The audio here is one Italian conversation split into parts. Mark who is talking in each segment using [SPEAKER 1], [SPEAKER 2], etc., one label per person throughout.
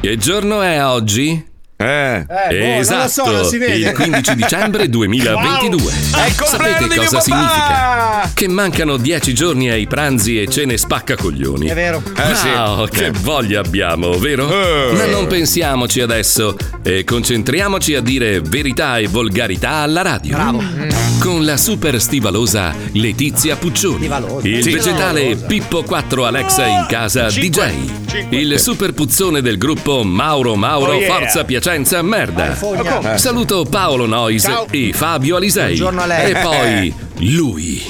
[SPEAKER 1] Che giorno è oggi?
[SPEAKER 2] Eh,
[SPEAKER 3] boh, non lo so,
[SPEAKER 1] esatto,
[SPEAKER 3] non si vede.
[SPEAKER 1] il 15 dicembre 2022.
[SPEAKER 2] È il compleanno
[SPEAKER 1] Sapete
[SPEAKER 2] di mio
[SPEAKER 1] cosa
[SPEAKER 2] papà!
[SPEAKER 1] significa? Che mancano 10 giorni ai pranzi e cene spacca coglioni.
[SPEAKER 3] È vero.
[SPEAKER 2] Eh, sì.
[SPEAKER 1] Wow, che voglia abbiamo, vero?
[SPEAKER 2] Eh.
[SPEAKER 1] Ma non pensiamoci adesso e concentriamoci a dire verità e volgarità alla radio. Mm. Con la super stivalosa Letizia Puccioni.
[SPEAKER 3] Stivalosa.
[SPEAKER 1] Il
[SPEAKER 3] Sì.
[SPEAKER 1] vegetale Pippo 4 Alexa in casa DJ. Il super puzzone del gruppo Mauro Mauro
[SPEAKER 2] Oh, yeah. Oh,
[SPEAKER 1] Forza Piacenza Merda.
[SPEAKER 3] Fogna.
[SPEAKER 1] Saluto Paolo Nois
[SPEAKER 3] Ciao.
[SPEAKER 1] e Fabio Alisei.
[SPEAKER 3] Buongiorno a lei.
[SPEAKER 1] E poi lui.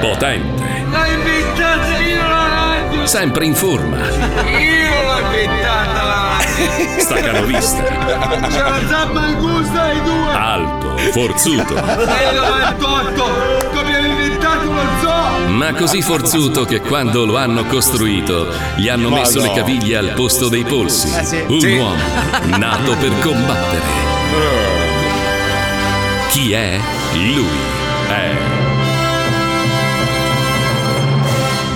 [SPEAKER 1] Potente.
[SPEAKER 4] L'ho invitata io la radio!
[SPEAKER 1] Sempre in forma.
[SPEAKER 4] Io l'ho invitata la radio!
[SPEAKER 1] Staccanovista.
[SPEAKER 4] C'è la zampa in gusto ai due!
[SPEAKER 2] Ah.
[SPEAKER 1] Alto, forzuto.
[SPEAKER 4] Nel 98! Tu mi hai invitato lo zoo!
[SPEAKER 1] Ma così forzuto che quando lo hanno costruito gli hanno messo le caviglie al posto dei polsi.
[SPEAKER 3] sì.
[SPEAKER 1] Un
[SPEAKER 2] Sì.
[SPEAKER 1] uomo nato per combattere. Chi è? Lui è.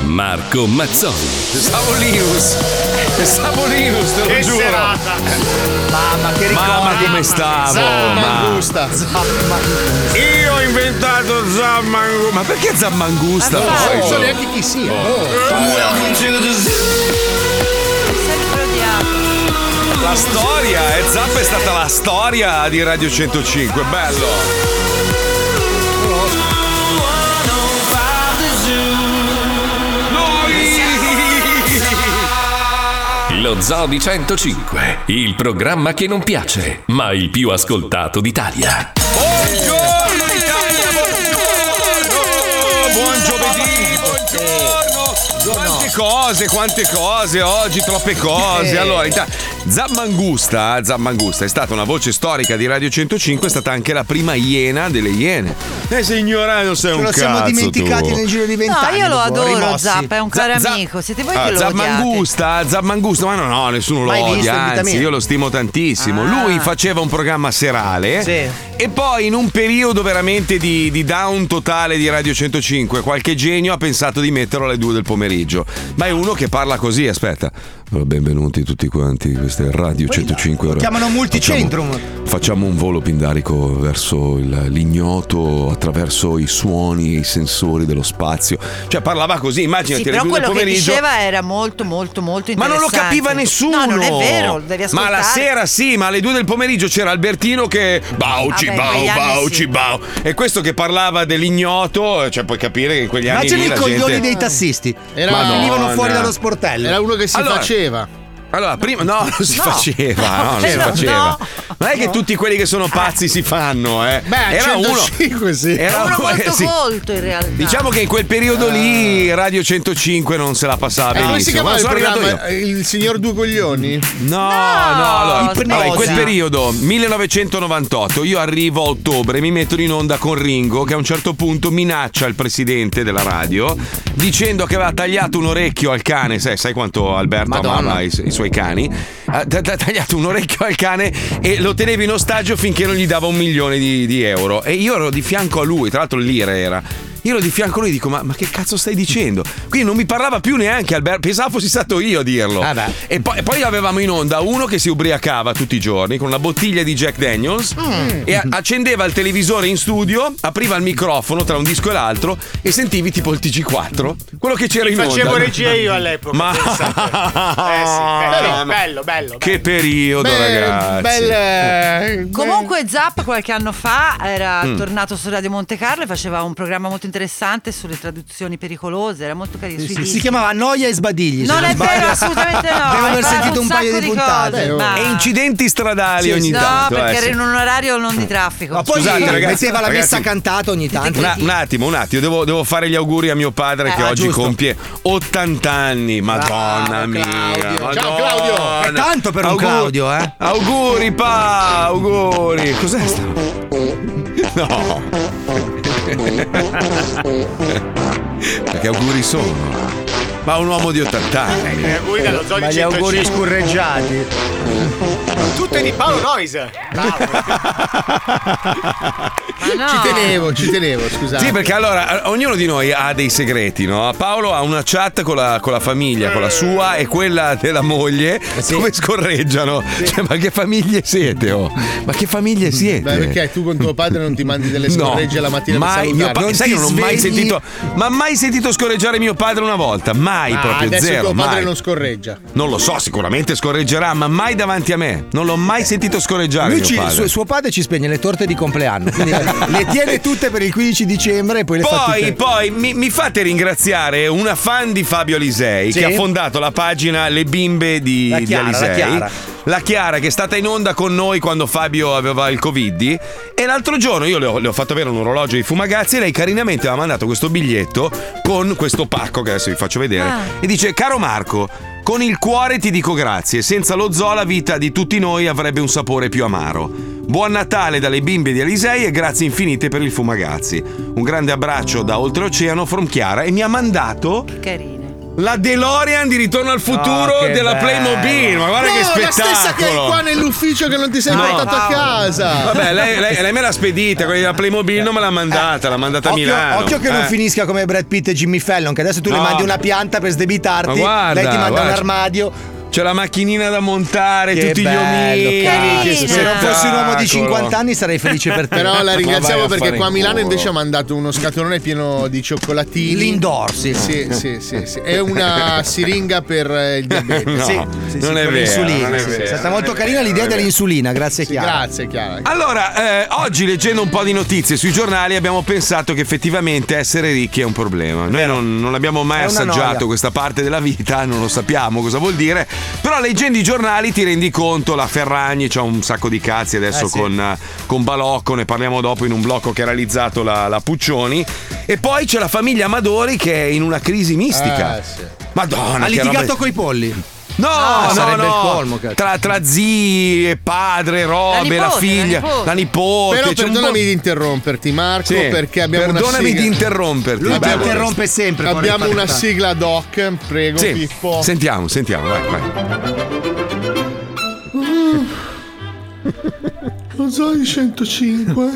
[SPEAKER 1] Marco Mazzoli.
[SPEAKER 2] Sabolinus. Sabolinus, te lo giuro.
[SPEAKER 3] Mamma che ricordi.
[SPEAKER 2] Mamma come stavo, ma.
[SPEAKER 3] Zammangusta. Zammangusta.
[SPEAKER 2] Io ho inventato Zammangusta. Ma perché Zammangusta? poi?
[SPEAKER 3] Non so neanche chi sia. Oh.
[SPEAKER 5] Sempre odiato.
[SPEAKER 2] La storia, e Zappa è stata la storia di Radio 105, bello. Noi
[SPEAKER 1] Lo Zoo di 105, il programma che non piace, ma il più ascoltato d'Italia.
[SPEAKER 2] Buongiorno Italia, buongiorno! Buon giovedì, buongiorno! Quante cose, quante cose, oggi troppe
[SPEAKER 1] Eh.
[SPEAKER 2] cose. Allora, inta- Zammangusta, Zammangusta è stata una voce storica di Radio 105, è stata anche la prima iena delle iene. E sei ignorante, Eh, non sei
[SPEAKER 3] Ce lo siamo dimenticati nel giro di
[SPEAKER 5] No,
[SPEAKER 3] vent'anni.
[SPEAKER 5] io lo
[SPEAKER 3] dopo,
[SPEAKER 5] adoro,
[SPEAKER 3] rimossi.
[SPEAKER 5] Zappa, è un
[SPEAKER 2] Za-
[SPEAKER 5] caro
[SPEAKER 2] za-
[SPEAKER 5] amico. Siete voi
[SPEAKER 2] Ah,
[SPEAKER 5] che lo odiate.
[SPEAKER 2] Zammangusta, Zammangusta, ma no, no, nessuno
[SPEAKER 3] Mai
[SPEAKER 2] lo
[SPEAKER 3] visto
[SPEAKER 2] odia,
[SPEAKER 3] in vita
[SPEAKER 2] anzi,
[SPEAKER 3] mia.
[SPEAKER 2] io lo stimo tantissimo.
[SPEAKER 5] Ah.
[SPEAKER 2] Lui faceva un programma serale
[SPEAKER 3] Sì.
[SPEAKER 2] e poi in un periodo veramente di, di down totale di Radio 105, qualche genio ha pensato di metterlo alle 2 del pomeriggio. Ma è uno che parla così, aspetta. Allora, benvenuti tutti quanti, questa è Radio 105. Ora
[SPEAKER 3] chiamano multicentrum.
[SPEAKER 2] Facciamo, facciamo un volo pindarico verso il- l'ignoto attraverso i suoni e i sensori dello spazio. Cioè parlava così, immaginati
[SPEAKER 5] Sì,
[SPEAKER 2] alle
[SPEAKER 5] però
[SPEAKER 2] 2 del
[SPEAKER 5] quello che
[SPEAKER 2] pomeriggio.
[SPEAKER 5] diceva era molto, molto, molto
[SPEAKER 2] Ma non
[SPEAKER 5] interessante.
[SPEAKER 2] lo capiva nessuno.
[SPEAKER 5] No, non è vero, devi ascoltare.
[SPEAKER 2] Ma la sera sì, ma alle due del pomeriggio c'era Albertino che bauci,
[SPEAKER 5] Vabbè, in
[SPEAKER 2] bau,
[SPEAKER 5] quegli anni
[SPEAKER 2] bauci,
[SPEAKER 5] sì.
[SPEAKER 2] bau. E questo che parlava dell'ignoto, cioè puoi capire che in quegli anni
[SPEAKER 3] Immagini
[SPEAKER 2] lì
[SPEAKER 3] i
[SPEAKER 2] la
[SPEAKER 3] coglioni
[SPEAKER 2] gente...
[SPEAKER 3] dei tassisti.
[SPEAKER 6] Era-
[SPEAKER 3] Venivano
[SPEAKER 2] Madonna.
[SPEAKER 3] fuori dallo sportello.
[SPEAKER 6] Era uno che si
[SPEAKER 2] Allora-
[SPEAKER 6] faceva.
[SPEAKER 2] Allora, prima no, non si
[SPEAKER 5] No.
[SPEAKER 2] faceva, no, non
[SPEAKER 5] Eh,
[SPEAKER 2] si
[SPEAKER 5] no,
[SPEAKER 2] faceva.
[SPEAKER 5] no.
[SPEAKER 2] Non è che tutti quelli che sono pazzi si fanno, eh.
[SPEAKER 6] Beh, a
[SPEAKER 2] era uno.
[SPEAKER 6] 105 sì.
[SPEAKER 5] È
[SPEAKER 2] Era
[SPEAKER 5] uno
[SPEAKER 2] eh,
[SPEAKER 5] molto Ah.
[SPEAKER 2] sì.
[SPEAKER 5] colto in realtà.
[SPEAKER 2] Diciamo che in quel periodo lì Radio 105 non se la passava
[SPEAKER 6] Eh, come si
[SPEAKER 2] benissimo.
[SPEAKER 6] chiamava
[SPEAKER 2] Ma
[SPEAKER 6] il
[SPEAKER 2] sono arrivato io.
[SPEAKER 6] programma? Il signor Due Coglioni?
[SPEAKER 2] No, no, allora,
[SPEAKER 5] Il
[SPEAKER 2] allora, in quel
[SPEAKER 5] primo.
[SPEAKER 2] periodo, 1998, io arrivo a ottobre, mi mettono in onda con Ringo che a un certo punto minaccia il presidente della radio dicendo che aveva tagliato un orecchio al cane, sai, sai quanto Alberto
[SPEAKER 6] Madonna.
[SPEAKER 2] amava i, i suoi cani, ha ta- ta- tagliato un orecchio al cane e lo teneva in ostaggio finché non gli dava un milione di, di euro e io ero di fianco a lui, tra l'altro l'ira era. Io ero di fianco a lui e dico: ma, ma che cazzo stai dicendo? Quindi non mi parlava più neanche Alberto. Pensavo fossi stato io a dirlo.
[SPEAKER 6] Ah, beh.
[SPEAKER 2] E poi, e poi avevamo in onda uno che si ubriacava tutti i giorni con una bottiglia di Jack Daniels
[SPEAKER 4] Mm.
[SPEAKER 2] e a- accendeva il televisore in studio, apriva il microfono tra un disco e l'altro e sentivi tipo il TG4, quello che c'era in onda.
[SPEAKER 7] Facevo regia io all'epoca.
[SPEAKER 2] Ma-
[SPEAKER 7] Eh sì, bello, bello, bello. eh,
[SPEAKER 2] Che periodo, ragazzi. Eh,
[SPEAKER 6] Belle.
[SPEAKER 5] Comunque Zappa qualche anno fa era
[SPEAKER 2] Mm.
[SPEAKER 5] tornato su Radio Monte Carlo e faceva un programma molto interessante sulle traduzioni pericolose, era molto carino. sui
[SPEAKER 3] Sì, si
[SPEAKER 5] dischi.
[SPEAKER 3] chiamava Noia e Sbadigli. se
[SPEAKER 5] non è
[SPEAKER 3] sbaglio.
[SPEAKER 5] vero, assolutamente
[SPEAKER 3] Devo
[SPEAKER 5] no. ha
[SPEAKER 3] aver
[SPEAKER 5] imparato
[SPEAKER 3] sentito un
[SPEAKER 5] sacco
[SPEAKER 3] paio di puntate.
[SPEAKER 5] cose,
[SPEAKER 6] Eh, oh.
[SPEAKER 5] ma-
[SPEAKER 2] E incidenti stradali
[SPEAKER 3] Sì,
[SPEAKER 2] ogni
[SPEAKER 5] No,
[SPEAKER 2] tanto. eh,
[SPEAKER 5] perché
[SPEAKER 2] sì.
[SPEAKER 5] era in un orario non di traffico.
[SPEAKER 3] Ma poi
[SPEAKER 2] Scusate, ragazzi,
[SPEAKER 3] metteva la
[SPEAKER 2] ragazzi.
[SPEAKER 3] messa cantata ogni tanto.
[SPEAKER 2] Un, un attimo, un attimo, devo, devo fare gli auguri a mio padre che
[SPEAKER 3] ah,
[SPEAKER 2] oggi
[SPEAKER 3] giusto.
[SPEAKER 2] compie 80 anni. Madonna mia. Madonna.
[SPEAKER 6] Ciao, Claudio.
[SPEAKER 3] È tanto per un
[SPEAKER 2] Augur-
[SPEAKER 3] Claudio, eh.
[SPEAKER 2] Auguri, pa, auguri. Cos'è sta? No. Ma che auguri sono? Ma un uomo di 80 anni.
[SPEAKER 7] Eh, lui dallo Zoli
[SPEAKER 8] Ma gli
[SPEAKER 7] 105.
[SPEAKER 8] auguri scurreggiati.
[SPEAKER 7] Tutte di Paolo Noise.
[SPEAKER 5] no.
[SPEAKER 6] Ci tenevo, ci tenevo, scusate.
[SPEAKER 2] Sì, perché allora eh, ognuno di noi ha dei segreti, no? Paolo ha una chat con la, con la famiglia, con la sua e quella della moglie,
[SPEAKER 6] Eh,
[SPEAKER 2] dove scorreggiano. Cioè, ma che famiglie siete, oh? Ma che famiglie siete?
[SPEAKER 6] Beh, perché tu con tuo padre non ti mandi delle scorregge la mattina per
[SPEAKER 2] mai, mio
[SPEAKER 6] salutarlo?
[SPEAKER 2] pa- sai che non ho mai sentito, ma mai sentito scoreggiare mio padre una volta, mai
[SPEAKER 6] Ah,
[SPEAKER 2] proprio
[SPEAKER 6] adesso
[SPEAKER 2] zero,
[SPEAKER 6] tuo padre
[SPEAKER 2] mai.
[SPEAKER 6] non scorreggia.
[SPEAKER 2] Non lo so, sicuramente scorreggerà, ma mai davanti a me. Non l'ho mai sentito scorreggiare.
[SPEAKER 8] Lui
[SPEAKER 2] mio
[SPEAKER 8] ci-
[SPEAKER 2] padre.
[SPEAKER 8] su- suo padre ci spegne le torte di compleanno. quindi le tiene tutte per il 15 dicembre e poi le fa
[SPEAKER 2] Poi,
[SPEAKER 8] tutte.
[SPEAKER 2] poi mi, mi fate ringraziare una fan di Fabio Alisei
[SPEAKER 8] Sì.
[SPEAKER 2] che ha fondato la pagina Le Bimbe di,
[SPEAKER 8] La
[SPEAKER 2] di
[SPEAKER 8] Chiara, la
[SPEAKER 2] Alisei.
[SPEAKER 8] Chiara.
[SPEAKER 2] La Chiara, che è stata in onda con noi quando Fabio aveva il Covid. E l'altro giorno io le ho, le ho fatto avere un orologio di Fumagazzi e lei carinamente mi ha mandato questo biglietto con questo pacco che adesso vi faccio vedere.
[SPEAKER 5] Ah.
[SPEAKER 2] E dice: Caro Marco. Con il cuore ti dico grazie, senza lo zoo la vita di tutti noi avrebbe un sapore più amaro. Buon Natale dalle bimbe di Alisei e grazie infinite per il Fumagazzi. Un grande abbraccio da oltreoceano from Chiara e mi ha mandato
[SPEAKER 5] Carine.
[SPEAKER 2] la DeLorean di Ritorno al Futuro
[SPEAKER 8] che
[SPEAKER 2] della
[SPEAKER 8] bello.
[SPEAKER 2] Playmobil. Ma guarda
[SPEAKER 6] no,
[SPEAKER 2] che
[SPEAKER 6] la
[SPEAKER 2] spettacolo!
[SPEAKER 6] stessa che hai qua nell'ufficio che non ti sei
[SPEAKER 2] No.
[SPEAKER 6] portato a casa.
[SPEAKER 2] Vabbè, lei, lei- lei me l'ha spedita, quella della Playmobil non me l'ha mandata, l'ha mandata a Milano.
[SPEAKER 8] occhio che non
[SPEAKER 2] Eh.
[SPEAKER 8] finisca come Brad Pitt e Jimmy Fallon, che adesso tu le
[SPEAKER 2] No.
[SPEAKER 8] mandi una pianta per
[SPEAKER 2] Ma
[SPEAKER 8] sdebitarti,
[SPEAKER 2] guarda,
[SPEAKER 8] lei ti manda
[SPEAKER 2] guarda,
[SPEAKER 8] un
[SPEAKER 2] c'è-
[SPEAKER 8] armadio.
[SPEAKER 2] C'è la macchinina da montare,
[SPEAKER 8] Che
[SPEAKER 2] tutti
[SPEAKER 8] bello,
[SPEAKER 2] gli
[SPEAKER 5] cavolo,
[SPEAKER 2] omini.
[SPEAKER 5] che
[SPEAKER 2] che
[SPEAKER 8] Se non fossi un uomo di
[SPEAKER 2] spettacolo.
[SPEAKER 8] 50 anni sarei felice per te.
[SPEAKER 6] Però la
[SPEAKER 2] vai
[SPEAKER 6] ringraziamo
[SPEAKER 2] a
[SPEAKER 6] perché
[SPEAKER 2] fare
[SPEAKER 6] qua a
[SPEAKER 2] in
[SPEAKER 6] Milano
[SPEAKER 2] culo.
[SPEAKER 6] invece mi ha mandato uno scatolone pieno di cioccolatini.
[SPEAKER 8] L'indorsi.
[SPEAKER 6] Sì, sì, sì, sì. È una siringa per eh, il diabete.
[SPEAKER 2] No,
[SPEAKER 6] Sì.
[SPEAKER 2] non, è
[SPEAKER 8] con
[SPEAKER 2] vero,
[SPEAKER 8] l'insulina,
[SPEAKER 2] non è
[SPEAKER 8] sì, sì.
[SPEAKER 2] vero,
[SPEAKER 8] È stata
[SPEAKER 2] non
[SPEAKER 8] molto
[SPEAKER 2] è
[SPEAKER 8] carina
[SPEAKER 2] vero,
[SPEAKER 8] l'idea
[SPEAKER 2] non è vero.
[SPEAKER 8] dell'insulina, grazie
[SPEAKER 6] Sì,
[SPEAKER 8] Chiara.
[SPEAKER 6] grazie, Chiara.
[SPEAKER 2] Allora, eh, oggi leggendo un po' di notizie sui giornali abbiamo pensato che effettivamente essere ricchi è un problema. Noi non, non abbiamo mai
[SPEAKER 8] È una
[SPEAKER 2] assaggiato
[SPEAKER 8] noia.
[SPEAKER 2] questa parte della vita, non lo sappiamo cosa vuol dire, però leggendo i giornali ti rendi conto, la Ferragni c'ha un sacco di cazzi adesso
[SPEAKER 8] Eh, sì.
[SPEAKER 2] con, eh, con Balocco, ne parliamo dopo in un blocco che ha realizzato la, la Puccioni, e poi c'è la famiglia Amadori che è in una crisi mistica.
[SPEAKER 6] Eh, sì.
[SPEAKER 2] Madonna,
[SPEAKER 8] Ha
[SPEAKER 2] che roba-
[SPEAKER 8] litigato coi polli.
[SPEAKER 2] No, no,
[SPEAKER 8] sarebbe
[SPEAKER 2] no.
[SPEAKER 8] il colmo, cazzo.
[SPEAKER 2] tra, tra zii e padre, robe, la,
[SPEAKER 5] nipote, la
[SPEAKER 2] figlia,
[SPEAKER 5] nipote.
[SPEAKER 2] la nipote.
[SPEAKER 6] Però
[SPEAKER 2] c'è un
[SPEAKER 6] perdonami
[SPEAKER 2] po'-
[SPEAKER 6] di interromperti, Marco,
[SPEAKER 2] Sì,
[SPEAKER 6] Ecco perché abbiamo una
[SPEAKER 2] Perdonami
[SPEAKER 6] sigla.
[SPEAKER 2] di interromperti.
[SPEAKER 8] Lui ti
[SPEAKER 2] Vabbè,
[SPEAKER 8] interrompe sempre.
[SPEAKER 6] Abbiamo
[SPEAKER 8] Corre,
[SPEAKER 6] una
[SPEAKER 8] parla.
[SPEAKER 6] sigla ad hoc, prego,
[SPEAKER 2] Sì,
[SPEAKER 6] Pippo.
[SPEAKER 2] sentiamo, sentiamo, vai, vai.
[SPEAKER 6] Lo Zoe 105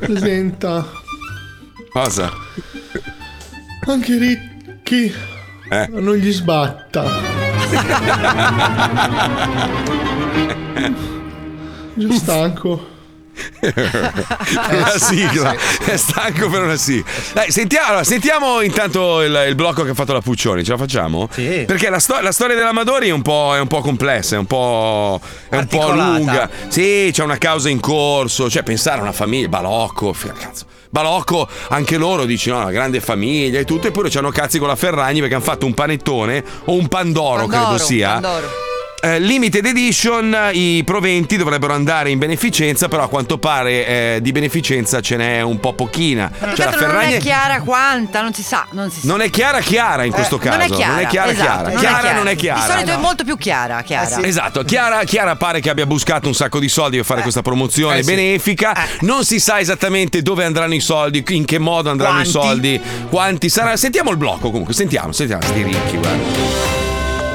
[SPEAKER 6] presenta
[SPEAKER 2] Cosa?
[SPEAKER 6] anche Ricchi.
[SPEAKER 2] Eh.
[SPEAKER 6] ma Non gli sbatta. Già stanco.
[SPEAKER 3] Ah,
[SPEAKER 2] Una sigla. È stanco per una sigla. Dai, sentiamo, allora, sentiamo intanto il, il blocco che ha fatto la Puccioni, ce la facciamo?
[SPEAKER 8] Sì.
[SPEAKER 2] Perché la, sto- la storia dell'Amadori è un po', è un po' complessa, è un po', è un po'
[SPEAKER 8] Articolata.
[SPEAKER 2] lunga. Sì, c'è una causa in corso, cioè pensare a una famiglia, Balocco, f- cazzo. Balocco, anche loro dicono una grande famiglia e tutto, eppure c'hanno cazzi con la Ferragni perché hanno fatto un panettone o un pandoro, credo sia.
[SPEAKER 5] Pandoro.
[SPEAKER 2] Eh, limited edition, i proventi dovrebbero andare in beneficenza, però a quanto pare eh, di beneficenza ce n'è un po' pochina.
[SPEAKER 5] Ma
[SPEAKER 2] Cioè, la
[SPEAKER 5] tanto Mm. non
[SPEAKER 2] Ferragni
[SPEAKER 5] è chiara quanta, non si sa, non si sa.
[SPEAKER 2] non è chiara chiara in questo
[SPEAKER 5] Eh,
[SPEAKER 2] caso.
[SPEAKER 5] Non è chiara, esatto,
[SPEAKER 2] chiara. Chiara non è chiara.
[SPEAKER 5] Di solito è molto più chiara, chiara.
[SPEAKER 2] Esatto, Chiara, Chiara pare che abbia buscato un sacco di soldi per fare questa promozione
[SPEAKER 8] Eh, sì.
[SPEAKER 2] benefica. Non si sa esattamente dove andranno i soldi, in che modo andranno i soldi, quanti sarà. Sentiamo il blocco comunque, sentiamo, sentiamo, sti ricchi, guarda.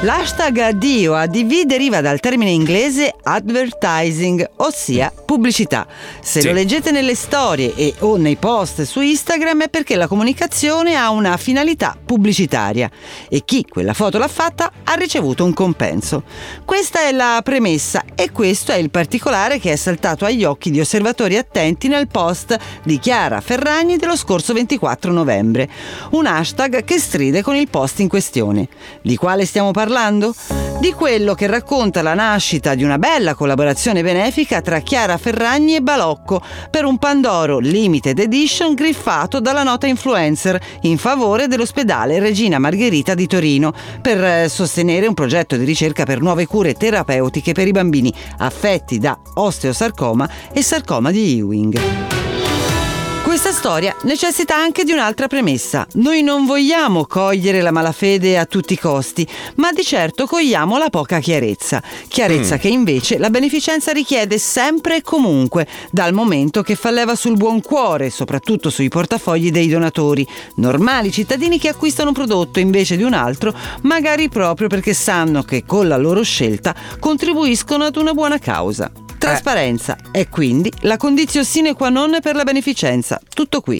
[SPEAKER 9] L'hashtag addio ADV deriva dal termine inglese advertising, ossia pubblicità. Se
[SPEAKER 2] Sì.
[SPEAKER 9] lo leggete nelle storie e o nei post su Instagram è perché la comunicazione ha una finalità pubblicitaria e chi quella foto l'ha fatta ha ricevuto un compenso. Questa è la premessa e questo è il particolare che è saltato agli occhi di osservatori attenti nel post di Chiara Ferragni dello scorso 24 novembre, un hashtag che stride con il post in questione. Di quale stiamo parlando? Di quello che racconta la nascita di una bella collaborazione benefica tra Chiara Ferragni e Balocco per un Pandoro Limited Edition griffato dalla nota influencer in favore dell'ospedale Regina Margherita di Torino per eh, sostenere un progetto di ricerca per nuove cure terapeutiche per i bambini affetti da osteosarcoma e sarcoma di Ewing. Questa storia necessita anche di un'altra premessa. Noi non vogliamo cogliere la malafede a tutti i costi, ma di certo cogliamo la poca chiarezza. Chiarezza
[SPEAKER 10] Mm.
[SPEAKER 9] che invece la beneficenza richiede sempre e comunque, dal momento che fa leva sul buon cuore, soprattutto sui portafogli dei donatori, normali cittadini che acquistano un prodotto invece di un altro, magari proprio perché sanno che con la loro scelta contribuiscono ad una buona causa. Trasparenza è quindi la condizione sine qua non per la beneficenza. Tutto qui.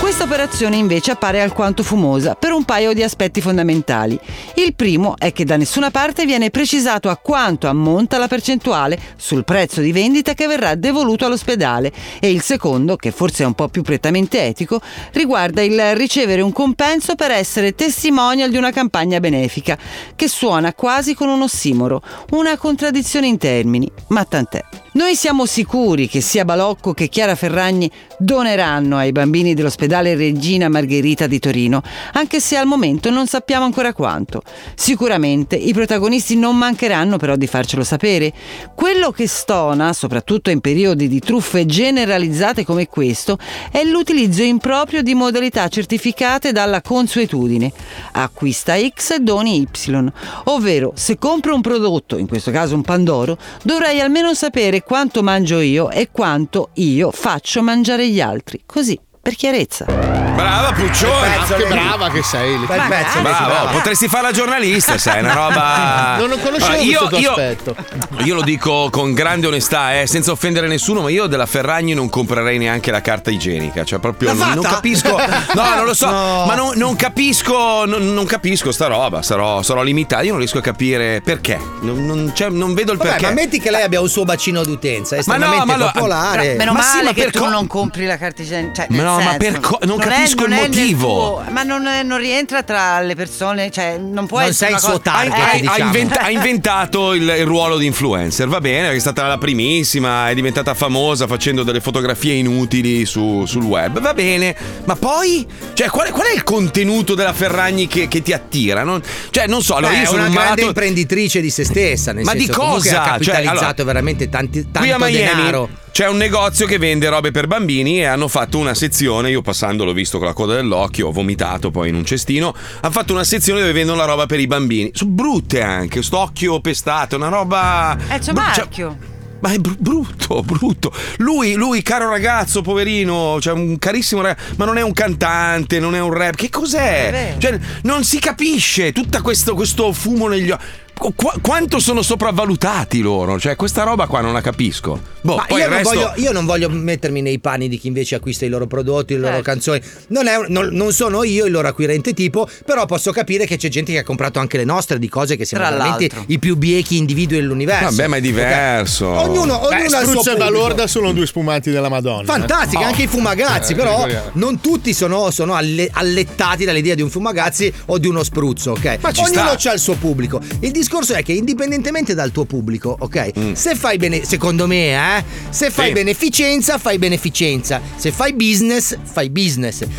[SPEAKER 9] Questa operazione invece appare alquanto fumosa per un paio di aspetti fondamentali. Il primo è che da nessuna parte viene precisato a quanto ammonta la percentuale sul prezzo di vendita che verrà devoluto all'ospedale e il secondo, che forse è un po' più prettamente etico, riguarda il ricevere un compenso per essere testimonial di una campagna benefica, che suona quasi con un ossimoro, una contraddizione in termini, ma tant'è. Noi siamo sicuri che sia Balocco che Chiara Ferragni doneranno ai bambini dell'ospedale Regina Margherita di Torino, anche se al momento non sappiamo ancora quanto. Sicuramente i protagonisti non mancheranno però di farcelo sapere. Quello che stona, soprattutto in periodi di truffe generalizzate come questo, è l'utilizzo improprio di modalità certificate dalla consuetudine. Acquista X e doni Y. Ovvero, se compro un prodotto, in questo caso un Pandoro, dovrei almeno sapere quanto mangio io e quanto io faccio mangiare gli altri. Così, per chiarezza.
[SPEAKER 2] Brava Puccione!
[SPEAKER 6] Che pezzo, che brava che sei!
[SPEAKER 2] Bel
[SPEAKER 6] Che
[SPEAKER 2] pezzo,
[SPEAKER 6] pezzo,
[SPEAKER 2] bravo.
[SPEAKER 6] brava.
[SPEAKER 2] Potresti fare la giornalista, sai, una roba.
[SPEAKER 6] Non lo conoscevo
[SPEAKER 3] Ah,
[SPEAKER 2] Allora,
[SPEAKER 6] questo tuo aspetto.
[SPEAKER 2] Io lo dico con grande onestà, eh, senza offendere nessuno, ma io della Ferragni non comprerei neanche la carta igienica. Cioè, proprio non, non capisco. No, non lo so,
[SPEAKER 3] No.
[SPEAKER 2] ma non, non capisco. Non, non capisco sta roba. Sarò, sarò limitato. Io non riesco a capire perché. Non, non- cioè, non vedo il
[SPEAKER 3] Vabbè,
[SPEAKER 2] perché.
[SPEAKER 3] ma metti che lei abbia un suo bacino d'utenza, è
[SPEAKER 2] Ma no,
[SPEAKER 3] estremamente
[SPEAKER 2] ma allora-
[SPEAKER 3] popolare.
[SPEAKER 5] Meno
[SPEAKER 2] Ma sì,
[SPEAKER 5] male
[SPEAKER 2] ma
[SPEAKER 5] che
[SPEAKER 2] per
[SPEAKER 5] tu
[SPEAKER 2] co-
[SPEAKER 5] non compri la carta igienica. Cioè,
[SPEAKER 2] Ma
[SPEAKER 5] nel
[SPEAKER 2] no, ma
[SPEAKER 5] senso,
[SPEAKER 2] per co- non
[SPEAKER 5] è-
[SPEAKER 2] capisco il
[SPEAKER 5] è nel
[SPEAKER 2] motivo.
[SPEAKER 5] tuo- ma non, è- non rientra tra le persone, cioè non può
[SPEAKER 2] Non
[SPEAKER 5] essere.
[SPEAKER 2] sei
[SPEAKER 5] una
[SPEAKER 2] il suo
[SPEAKER 5] cosa- Eh,
[SPEAKER 2] target, diciamo. Ha- ha
[SPEAKER 9] diciamo.
[SPEAKER 2] inventa- ha inventato il, il ruolo di influencer, va bene, perché è stata la primissima, è diventata famosa facendo delle fotografie inutili su- sul web, va bene, ma poi, cioè, qual, è- qual è il contenuto della Ferragni che, che ti attira? Non, cioè, non so, allora
[SPEAKER 3] Beh,
[SPEAKER 2] io sono
[SPEAKER 3] è una
[SPEAKER 2] un
[SPEAKER 3] grande
[SPEAKER 2] malato-
[SPEAKER 3] imprenditrice di se stessa, nel
[SPEAKER 2] Ma di
[SPEAKER 3] senso, comunque
[SPEAKER 2] cosa?
[SPEAKER 3] ha
[SPEAKER 2] Cioè,
[SPEAKER 3] capitalizzato
[SPEAKER 2] allora-
[SPEAKER 3] veramente tanti,
[SPEAKER 2] Qui
[SPEAKER 3] tanto
[SPEAKER 2] a Miami
[SPEAKER 3] denaro.
[SPEAKER 2] c'è un negozio che vende robe per bambini e hanno fatto una sezione, io passando l'ho visto con la coda dell'occhio, ho vomitato poi in un cestino, hanno fatto una sezione dove vendono la roba per i bambini. Sono brutte anche, sto occhio pestato, una roba...
[SPEAKER 5] Eh, c'è
[SPEAKER 2] bru- cioè-
[SPEAKER 5] Marchio.
[SPEAKER 2] ma è bru- brutto, brutto. Lui, lui, caro ragazzo, poverino, cioè un carissimo ragazzo, ma non è un cantante, non è un rap. Che
[SPEAKER 5] È
[SPEAKER 2] cos'è?
[SPEAKER 5] vero.
[SPEAKER 2] Cioè, non si capisce tutto questo, questo fumo negli occhi. Qu- qu- quanto sono sopravvalutati loro? Cioè, questa roba qua non la capisco. Boh,
[SPEAKER 3] Ma
[SPEAKER 2] poi
[SPEAKER 3] io,
[SPEAKER 2] il
[SPEAKER 3] non
[SPEAKER 2] resto.
[SPEAKER 3] voglio, io non voglio mettermi nei panni di chi invece acquista i loro prodotti, le loro
[SPEAKER 5] Certo.
[SPEAKER 3] canzoni. Non, è un- non- non sono io il loro acquirente tipo, però posso capire che c'è gente che ha comprato anche le nostre di cose che siamo
[SPEAKER 5] Tra
[SPEAKER 3] veramente
[SPEAKER 5] l'altro.
[SPEAKER 3] i più biechi individui dell'universo.
[SPEAKER 2] Vabbè, ma è diverso.
[SPEAKER 3] Ok? Ognuno, ognuno
[SPEAKER 6] Beh,
[SPEAKER 3] ha il suo
[SPEAKER 6] Struzzo e
[SPEAKER 3] pubblico.
[SPEAKER 6] Balorda sono due sfumati della Madonna.
[SPEAKER 3] Fantastica,
[SPEAKER 6] Oh.
[SPEAKER 3] anche i fumagazzi,
[SPEAKER 6] Eh,
[SPEAKER 3] però
[SPEAKER 6] ricordiamo.
[SPEAKER 3] non tutti sono, sono alle- allettati dall'idea di un fumagazzi o di uno spruzzo, ok?
[SPEAKER 2] Ma ci
[SPEAKER 3] Ognuno
[SPEAKER 2] sta.
[SPEAKER 3] ha il suo pubblico. Il discorso è che indipendentemente dal tuo pubblico, ok? Se fai bene, secondo me, eh, se fai
[SPEAKER 2] Mm. Sì.
[SPEAKER 3] beneficenza, fai beneficenza. Se fai business, fai business.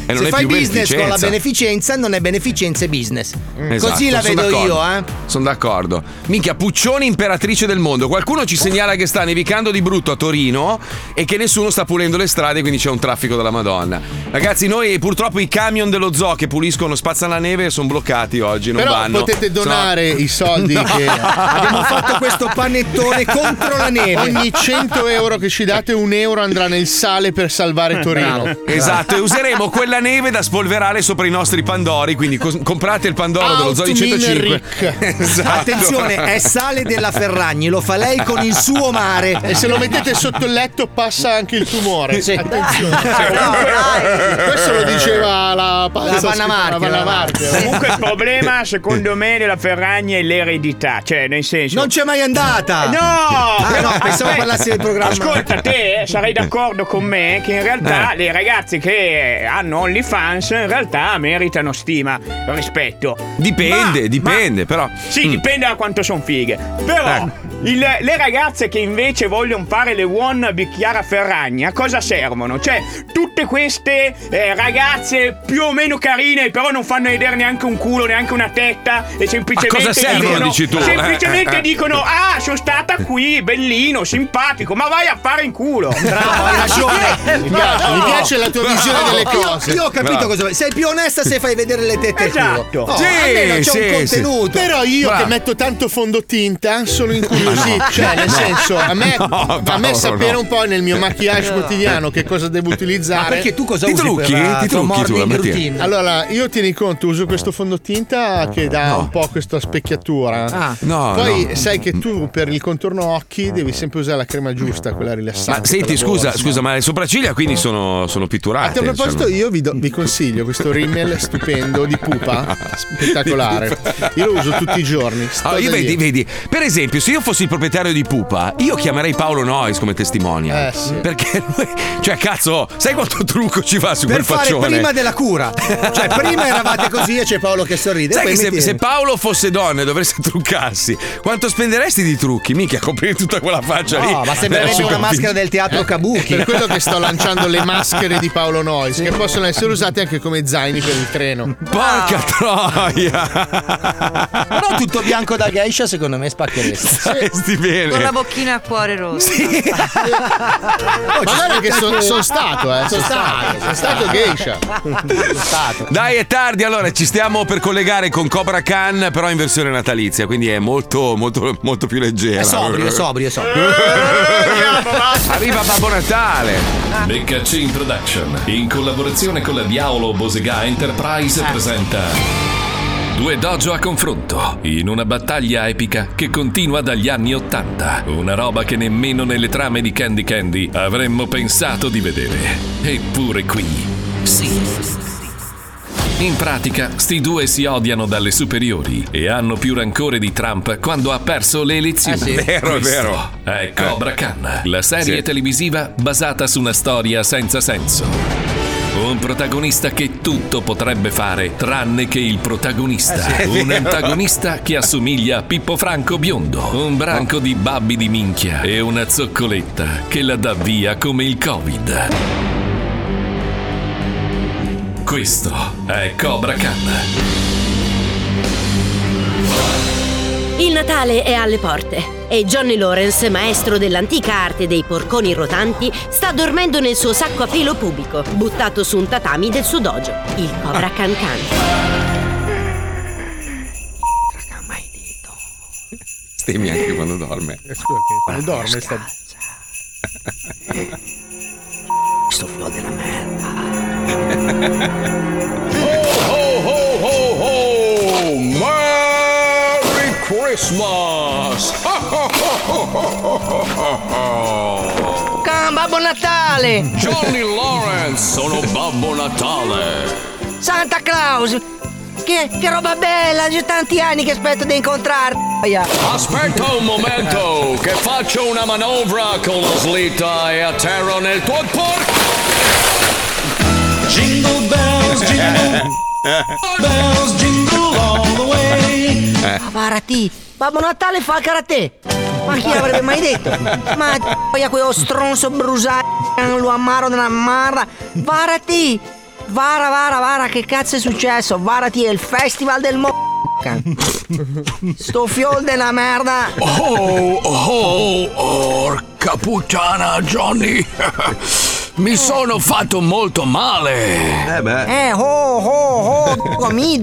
[SPEAKER 2] non
[SPEAKER 3] se
[SPEAKER 2] è
[SPEAKER 3] fai
[SPEAKER 2] più
[SPEAKER 3] business con la
[SPEAKER 2] beneficenza.
[SPEAKER 3] beneficenza, non è beneficenza, è business.
[SPEAKER 2] Esatto,
[SPEAKER 3] Così la
[SPEAKER 2] son
[SPEAKER 3] vedo
[SPEAKER 2] d'accordo.
[SPEAKER 3] io, eh.
[SPEAKER 2] Sono d'accordo. Minchia, Puccioni, imperatrice del mondo. Qualcuno ci segnala che sta nevicando di brutto a Torino e che nessuno sta pulendo le strade, quindi c'è un traffico della Madonna. Ragazzi, noi purtroppo i camion dello zoo che puliscono, spazzano la neve, sono bloccati oggi. Non
[SPEAKER 6] Però
[SPEAKER 2] vanno.
[SPEAKER 6] potete
[SPEAKER 2] Sennò-
[SPEAKER 6] donare i soldi che
[SPEAKER 3] Abbiamo fatto questo panettone contro la neve.
[SPEAKER 6] ogni 100 euro che ci date, un euro andrà nel sale per
[SPEAKER 3] Eh,
[SPEAKER 6] salvare Torino.
[SPEAKER 2] Esatto, e useremo quella neve da spolverare sopra i nostri Pandori. Quindi cos- comprate il Pandoro dello Zoo di
[SPEAKER 6] Out min
[SPEAKER 2] 105.
[SPEAKER 6] Rick.
[SPEAKER 2] Esatto.
[SPEAKER 3] Attenzione, è sale della Ferragni, lo fa lei con il suo mare.
[SPEAKER 6] E se lo mettete sotto il letto passa anche il tumore.
[SPEAKER 3] Sì.
[SPEAKER 6] Attenzione.
[SPEAKER 5] dai.
[SPEAKER 6] Questo lo diceva la
[SPEAKER 3] La Vanna Marchi, la Vanna
[SPEAKER 11] Comunque il problema, secondo me, della Ferragni è l'eredità. Cioè, nel senso. Eh,
[SPEAKER 3] Non c'è mai andata!
[SPEAKER 11] No!
[SPEAKER 3] Ah, no, pensavo
[SPEAKER 11] Aspetta.
[SPEAKER 3] parlassi del programma.
[SPEAKER 11] Ascolta, te sarai d'accordo con me eh, che in
[SPEAKER 3] Eh.
[SPEAKER 11] realtà le ragazze che hanno OnlyFans in realtà meritano stima, rispetto.
[SPEAKER 2] Dipende,
[SPEAKER 11] Ma-
[SPEAKER 2] dipende,
[SPEAKER 11] ma-
[SPEAKER 2] però.
[SPEAKER 11] Sì,
[SPEAKER 2] Mm.
[SPEAKER 11] dipende da quanto sono fighe. Però
[SPEAKER 2] Ecco.
[SPEAKER 11] Il- le ragazze che invece vogliono fare le wannabe Chiara Ferragni a cosa servono? Cioè, tutte queste eh, ragazze più o meno carine, però non fanno vedere neanche un culo, neanche una tetta, e semplicemente.
[SPEAKER 2] A cosa servono,
[SPEAKER 11] dicono,
[SPEAKER 2] dici tu?
[SPEAKER 11] Semplicemente
[SPEAKER 2] Eh, eh, eh.
[SPEAKER 11] dicono: Ah, sono stata qui, bellino, simpatico, ma vai a fare in culo. Cioè,
[SPEAKER 3] Bravo, hai ragione.
[SPEAKER 11] Mi piace- mi piace la tua visione delle cose.
[SPEAKER 3] Io, io ho capito
[SPEAKER 11] Bravo.
[SPEAKER 3] cosa vuoi. Sei più onesta se Eh, fai vedere le tette al culo.
[SPEAKER 6] Esatto.
[SPEAKER 3] Oh, almeno c'è un contenuto.
[SPEAKER 6] Però io che metto tanto fondotinta sono incuriosito.
[SPEAKER 3] no.
[SPEAKER 6] Cioè, nel
[SPEAKER 3] No.
[SPEAKER 6] senso, a me,
[SPEAKER 3] No,
[SPEAKER 6] a me
[SPEAKER 3] Paolo,
[SPEAKER 6] sapere
[SPEAKER 3] no.
[SPEAKER 6] un po' nel mio maquillage
[SPEAKER 3] No.
[SPEAKER 6] quotidiano che cosa devo utilizzare.
[SPEAKER 3] Ma perché tu cosa Ti usi trucchi? per la Ti tua trucchi tu la morning mattina? routine?
[SPEAKER 6] Allora, io tieni conto, uso questo fondotinta che dà un po' questa specchiatura.
[SPEAKER 2] Ah. No,
[SPEAKER 6] Poi
[SPEAKER 2] no.
[SPEAKER 6] sai che
[SPEAKER 3] Mm.
[SPEAKER 6] tu per il contorno occhi devi sempre usare la crema giusta, quella rilassante.
[SPEAKER 2] Ma senti,
[SPEAKER 6] per la
[SPEAKER 2] scusa,
[SPEAKER 6] borsa.
[SPEAKER 2] scusa, ma le sopracciglia quindi sono, sono
[SPEAKER 6] A
[SPEAKER 2] pitturate.
[SPEAKER 6] tal proposito,
[SPEAKER 2] cioè,
[SPEAKER 6] io vi, do- vi consiglio questo rimmel stupendo di pupa, spettacolare. Io lo uso tutti i giorni. sto
[SPEAKER 2] Allora, Ah, io
[SPEAKER 6] da
[SPEAKER 2] vedi,
[SPEAKER 6] lì.
[SPEAKER 2] vedi, per esempio, se io fossi il proprietario di Pupa,
[SPEAKER 3] Mm.
[SPEAKER 2] io chiamerei Paolo Nois come testimonial.
[SPEAKER 6] Eh, sì.
[SPEAKER 2] Perché lui, cioè, cazzo, sai quanto trucco ci va su
[SPEAKER 3] Per
[SPEAKER 2] quel
[SPEAKER 3] fare
[SPEAKER 2] faccione?
[SPEAKER 3] prima della cura. Cioè, prima eravate così e c'è Paolo che sorride.
[SPEAKER 2] Sai
[SPEAKER 3] poi
[SPEAKER 2] che se,
[SPEAKER 3] metti-
[SPEAKER 2] se Paolo fosse donna e dovesse truccarsi, quanto spenderesti di trucchi? Mica a coprire tutta quella faccia lì.
[SPEAKER 3] No, ma
[SPEAKER 2] Della
[SPEAKER 3] sembrerebbe
[SPEAKER 2] sua
[SPEAKER 3] una maschera
[SPEAKER 2] capito.
[SPEAKER 3] del teatro Kabuki.
[SPEAKER 6] Eh, Per quello che sto lanciando le maschere di Paolo Nois, che possono essere usate anche come zaini per il treno.
[SPEAKER 2] Porca troia!
[SPEAKER 3] Però tutto bianco da geisha secondo me spaccheresti.
[SPEAKER 2] Sti
[SPEAKER 3] Eh,
[SPEAKER 2] bene.
[SPEAKER 5] Con la bocchina a cuore rosso.
[SPEAKER 6] Ma guarda che sono stato, eh. Sono stato, sono stato geisha.
[SPEAKER 2] Dai, è tardi, allora ci stiamo per collegare con Cobra Khan, però in versione natalizia, quindi è molto, molto, molto più leggera.
[SPEAKER 3] È sobrio, è sobrio, è sobrio.
[SPEAKER 2] Arriva Babbo Natale.
[SPEAKER 1] Beccacci in Production, in collaborazione con la Diavolo Bosega Enterprise, presenta. Due dojo a confronto, in una battaglia epica che continua dagli anni Ottanta. Una roba che nemmeno nelle trame di Candy Candy avremmo pensato di vedere. Eppure qui. Sì. In pratica, sti due si odiano dalle superiori e hanno più rancore di Trump quando ha perso le elezioni. Eh sì. Vero, è vero.
[SPEAKER 2] È
[SPEAKER 1] Cobra Khan, la serie televisiva basata su una storia senza senso. Un protagonista che tutto potrebbe fare tranne che il protagonista.
[SPEAKER 10] Eh sì, è
[SPEAKER 1] un
[SPEAKER 10] vero.
[SPEAKER 1] antagonista che assomiglia a Pippo Franco biondo, un branco di babbi di minchia e una zoccoletta che la dà via come il Covid. Questo è Cobra Khan.
[SPEAKER 12] Il Natale è alle porte e Johnny Lawrence, maestro dell'antica arte dei porconi rotanti, sta dormendo nel suo sacco a filo pubico, buttato su un tatami del suo dojo, il
[SPEAKER 13] Ah.
[SPEAKER 12] Cobra Can Can.
[SPEAKER 2] Stemmi anche quando dorme.
[SPEAKER 6] Eh, Non dorme sta.
[SPEAKER 12] Sto fuoco della merda.
[SPEAKER 10] ho, ho, ho! Merry Christmas!
[SPEAKER 13] Can, Babbo Natale!
[SPEAKER 10] Johnny Lawrence, sono Babbo Natale!
[SPEAKER 13] Santa Claus! Che, che roba bella! C'è tanti anni che aspetto di incontrarti!
[SPEAKER 10] Aspetta un momento che faccio una manovra con la slitta e atterro nel tuo porco!
[SPEAKER 13] Jingle bells,
[SPEAKER 2] Eh.
[SPEAKER 13] jingle bells, jingle all the way!
[SPEAKER 2] Eh.
[SPEAKER 13] Ma parati! Babbo Natale fa il karate! Ma chi l'avrebbe mai detto? Ma poi a quello stronzo brusato, lo amaro della marra! Varati! Vara, vara, vara, che cazzo è successo? Varati è il festival del mo... Sto fiol della merda!
[SPEAKER 10] Oh, oh, orca puttana, Johnny! Mi sono fatto molto male! Eh
[SPEAKER 13] Eh, ho, ho, ho, mi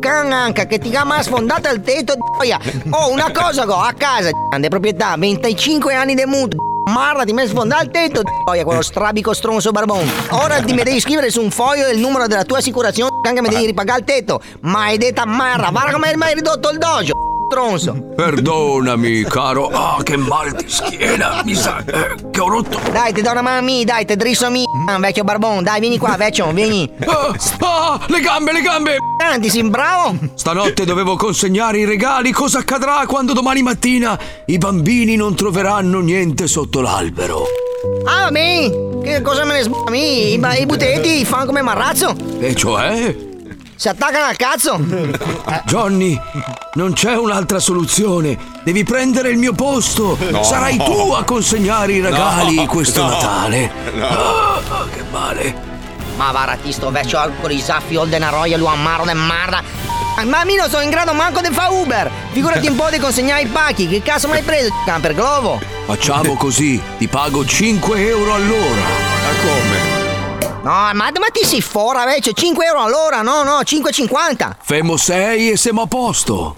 [SPEAKER 13] can anche che ti chiama sfondato il tetto doia. Oh, una cosa go, a casa, grande proprietà, 25 anni di mutuo. Marra ti mi hai sfondato il tetto, doia, quello strabico stronzo barbone. Ora ti mi devi scrivere su un foglio il numero della tua assicurazione, anche mi devi ripagare il tetto. Maledetta marra, guarda come hai mai ridotto il dojo, stronzo.
[SPEAKER 10] Perdonami, caro. Ah, che male di schiena. Mi sa eh, che ho rotto.
[SPEAKER 13] Dai, ti do una mano a me, dai, te drisso mi, vecchio barbone, dai, vieni qua, vecchio, vieni.
[SPEAKER 10] Ah, le gambe, le gambe!
[SPEAKER 13] Tanti, sei bravo?
[SPEAKER 10] Stanotte dovevo consegnare i regali. Cosa accadrà quando domani mattina i bambini non troveranno niente sotto l'albero?
[SPEAKER 13] Ah, me! Che cosa me ne sbami? I, ba- i butetti fanno come marrazzo?
[SPEAKER 10] E cioè?
[SPEAKER 13] Si attaccano al cazzo?
[SPEAKER 14] Johnny, non c'è un'altra soluzione. Devi prendere il mio posto.
[SPEAKER 4] No.
[SPEAKER 14] Sarai tu a consegnare i regali
[SPEAKER 4] No,
[SPEAKER 14] questo
[SPEAKER 4] no,
[SPEAKER 14] Natale.
[SPEAKER 4] no.
[SPEAKER 14] Ah, ah, che male.
[SPEAKER 13] Ma varati sto vecchio con i saffi o denaroia, lo ammaro de merda. Ma Mino sono in grado manco di fa Uber. Figurati un po' di consegnare i pacchi. Che cazzo mi hai preso? Camper Globo?
[SPEAKER 14] Facciamo così, ti pago 5 euro all'ora. Ma come?
[SPEAKER 13] No, ma, ma ti si fora, vecchio. 5 euro all'ora, no, no, 5,50.
[SPEAKER 14] Femo 6 e siamo a posto.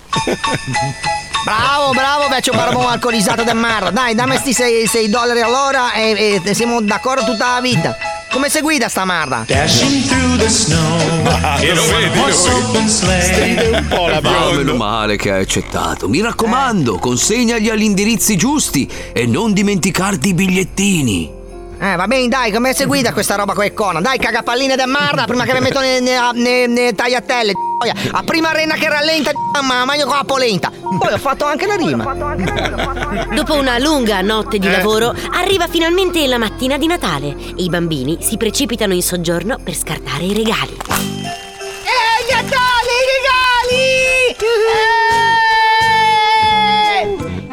[SPEAKER 13] Bravo, bravo, vecchio barbone alcolizzato del merda. Dai, dammi sti 6 dollari all'ora e, e siamo d'accordo tutta la vita. Come si guida sta merda?
[SPEAKER 4] E lo vedi lui. Stende un po' la
[SPEAKER 14] Ma
[SPEAKER 4] barba.
[SPEAKER 14] meno male che hai accettato. Mi raccomando, consegnagli agli indirizzi giusti e non dimenticarti i bigliettini.
[SPEAKER 13] Eh, va bene, dai, come si guida questa roba con Econa? Dai, cagapalline del merda, prima che mi metto ne, ne, ne- ne tagliatelle. gioia. A prima renna che rallenta, ma magno con la polenta. Poi ho fatto anche la rima.
[SPEAKER 15] Dopo una lunga notte
[SPEAKER 13] Eh.
[SPEAKER 15] di lavoro, arriva finalmente la mattina di Natale e i bambini si precipitano in soggiorno per scartare i regali.
[SPEAKER 4] Eh, Natale, i regali!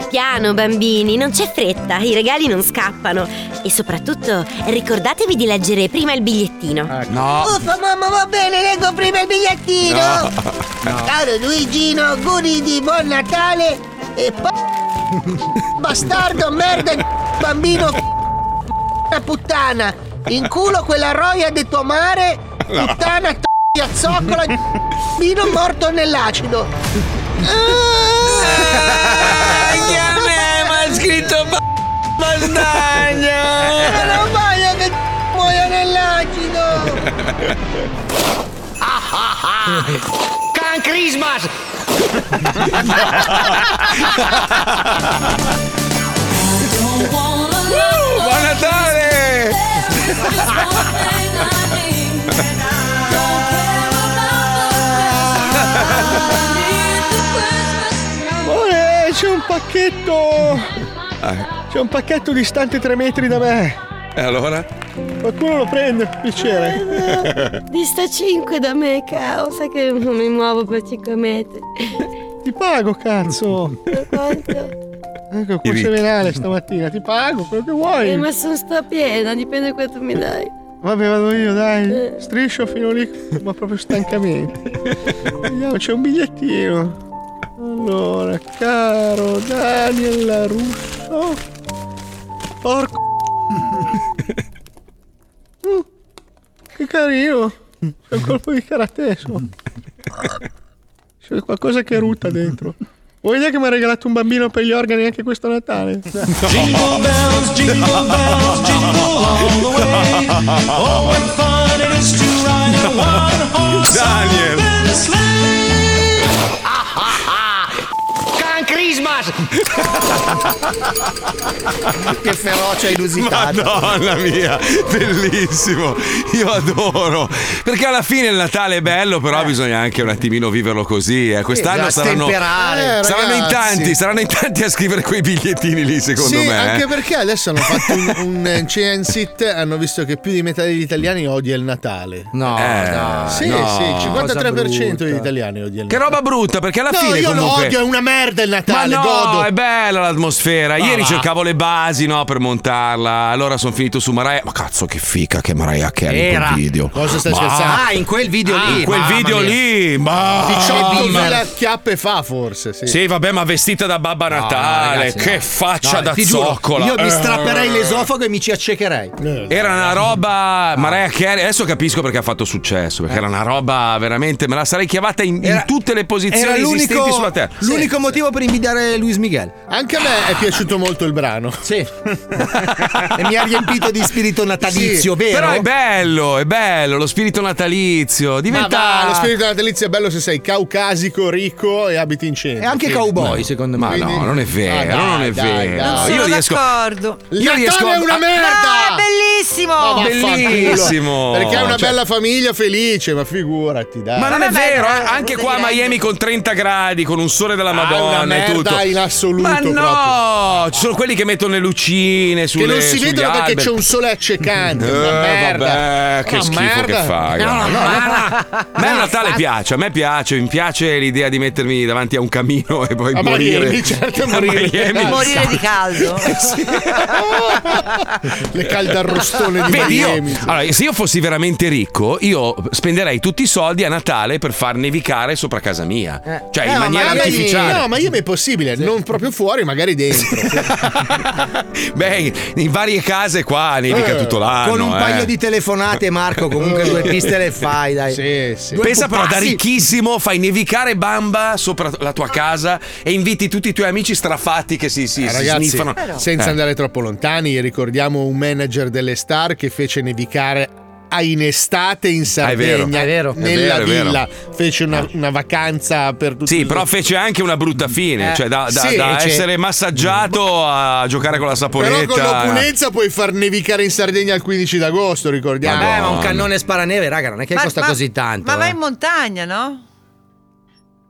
[SPEAKER 15] Piano bambini, non c'è fretta, i regali non scappano e soprattutto ricordatevi di leggere prima il bigliettino.
[SPEAKER 2] No.
[SPEAKER 13] Uffa, mamma, va bene, leggo prima il bigliettino.
[SPEAKER 14] Ah.
[SPEAKER 13] Caro Luigino, auguri di buon Natale e poi... Bastardo, merda, bambino, c***a puttana. In culo quella roia di tuo mare,
[SPEAKER 4] No.
[SPEAKER 13] puttana, t***a, zoccola, vino morto nell'acido.
[SPEAKER 6] Eh,
[SPEAKER 4] a me, ma ha scritto b- montagna!
[SPEAKER 13] Non voglio che muoia nell'acido.
[SPEAKER 4] Ah, Can Christmas! Ah,
[SPEAKER 2] Buon Natale!
[SPEAKER 6] Amore, c'è un pacchetto! C'è un pacchetto distante 3 metri da me!
[SPEAKER 2] Eh, E allora?
[SPEAKER 6] Qualcuno lo prende, per piacere!
[SPEAKER 16] Dista 5 da me, cavolo, sai che non mi muovo per 5 metri.
[SPEAKER 6] Ti pago, cazzo! Ecco, qua seminale stamattina, ti pago quello che
[SPEAKER 16] Eh,
[SPEAKER 6] vuoi!
[SPEAKER 16] ma sono sta piena, dipende quanto mi dai.
[SPEAKER 6] Vabbè, vado io, dai!
[SPEAKER 16] Eh.
[SPEAKER 6] Striscio fino lì, ma proprio stancamente! Vediamo, c'è un bigliettino! Allora, caro Daniel Russo! Porco! Mm, Che carino! C'è un colpo di karate, so. C'è qualcosa che ruta dentro. Vuoi vedere che mi ha regalato un bambino per gli organi anche questo Natale?
[SPEAKER 4] Jingle bells, jingle bells, jingle all the way. Oh, what fun it is to ride a one-horse
[SPEAKER 2] Daniel.
[SPEAKER 4] open sleigh.
[SPEAKER 13] Can Christmas!
[SPEAKER 2] Che ferocia inusitata. Madonna mia, bellissimo. Io adoro. Perché alla fine il Natale è bello, però bisogna anche un attimino viverlo così. eh. Quest'anno
[SPEAKER 3] bisogna
[SPEAKER 2] saranno,
[SPEAKER 3] stemperare. Eh,
[SPEAKER 2] saranno in
[SPEAKER 3] ragazzi.
[SPEAKER 2] tanti, saranno in tanti a scrivere quei bigliettini lì, secondo
[SPEAKER 17] sì,
[SPEAKER 2] me. eh.
[SPEAKER 17] anche perché adesso hanno fatto un, un chance it, hanno visto che più di metà degli italiani odia il Natale.
[SPEAKER 2] No, Eh, dai,
[SPEAKER 17] Sì,
[SPEAKER 2] no.
[SPEAKER 17] sì, il 53% degli
[SPEAKER 2] Cosa
[SPEAKER 17] italiani odia il Natale.
[SPEAKER 2] Che roba brutta, perché alla
[SPEAKER 17] no,
[SPEAKER 2] fine
[SPEAKER 17] io
[SPEAKER 2] comunque-
[SPEAKER 17] lo odio, è una merda il
[SPEAKER 2] Ma
[SPEAKER 17] Natale,
[SPEAKER 2] no,
[SPEAKER 17] godo.
[SPEAKER 2] è bella l'atmosfera. Ieri
[SPEAKER 17] va.
[SPEAKER 2] cercavo le basi no, per montarla. Allora sono finito su Mariah. Ma cazzo, che fica che Mariah Carey in
[SPEAKER 3] Era.
[SPEAKER 2] quel video.
[SPEAKER 3] Cosa stai
[SPEAKER 2] Ma-
[SPEAKER 3] scherzando? Ah, in quel video lì,
[SPEAKER 2] In quel
[SPEAKER 3] mamma
[SPEAKER 2] video
[SPEAKER 3] mia.
[SPEAKER 2] lì. Ma
[SPEAKER 17] 18.000 chiappe fa forse, sì.
[SPEAKER 2] Sì, vabbè, ma vestita da Babba Natale.
[SPEAKER 3] ragazzi,
[SPEAKER 2] che
[SPEAKER 3] no.
[SPEAKER 2] faccia
[SPEAKER 3] No,
[SPEAKER 2] da
[SPEAKER 3] ti giuro,
[SPEAKER 2] zoccola.
[SPEAKER 3] Io mi strapperei
[SPEAKER 2] Eh.
[SPEAKER 3] l'esofago e mi ci accecherei.
[SPEAKER 2] Era una roba.
[SPEAKER 3] Ah.
[SPEAKER 2] Mariah Carey. Adesso capisco perché ha fatto successo. Perché era una roba veramente. Me la sarei chiavata in, in tutte
[SPEAKER 3] Eh.
[SPEAKER 2] le
[SPEAKER 3] era
[SPEAKER 2] posizioni esistenti sulla terra.
[SPEAKER 3] l'unico motivo per invidiare Luis Miguel.
[SPEAKER 17] Anche a me è piaciuto molto il brano.
[SPEAKER 3] Sì. e mi ha riempito di spirito natalizio,
[SPEAKER 2] Sì,
[SPEAKER 3] vero?
[SPEAKER 2] Però è bello, è bello lo spirito natalizio. Diventa.
[SPEAKER 17] Ma va, lo spirito natalizio è bello se sei caucasico, ricco e abiti in centro.
[SPEAKER 3] E anche cowboy,
[SPEAKER 2] secondo me. Ma no, non è vero,
[SPEAKER 17] Ah, dai,
[SPEAKER 2] non è
[SPEAKER 17] dai,
[SPEAKER 2] vero.
[SPEAKER 17] dai.
[SPEAKER 9] Non sono
[SPEAKER 2] Io riesco.
[SPEAKER 9] d'accordo.
[SPEAKER 2] Io riesco a-
[SPEAKER 9] No, è
[SPEAKER 5] bellissimo!
[SPEAKER 6] Ah, Ma vaffanculo.
[SPEAKER 2] Bellissimo.
[SPEAKER 6] Perché è una
[SPEAKER 2] Cioè-
[SPEAKER 6] bella famiglia felice, ma figurati, dai.
[SPEAKER 2] Ma non è vero, eh, anche qua a Miami con 30 gradi, con un sole della Madonna
[SPEAKER 6] Ah, una
[SPEAKER 2] e
[SPEAKER 6] merda
[SPEAKER 2] tutto.
[SPEAKER 6] in assoluto
[SPEAKER 2] Ma no,
[SPEAKER 6] proprio.
[SPEAKER 2] ci sono quelli che mettono le lucine sulle
[SPEAKER 6] Che non si
[SPEAKER 2] sugli
[SPEAKER 6] vedono perché
[SPEAKER 2] alberi.
[SPEAKER 6] c'è un sole accecante.
[SPEAKER 2] Eh,
[SPEAKER 6] una merda.
[SPEAKER 2] vabbè, che
[SPEAKER 6] Una
[SPEAKER 2] schifo
[SPEAKER 6] merda.
[SPEAKER 2] che fa. guarda.
[SPEAKER 6] No,
[SPEAKER 2] No,
[SPEAKER 6] no,
[SPEAKER 2] a me il Natale piace, a me piace, mi piace l'idea di mettermi davanti a un camino e poi
[SPEAKER 6] A
[SPEAKER 2] morire.
[SPEAKER 6] Miami, Ah, certo,
[SPEAKER 2] A
[SPEAKER 6] morire.
[SPEAKER 2] Miami.
[SPEAKER 5] Morire di caldo.
[SPEAKER 6] Le calde arrostone di
[SPEAKER 2] Vedi, io-
[SPEAKER 6] Miami.
[SPEAKER 2] allora, se io fossi veramente ricco, io spenderei tutti i soldi a Natale per far nevicare sopra casa mia. Cioè,
[SPEAKER 6] Eh. No,
[SPEAKER 2] in
[SPEAKER 6] ma
[SPEAKER 2] maniera
[SPEAKER 6] Miami-
[SPEAKER 2] artificiale.
[SPEAKER 6] No, ma Miami è possibile, non proprio fuori, magari dentro.
[SPEAKER 2] Beh, in varie case qua nevica
[SPEAKER 3] Eh,
[SPEAKER 2] tutto l'anno.
[SPEAKER 3] Con un
[SPEAKER 2] eh.
[SPEAKER 3] paio di telefonate, Marco, comunque due piste le fai, dai. Due
[SPEAKER 2] Pensa però da
[SPEAKER 3] pupazzi.
[SPEAKER 2] ricchissimo, fai nevicare bamba sopra la tua casa e inviti tutti i tuoi amici strafatti che si, si,
[SPEAKER 6] Eh,
[SPEAKER 2] si
[SPEAKER 6] ragazzi,
[SPEAKER 2] sniffano.
[SPEAKER 6] senza
[SPEAKER 2] Eh.
[SPEAKER 6] andare troppo lontani, ricordiamo un manager delle star che fece nevicare a in estate in
[SPEAKER 2] vero.
[SPEAKER 6] Sardegna,
[SPEAKER 2] Ah, È vero.
[SPEAKER 6] nella
[SPEAKER 2] È vero, è vero.
[SPEAKER 6] villa, fece una, una vacanza per tutti.
[SPEAKER 2] Sì, però fece anche una brutta fine,
[SPEAKER 6] Eh,
[SPEAKER 2] cioè da, da-
[SPEAKER 6] sì,
[SPEAKER 2] da
[SPEAKER 6] cioè-
[SPEAKER 2] essere massaggiato a giocare con la
[SPEAKER 6] Però
[SPEAKER 2] saponetta.
[SPEAKER 6] con l'opulenza puoi far nevicare in Sardegna il 15 d'agosto, ricordiamo.
[SPEAKER 2] Vabbè, Eh, ma un cannone
[SPEAKER 6] sparaneve, raga, non è che
[SPEAKER 5] Ma
[SPEAKER 3] eh?
[SPEAKER 5] vai in montagna, no?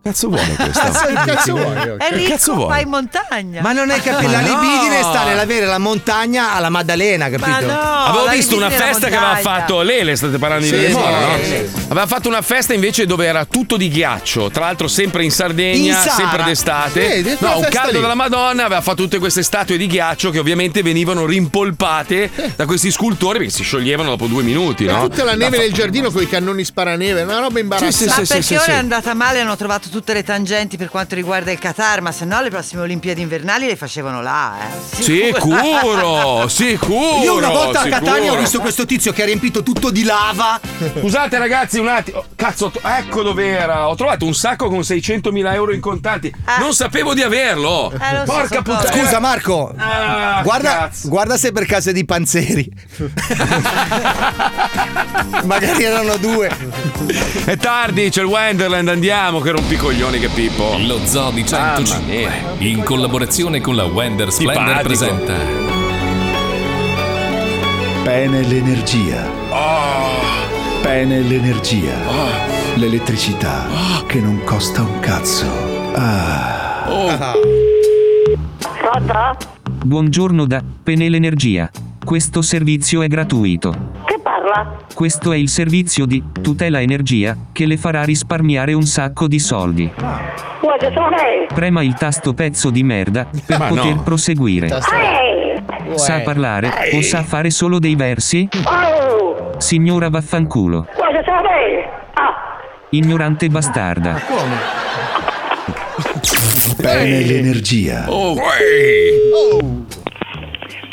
[SPEAKER 2] Cazzo vuole questo?
[SPEAKER 5] Cazzo-
[SPEAKER 6] cazzo vuole?
[SPEAKER 5] È
[SPEAKER 3] Che
[SPEAKER 5] ricco,
[SPEAKER 3] cazzo vuoi?
[SPEAKER 5] vai in montagna.
[SPEAKER 3] Ma non è capito, la libidine sta nell'avere la montagna alla Maddalena, capito?
[SPEAKER 2] Avevo visto una festa che aveva fatto Lele, state parlando
[SPEAKER 3] Sì,
[SPEAKER 2] di Lele Mora,
[SPEAKER 3] sì,
[SPEAKER 2] no?
[SPEAKER 3] sì,
[SPEAKER 2] Aveva fatto una festa invece dove era tutto di ghiaccio, tra l'altro sempre in Sardegna,
[SPEAKER 1] In Sara.
[SPEAKER 2] sempre d'estate.
[SPEAKER 1] Sì, dentro
[SPEAKER 2] no,
[SPEAKER 1] la
[SPEAKER 2] un
[SPEAKER 1] festa
[SPEAKER 2] caldo
[SPEAKER 1] lì.
[SPEAKER 2] della Madonna, aveva fatto tutte queste statue di ghiaccio che ovviamente venivano rimpolpate da questi scultori perché si scioglievano dopo due minuti, no?
[SPEAKER 6] Tutta la neve
[SPEAKER 2] fa-
[SPEAKER 6] nel giardino con i cannoni sparaneve, una roba imbarazzante.
[SPEAKER 5] Ma perché ora è andata male, hanno trovato tutte le tangenti per quanto riguarda il Qatar, ma se no le prossime Olimpiadi invernali le facevano là, eh.
[SPEAKER 2] Sicuro, sicuro.
[SPEAKER 3] Io una volta a Catania ho
[SPEAKER 2] sicuro.
[SPEAKER 3] visto questo tizio che ha riempito tutto di lava.
[SPEAKER 2] Scusate ragazzi un attimo, cazzo, to- ecco dov'era. Ho trovato un sacco con 600.000 euro in contanti. Non sapevo di averlo.
[SPEAKER 1] Eh,
[SPEAKER 2] Porca puttana.
[SPEAKER 3] Scusa Marco,
[SPEAKER 2] Ah,
[SPEAKER 3] guarda, guarda se per caso è di Panzeri. Magari erano due.
[SPEAKER 2] È tardi, c'è il Wonderland, andiamo che rompicoglioni che Pippo.
[SPEAKER 1] Lo Zoo di 105 in collaborazione con la Wender Splendor
[SPEAKER 2] Simpatico.
[SPEAKER 1] presenta
[SPEAKER 18] Pene l'energia.
[SPEAKER 6] Ah.
[SPEAKER 18] Pene l'energia. L'elettricità
[SPEAKER 6] Ah.
[SPEAKER 18] che non costa un cazzo.
[SPEAKER 6] Eh,
[SPEAKER 18] Ah.
[SPEAKER 2] Oh,
[SPEAKER 19] Buongiorno da Penel Energia. Questo servizio è gratuito.
[SPEAKER 20] Che parla?
[SPEAKER 19] Questo è il servizio di tutela energia che le farà risparmiare un sacco di soldi.
[SPEAKER 20] Vuoi che sono lei?
[SPEAKER 19] Prema il tasto pezzo di merda per
[SPEAKER 20] Ma no.
[SPEAKER 19] poter proseguire.
[SPEAKER 20] Ehi!
[SPEAKER 19] Sa parlare o sa fare solo dei versi?
[SPEAKER 20] Oh!
[SPEAKER 19] Signora vaffanculo.
[SPEAKER 20] Vuoi che sono lei? Ah!
[SPEAKER 19] Ignorante bastarda.
[SPEAKER 20] Come?
[SPEAKER 18] Pene l'energia.
[SPEAKER 20] Oh,
[SPEAKER 2] Oh,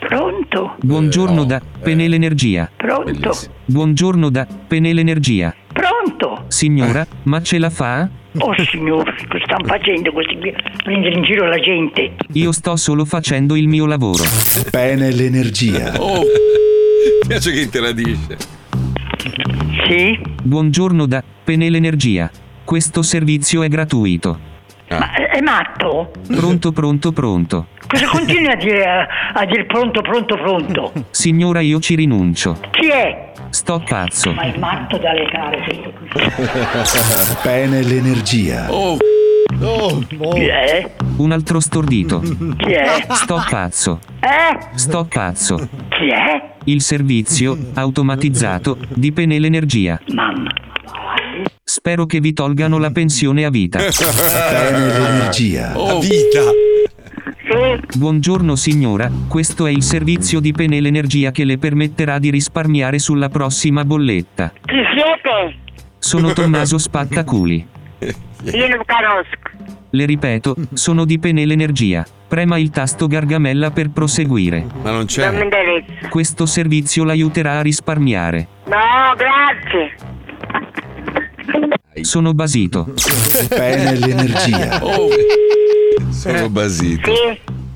[SPEAKER 20] Pronto?
[SPEAKER 19] Buongiorno da Penel Energia.
[SPEAKER 20] Pronto?
[SPEAKER 19] Buongiorno da Penel Energia.
[SPEAKER 20] Pronto?
[SPEAKER 19] Signora, ma ce la fa?
[SPEAKER 20] Oh signore, cosa stanno facendo questi qui? Prendere in giro la gente.
[SPEAKER 19] Io sto solo facendo il mio lavoro.
[SPEAKER 18] Pene l'energia.
[SPEAKER 2] Mi piace che interadisce.
[SPEAKER 20] Sì?
[SPEAKER 19] Buongiorno da Penel Energia. Questo servizio è gratuito.
[SPEAKER 20] Ma Eh, è, è matto?
[SPEAKER 19] Pronto, pronto, pronto.
[SPEAKER 20] Cosa continui a dire, a, a dire pronto, pronto, pronto?
[SPEAKER 19] Signora, io ci rinuncio.
[SPEAKER 20] Chi è?
[SPEAKER 19] Sto pazzo.
[SPEAKER 20] Ma è matto da legare questo qui.
[SPEAKER 18] Pene l'energia.
[SPEAKER 20] Oh! Oh! Chi è?
[SPEAKER 19] Un altro stordito.
[SPEAKER 20] Chi è?
[SPEAKER 19] Sto pazzo.
[SPEAKER 20] Eh?
[SPEAKER 19] Sto pazzo.
[SPEAKER 20] Chi è?
[SPEAKER 19] Il servizio automatizzato di Penel Energia.
[SPEAKER 20] Mamma.
[SPEAKER 19] Spero che vi tolgano la pensione a vita.
[SPEAKER 18] Pene l'energia.
[SPEAKER 2] Oh. vita.
[SPEAKER 19] Buongiorno signora, questo è il servizio di Penel Energia che le permetterà di risparmiare sulla prossima bolletta.
[SPEAKER 20] Chi siete?
[SPEAKER 19] Sono Tommaso Spattaculi.
[SPEAKER 20] Io non conosco.
[SPEAKER 19] Le ripeto, sono di Penel Energia. Prema il tasto Gargamella per proseguire.
[SPEAKER 2] Ma non
[SPEAKER 20] indirizzo.
[SPEAKER 19] Questo servizio l'aiuterà a risparmiare.
[SPEAKER 20] No, grazie.
[SPEAKER 19] Sono basito.
[SPEAKER 18] Pene l'energia.
[SPEAKER 2] Sono basito.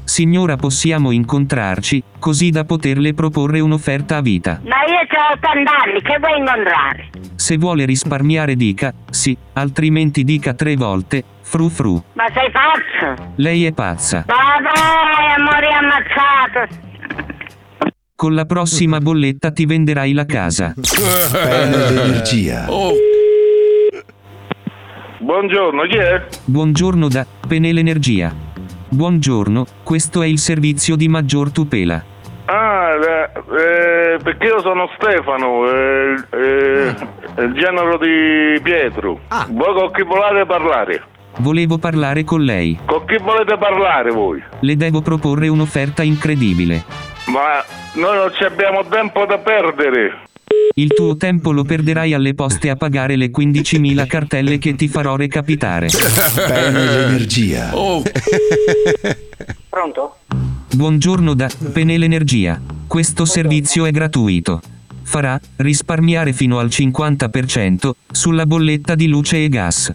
[SPEAKER 19] Signora, possiamo incontrarci, così da poterle proporre un'offerta a vita.
[SPEAKER 20] Ma io ho 80 anni, che vuoi incontrare?
[SPEAKER 19] Se vuole risparmiare dica sì, altrimenti dica tre volte fru fru.
[SPEAKER 20] Ma sei pazzo?
[SPEAKER 19] Lei è pazza.
[SPEAKER 20] Vabbè, amore ammazzato.
[SPEAKER 19] Con la prossima bolletta ti venderai la casa.
[SPEAKER 18] Pene l'energia.
[SPEAKER 21] Buongiorno, chi è?
[SPEAKER 19] Buongiorno da Penel Energia. Buongiorno, questo è il servizio di maggior tutela.
[SPEAKER 21] Ah, eh, eh, perché io sono Stefano, eh, eh, il genero di Pietro. Voi con chi volete parlare?
[SPEAKER 19] Volevo parlare con lei.
[SPEAKER 21] Con chi volete parlare voi?
[SPEAKER 19] Le devo proporre un'offerta incredibile.
[SPEAKER 21] Ma noi non ci abbiamo tempo da perdere.
[SPEAKER 19] Il tuo tempo lo perderai alle poste a pagare le 15.000 cartelle che ti farò recapitare.
[SPEAKER 18] Pene l'energia.
[SPEAKER 2] Oh,
[SPEAKER 20] Pronto?
[SPEAKER 19] Buongiorno da Penel Energia. Questo servizio è gratuito. Farà risparmiare fino al 50% sulla bolletta di luce e gas.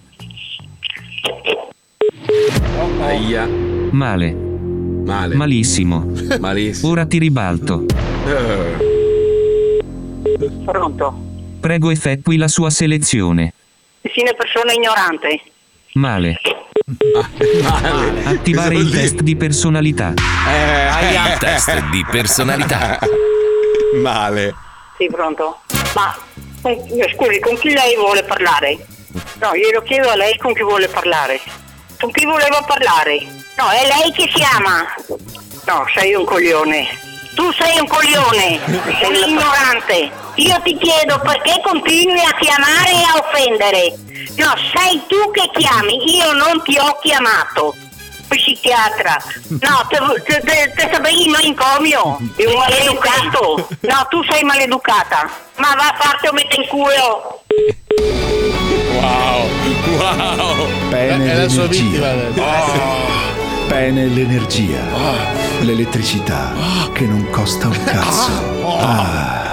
[SPEAKER 2] Aia.
[SPEAKER 19] Male. Male. Malissimo.
[SPEAKER 2] Malissimo.
[SPEAKER 19] Ora ti ribalto.
[SPEAKER 20] Pronto?
[SPEAKER 19] Prego effettui la sua selezione.
[SPEAKER 20] Sì, una persona ignorante.
[SPEAKER 19] Male. Attivare il test di personalità.
[SPEAKER 1] Eh, Il test di personalità.
[SPEAKER 2] Male.
[SPEAKER 20] Sì, pronto. Ma con- scusi, con chi lei vuole parlare? No, io lo chiedo a lei con chi vuole parlare. Con chi voleva parlare? No, è lei che si ama. No, sei un coglione. Tu sei un coglione, sei un ignorante. Io ti chiedo perché continui a chiamare e a offendere. No, sei tu che chiami, io non ti ho chiamato. Psichiatra, no, te, te, te, te sapevi il manicomio? È un maleducato. No, tu sei maleducata. Ma va a farti o mette in culo.
[SPEAKER 2] Wow. Wow.
[SPEAKER 18] Pene
[SPEAKER 6] È la sua vittima, Ah.
[SPEAKER 18] l'energia. Pene l'energia. L'elettricità
[SPEAKER 6] Ah.
[SPEAKER 18] che non costa un cazzo. Ah.
[SPEAKER 2] oh.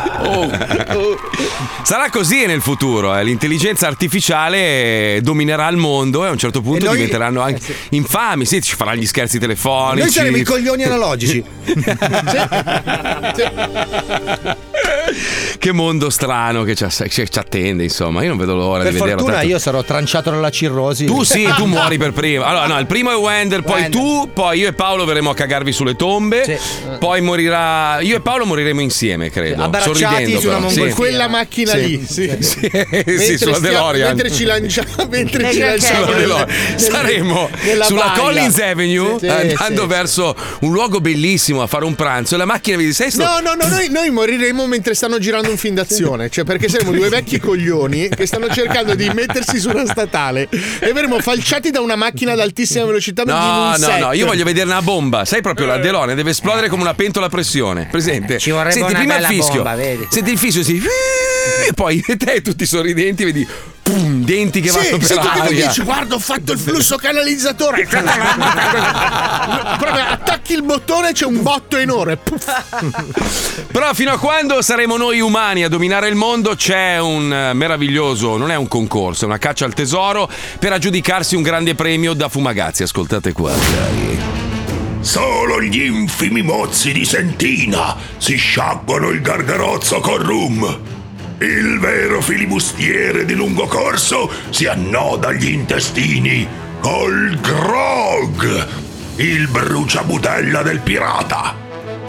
[SPEAKER 2] Sarà così nel futuro, eh. l'intelligenza artificiale dominerà il mondo e a un certo punto
[SPEAKER 8] noi- Eh,
[SPEAKER 2] diventeranno anche infami, sì, ci farà gli scherzi telefonici.
[SPEAKER 8] Noi saremo i coglioni analogici.
[SPEAKER 2] Che mondo strano che ci, ass- ci- ci attende, insomma, io non vedo l'ora
[SPEAKER 8] per
[SPEAKER 2] di vederlo.
[SPEAKER 8] fortuna
[SPEAKER 2] tanto-
[SPEAKER 8] io sarò tranciato dalla cirrosi.
[SPEAKER 2] Tu sì, tu muori per primo. Allora, no, il primo è Wender, poi tu, poi io e Paolo verremo a cagarvi sulle tombe. Poi morirà. Io e Paolo moriremo insieme, credo.
[SPEAKER 6] Abbracciati
[SPEAKER 2] sorridendo,
[SPEAKER 6] su una
[SPEAKER 2] però.
[SPEAKER 6] mongolfiera. Quella macchina lì, sì.
[SPEAKER 2] sì, sì,
[SPEAKER 6] Mentre
[SPEAKER 2] sulla
[SPEAKER 6] stia-
[SPEAKER 2] DeLorean.
[SPEAKER 6] mentre ci lanciamo, mentre ci
[SPEAKER 2] Sulla
[SPEAKER 6] lanciamo
[SPEAKER 2] DeLorean.
[SPEAKER 6] nel-
[SPEAKER 2] Saremo
[SPEAKER 6] nella
[SPEAKER 2] sulla
[SPEAKER 6] baia.
[SPEAKER 2] Collins Avenue
[SPEAKER 6] Sì, sì,
[SPEAKER 2] andando
[SPEAKER 6] sì.
[SPEAKER 2] verso un luogo bellissimo a fare un pranzo e la macchina vi dice:
[SPEAKER 6] No, no, no, noi, noi moriremo mentre stanno girando un film d'azione, cioè perché saremo due vecchi coglioni che stanno cercando di mettersi su una statale e verremo falciati da una macchina ad altissima velocità. ma in un
[SPEAKER 2] No, no,
[SPEAKER 6] set. Eh.
[SPEAKER 2] no, io voglio vedere una bomba. Sai proprio la DeLorean deve esplodere come una pentola a pressione. Presente? Ci
[SPEAKER 8] vorrebbe
[SPEAKER 2] Senti
[SPEAKER 8] una
[SPEAKER 2] prima
[SPEAKER 8] bella
[SPEAKER 2] il fischio.
[SPEAKER 8] bomba, vedi?
[SPEAKER 2] Senti il fischio, sì. E poi te tutti sorridenti vedi pum, denti che vanno
[SPEAKER 6] Sì,
[SPEAKER 2] per
[SPEAKER 6] sì, tu che mi
[SPEAKER 2] l'aria.
[SPEAKER 6] dici, guarda, ho fatto il flusso canalizzatore. Proprio attacchi il bottone, c'è un botto enorme. Puff.
[SPEAKER 2] Però fino a quando saremo noi umani a dominare il mondo c'è un eh, meraviglioso, non è un concorso, è una caccia al tesoro per aggiudicarsi un grande premio da Fumagazzi. Ascoltate qua.
[SPEAKER 22] Solo gli infimi mozzi di sentina si sciacquano il gargarozzo con rum. Il vero filibustiere di lungo corso si annoda gli intestini col grog, il bruciabutella del pirata.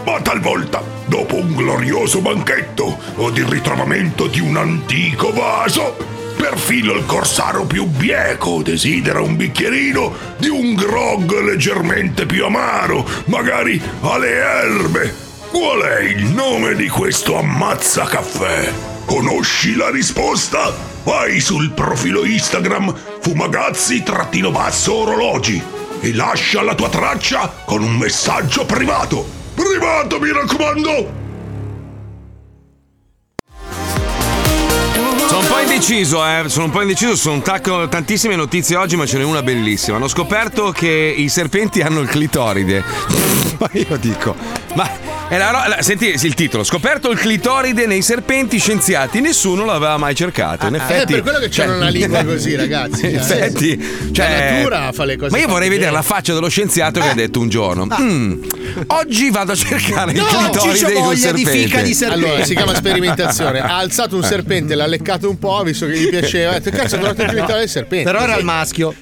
[SPEAKER 22] Ma talvolta, dopo un glorioso banchetto o il ritrovamento di un antico vaso, perfino il corsaro più bieco desidera un bicchierino di un grog leggermente più amaro, magari alle erbe. Qual è il nome di questo ammazza caffè? Conosci la risposta? Vai sul profilo Instagram fumagazzi-orologi e lascia la tua traccia con un messaggio privato. Privato, mi raccomando!
[SPEAKER 2] Sono un po' indeciso, eh. Sono un po' indeciso, sono tacco- tantissime notizie oggi, ma ce n'è una bellissima. Hanno scoperto che i serpenti hanno il clitoride. ma io dico, ma. È la ro- la- senti il titolo: Scoperto il clitoride nei serpenti scienziati, nessuno l'aveva mai cercato. In
[SPEAKER 6] Ah,
[SPEAKER 2] effetti,
[SPEAKER 6] è per quello che c'è
[SPEAKER 2] cioè-
[SPEAKER 6] una lingua così, ragazzi.
[SPEAKER 2] In
[SPEAKER 6] cioè,
[SPEAKER 2] effetti, cioè-
[SPEAKER 6] la natura fa le cose. eh. Ah.
[SPEAKER 2] Ma io vorrei
[SPEAKER 6] fatte bene.
[SPEAKER 2] vedere la faccia dello scienziato che ha detto un giorno: "Mm, Oggi vado a cercare il clitoride in un serpente.
[SPEAKER 6] Allora, si chiama sperimentazione. Ha alzato un
[SPEAKER 2] Eh.
[SPEAKER 6] serpente, l'ha leccato un po', ha visto che gli piaceva. Ha detto, cazzo, ho trovato il clitoride del serpente.
[SPEAKER 8] Però era il
[SPEAKER 6] maschio.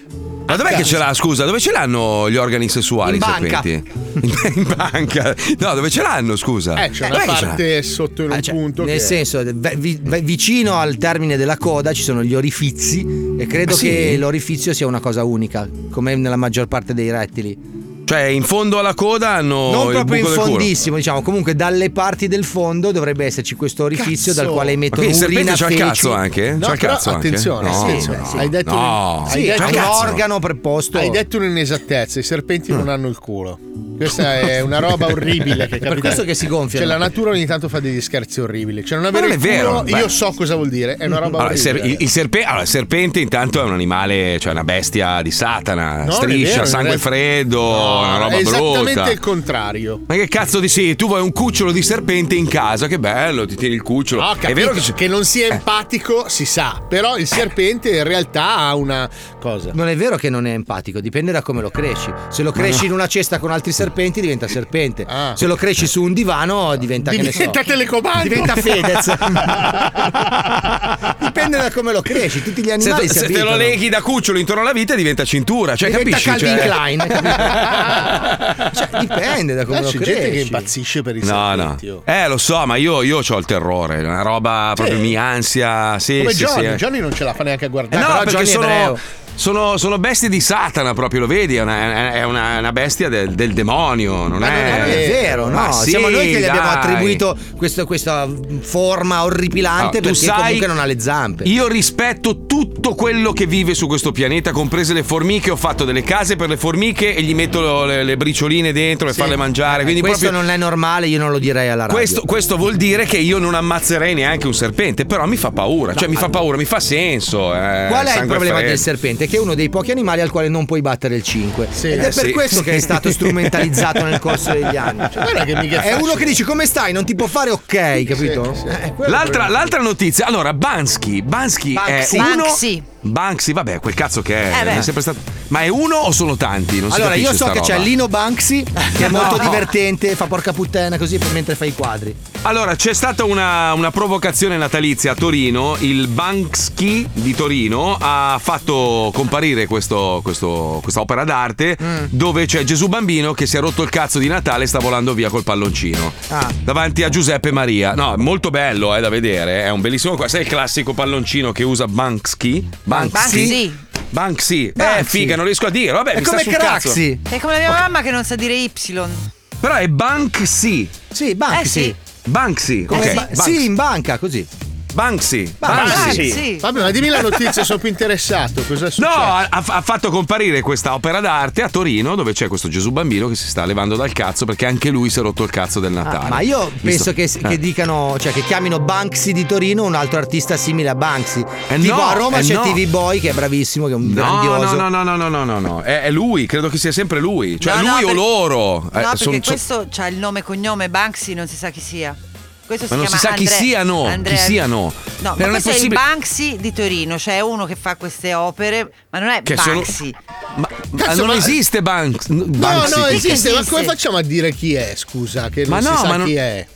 [SPEAKER 2] Ma dov'è che ce l'ha, scusa? Dove ce l'hanno gli organi
[SPEAKER 6] In
[SPEAKER 2] sessuali i
[SPEAKER 6] banca.
[SPEAKER 2] serpenti? In banca. No, dove ce l'hanno, scusa?
[SPEAKER 6] Eh, c'è una
[SPEAKER 2] Dov'è che ce l'hanno?
[SPEAKER 6] parte sotto in un punto.
[SPEAKER 3] Ah, cioè, Nel
[SPEAKER 6] che-
[SPEAKER 3] senso, ve- vi- ve- vicino al termine della coda ci sono gli orifizi e credo
[SPEAKER 2] Ah, sì?
[SPEAKER 3] che l'orifizio sia una cosa unica, come nella maggior parte dei rettili.
[SPEAKER 2] Cioè, in fondo alla coda hanno
[SPEAKER 3] non
[SPEAKER 2] Oh, il
[SPEAKER 3] proprio in
[SPEAKER 2] buco del culo.
[SPEAKER 3] fondissimo, diciamo, comunque dalle parti del fondo dovrebbe esserci questo orifizio
[SPEAKER 6] Cazzo!
[SPEAKER 3] dal quale
[SPEAKER 2] Ma
[SPEAKER 3] emettono
[SPEAKER 2] quindi il serpente
[SPEAKER 3] urina
[SPEAKER 2] c'ha il
[SPEAKER 3] feci. Eh,
[SPEAKER 2] cazzo anche?
[SPEAKER 6] No,
[SPEAKER 2] c'ha il
[SPEAKER 6] però
[SPEAKER 2] cazzo anche?
[SPEAKER 6] attenzione,
[SPEAKER 2] No,
[SPEAKER 6] sì,
[SPEAKER 2] no,
[SPEAKER 6] sì, hai detto
[SPEAKER 2] no.
[SPEAKER 6] hai detto
[SPEAKER 2] C'ha il cazzo?
[SPEAKER 3] preposto.
[SPEAKER 6] Hai detto un'inesattezza, i serpenti non hanno il culo. Questa è una roba orribile che
[SPEAKER 3] È per questo che si gonfiano.
[SPEAKER 6] Cioè, la natura ogni tanto fa degli scherzi orribili. Cioè, non
[SPEAKER 2] Ma
[SPEAKER 6] avere
[SPEAKER 2] non
[SPEAKER 6] il
[SPEAKER 2] è vero,
[SPEAKER 6] culo,
[SPEAKER 2] beh.
[SPEAKER 6] io so cosa vuol dire, è una roba
[SPEAKER 2] Allora, il,
[SPEAKER 6] orribile.
[SPEAKER 2] ser- il- il serpe- allora, il serpente intanto è un animale, cioè una bestia di Satana,
[SPEAKER 6] No, non è
[SPEAKER 2] striscia,
[SPEAKER 6] vero,
[SPEAKER 2] sangue
[SPEAKER 6] non è-
[SPEAKER 2] freddo,
[SPEAKER 6] No,
[SPEAKER 2] una roba
[SPEAKER 6] è
[SPEAKER 2] brutta.
[SPEAKER 6] esattamente il contrario.
[SPEAKER 2] Ma che cazzo di sì? Tu vuoi un cucciolo di serpente in casa? Che bello, ti tieni il cucciolo.
[SPEAKER 6] Ah, Ho
[SPEAKER 2] è
[SPEAKER 6] capito
[SPEAKER 2] vero
[SPEAKER 6] che,
[SPEAKER 2] che Eh. c'è-
[SPEAKER 6] non sia empatico, si sa, però il serpente in realtà ha una cosa.
[SPEAKER 3] Non è vero che non è empatico, dipende da come lo cresci. Se lo
[SPEAKER 6] Ma
[SPEAKER 3] cresci
[SPEAKER 6] no.
[SPEAKER 3] in una cesta con altri serpenti diventa serpente. Se lo cresci su un divano diventa che ne so.
[SPEAKER 6] Diventa telecomando.
[SPEAKER 3] Diventa Fedez. dipende da come lo cresci, tutti gli
[SPEAKER 2] se,
[SPEAKER 3] animali
[SPEAKER 2] te-
[SPEAKER 3] si
[SPEAKER 2] se te lo
[SPEAKER 3] abitano.
[SPEAKER 2] leghi da cucciolo intorno alla vita diventa cintura, cioè
[SPEAKER 3] diventa
[SPEAKER 2] capisci?
[SPEAKER 3] Calvin
[SPEAKER 2] Cioè-
[SPEAKER 3] Klein. capito? cioè, dipende da come
[SPEAKER 6] Dai,
[SPEAKER 3] lo
[SPEAKER 6] c'è gente che
[SPEAKER 3] cresci.
[SPEAKER 6] impazzisce per il
[SPEAKER 2] No, no.
[SPEAKER 6] serpente. oh.
[SPEAKER 2] Eh, lo so, ma io, io ho il terrore, è una roba proprio mi ansia. Sì,
[SPEAKER 6] Come
[SPEAKER 2] sì,
[SPEAKER 6] Johnny,
[SPEAKER 2] sì.
[SPEAKER 6] Johnny non ce la fa neanche a
[SPEAKER 2] Eh
[SPEAKER 6] guardare.
[SPEAKER 2] no,
[SPEAKER 6] Però
[SPEAKER 2] perché
[SPEAKER 6] Johnny è
[SPEAKER 2] sono,
[SPEAKER 6] ebreo.
[SPEAKER 2] sono, sono bestie di Satana, proprio lo vedi, è una, è una- una bestia del, del demonio, non
[SPEAKER 3] Ma non-
[SPEAKER 2] è, Eh.
[SPEAKER 3] ma non è vero, no?
[SPEAKER 2] Ma sì,
[SPEAKER 3] Siamo noi che gli abbiamo
[SPEAKER 2] dai.
[SPEAKER 3] attribuito questo- questa forma
[SPEAKER 2] Allora,
[SPEAKER 3] orripilante
[SPEAKER 2] tu
[SPEAKER 3] perché
[SPEAKER 2] sai-
[SPEAKER 3] comunque non ha le zampe.
[SPEAKER 2] Io rispetto tutto quello che vive su questo pianeta, comprese le formiche. Ho fatto delle case per le formiche e gli metto le, le bricioline dentro e farle mangiare. Quindi
[SPEAKER 3] Eh, questo
[SPEAKER 2] proprio
[SPEAKER 3] non è normale, io non lo direi alla radio.
[SPEAKER 2] Questo, questo vuol dire che io non ammazzerei neanche un serpente, però mi fa paura, cioè mi fa paura, mi fa senso. eh,
[SPEAKER 3] Qual è il
[SPEAKER 2] sangue
[SPEAKER 3] problema
[SPEAKER 2] freddo.
[SPEAKER 3] del serpente? Che è uno dei pochi animali al quale non puoi battere il 5. Ed è
[SPEAKER 2] Eh,
[SPEAKER 3] per
[SPEAKER 2] sì.
[SPEAKER 3] questo che è stato strumentalizzato nel corso degli anni.
[SPEAKER 2] Cioè, guarda che mica è
[SPEAKER 3] è uno
[SPEAKER 2] facile.
[SPEAKER 3] che dice come stai, non ti può fare ok, capito? Eh, quello è il
[SPEAKER 2] L'altra, l'altra notizia, allora Bansky, Bansky
[SPEAKER 3] Banksy.
[SPEAKER 2] è uno
[SPEAKER 3] Banksy.
[SPEAKER 2] Banksy, vabbè, quel cazzo che è,
[SPEAKER 3] Eh, beh.
[SPEAKER 2] è sempre stato- Ma è uno o sono tanti? Non si
[SPEAKER 3] allora, io
[SPEAKER 2] capisce
[SPEAKER 3] so che
[SPEAKER 2] sta
[SPEAKER 3] c'è
[SPEAKER 2] roba.
[SPEAKER 3] Lino Banksy, che è
[SPEAKER 2] No.
[SPEAKER 3] molto divertente, fa porca puttana così per- mentre fa i quadri.
[SPEAKER 2] Allora, c'è stata una, una provocazione natalizia a Torino. Il Banksy di Torino ha fatto comparire questo- questo- questa opera d'arte dove c'è Gesù Bambino che si è rotto il cazzo di Natale e sta volando via col palloncino.
[SPEAKER 3] Ah.
[SPEAKER 2] Davanti a Giuseppe Maria. No, molto bello eh, da vedere. È un bellissimo. Sai il classico palloncino che usa Banksy?
[SPEAKER 5] Banksy.
[SPEAKER 2] Banksy. Eh, figa, non riesco a dire. Vabbè, mi sta sul cazzo.
[SPEAKER 5] È come la mia mamma che non sa dire Y.
[SPEAKER 2] Però è Banksy.
[SPEAKER 3] Sì, Banksy.
[SPEAKER 5] Eh sì.
[SPEAKER 2] Banksy.
[SPEAKER 3] Come
[SPEAKER 2] ok,
[SPEAKER 3] ba- Sì, in banca, così.
[SPEAKER 2] Banksy.
[SPEAKER 6] Vabbè, ma dimmi la notizia, sono più interessato. Cos'è
[SPEAKER 2] No,
[SPEAKER 6] successo?
[SPEAKER 2] ha, ha fatto comparire questa opera d'arte a Torino dove c'è questo Gesù bambino che si sta levando dal cazzo perché anche lui si è rotto il cazzo del Natale.
[SPEAKER 3] Ah, ma io penso
[SPEAKER 2] Visto-
[SPEAKER 3] che,
[SPEAKER 2] Eh.
[SPEAKER 3] che dicano, cioè che chiamino Banksy di Torino un altro artista simile a Banksy. tipo
[SPEAKER 2] no,
[SPEAKER 3] a Roma
[SPEAKER 2] eh
[SPEAKER 3] c'è
[SPEAKER 2] no.
[SPEAKER 3] TV Boy che è bravissimo, che è un
[SPEAKER 2] No,
[SPEAKER 3] grandioso.
[SPEAKER 2] no, no, no, no, no, no, no, no. È, è lui, credo che sia sempre lui. Cioè
[SPEAKER 5] No, no,
[SPEAKER 2] lui o
[SPEAKER 5] per-
[SPEAKER 2] loro.
[SPEAKER 5] No,
[SPEAKER 2] Eh,
[SPEAKER 5] perché
[SPEAKER 2] son- son-
[SPEAKER 5] questo c'ha il nome e cognome Banksy, non si sa chi sia. Questo
[SPEAKER 2] Ma non
[SPEAKER 5] chiama
[SPEAKER 2] si sa chi
[SPEAKER 5] Andre-
[SPEAKER 2] siano, chi
[SPEAKER 5] Andrea-
[SPEAKER 2] siano. Però
[SPEAKER 5] No,
[SPEAKER 2] non
[SPEAKER 5] ma
[SPEAKER 2] è
[SPEAKER 5] questo è, il
[SPEAKER 2] possibile-
[SPEAKER 5] Banksy di Torino, cioè è uno che fa queste opere, ma non è
[SPEAKER 2] Che sono-
[SPEAKER 5] Banksy.
[SPEAKER 2] Ma, ma
[SPEAKER 6] Cazzo,
[SPEAKER 2] non
[SPEAKER 6] ma-
[SPEAKER 2] esiste Banks.
[SPEAKER 6] No, no, esiste, ma
[SPEAKER 5] Esiste.
[SPEAKER 6] come facciamo a dire chi è? Scusa, che non
[SPEAKER 2] Ma
[SPEAKER 6] si
[SPEAKER 2] no,
[SPEAKER 6] sa
[SPEAKER 2] ma non- Eh,
[SPEAKER 6] chi è.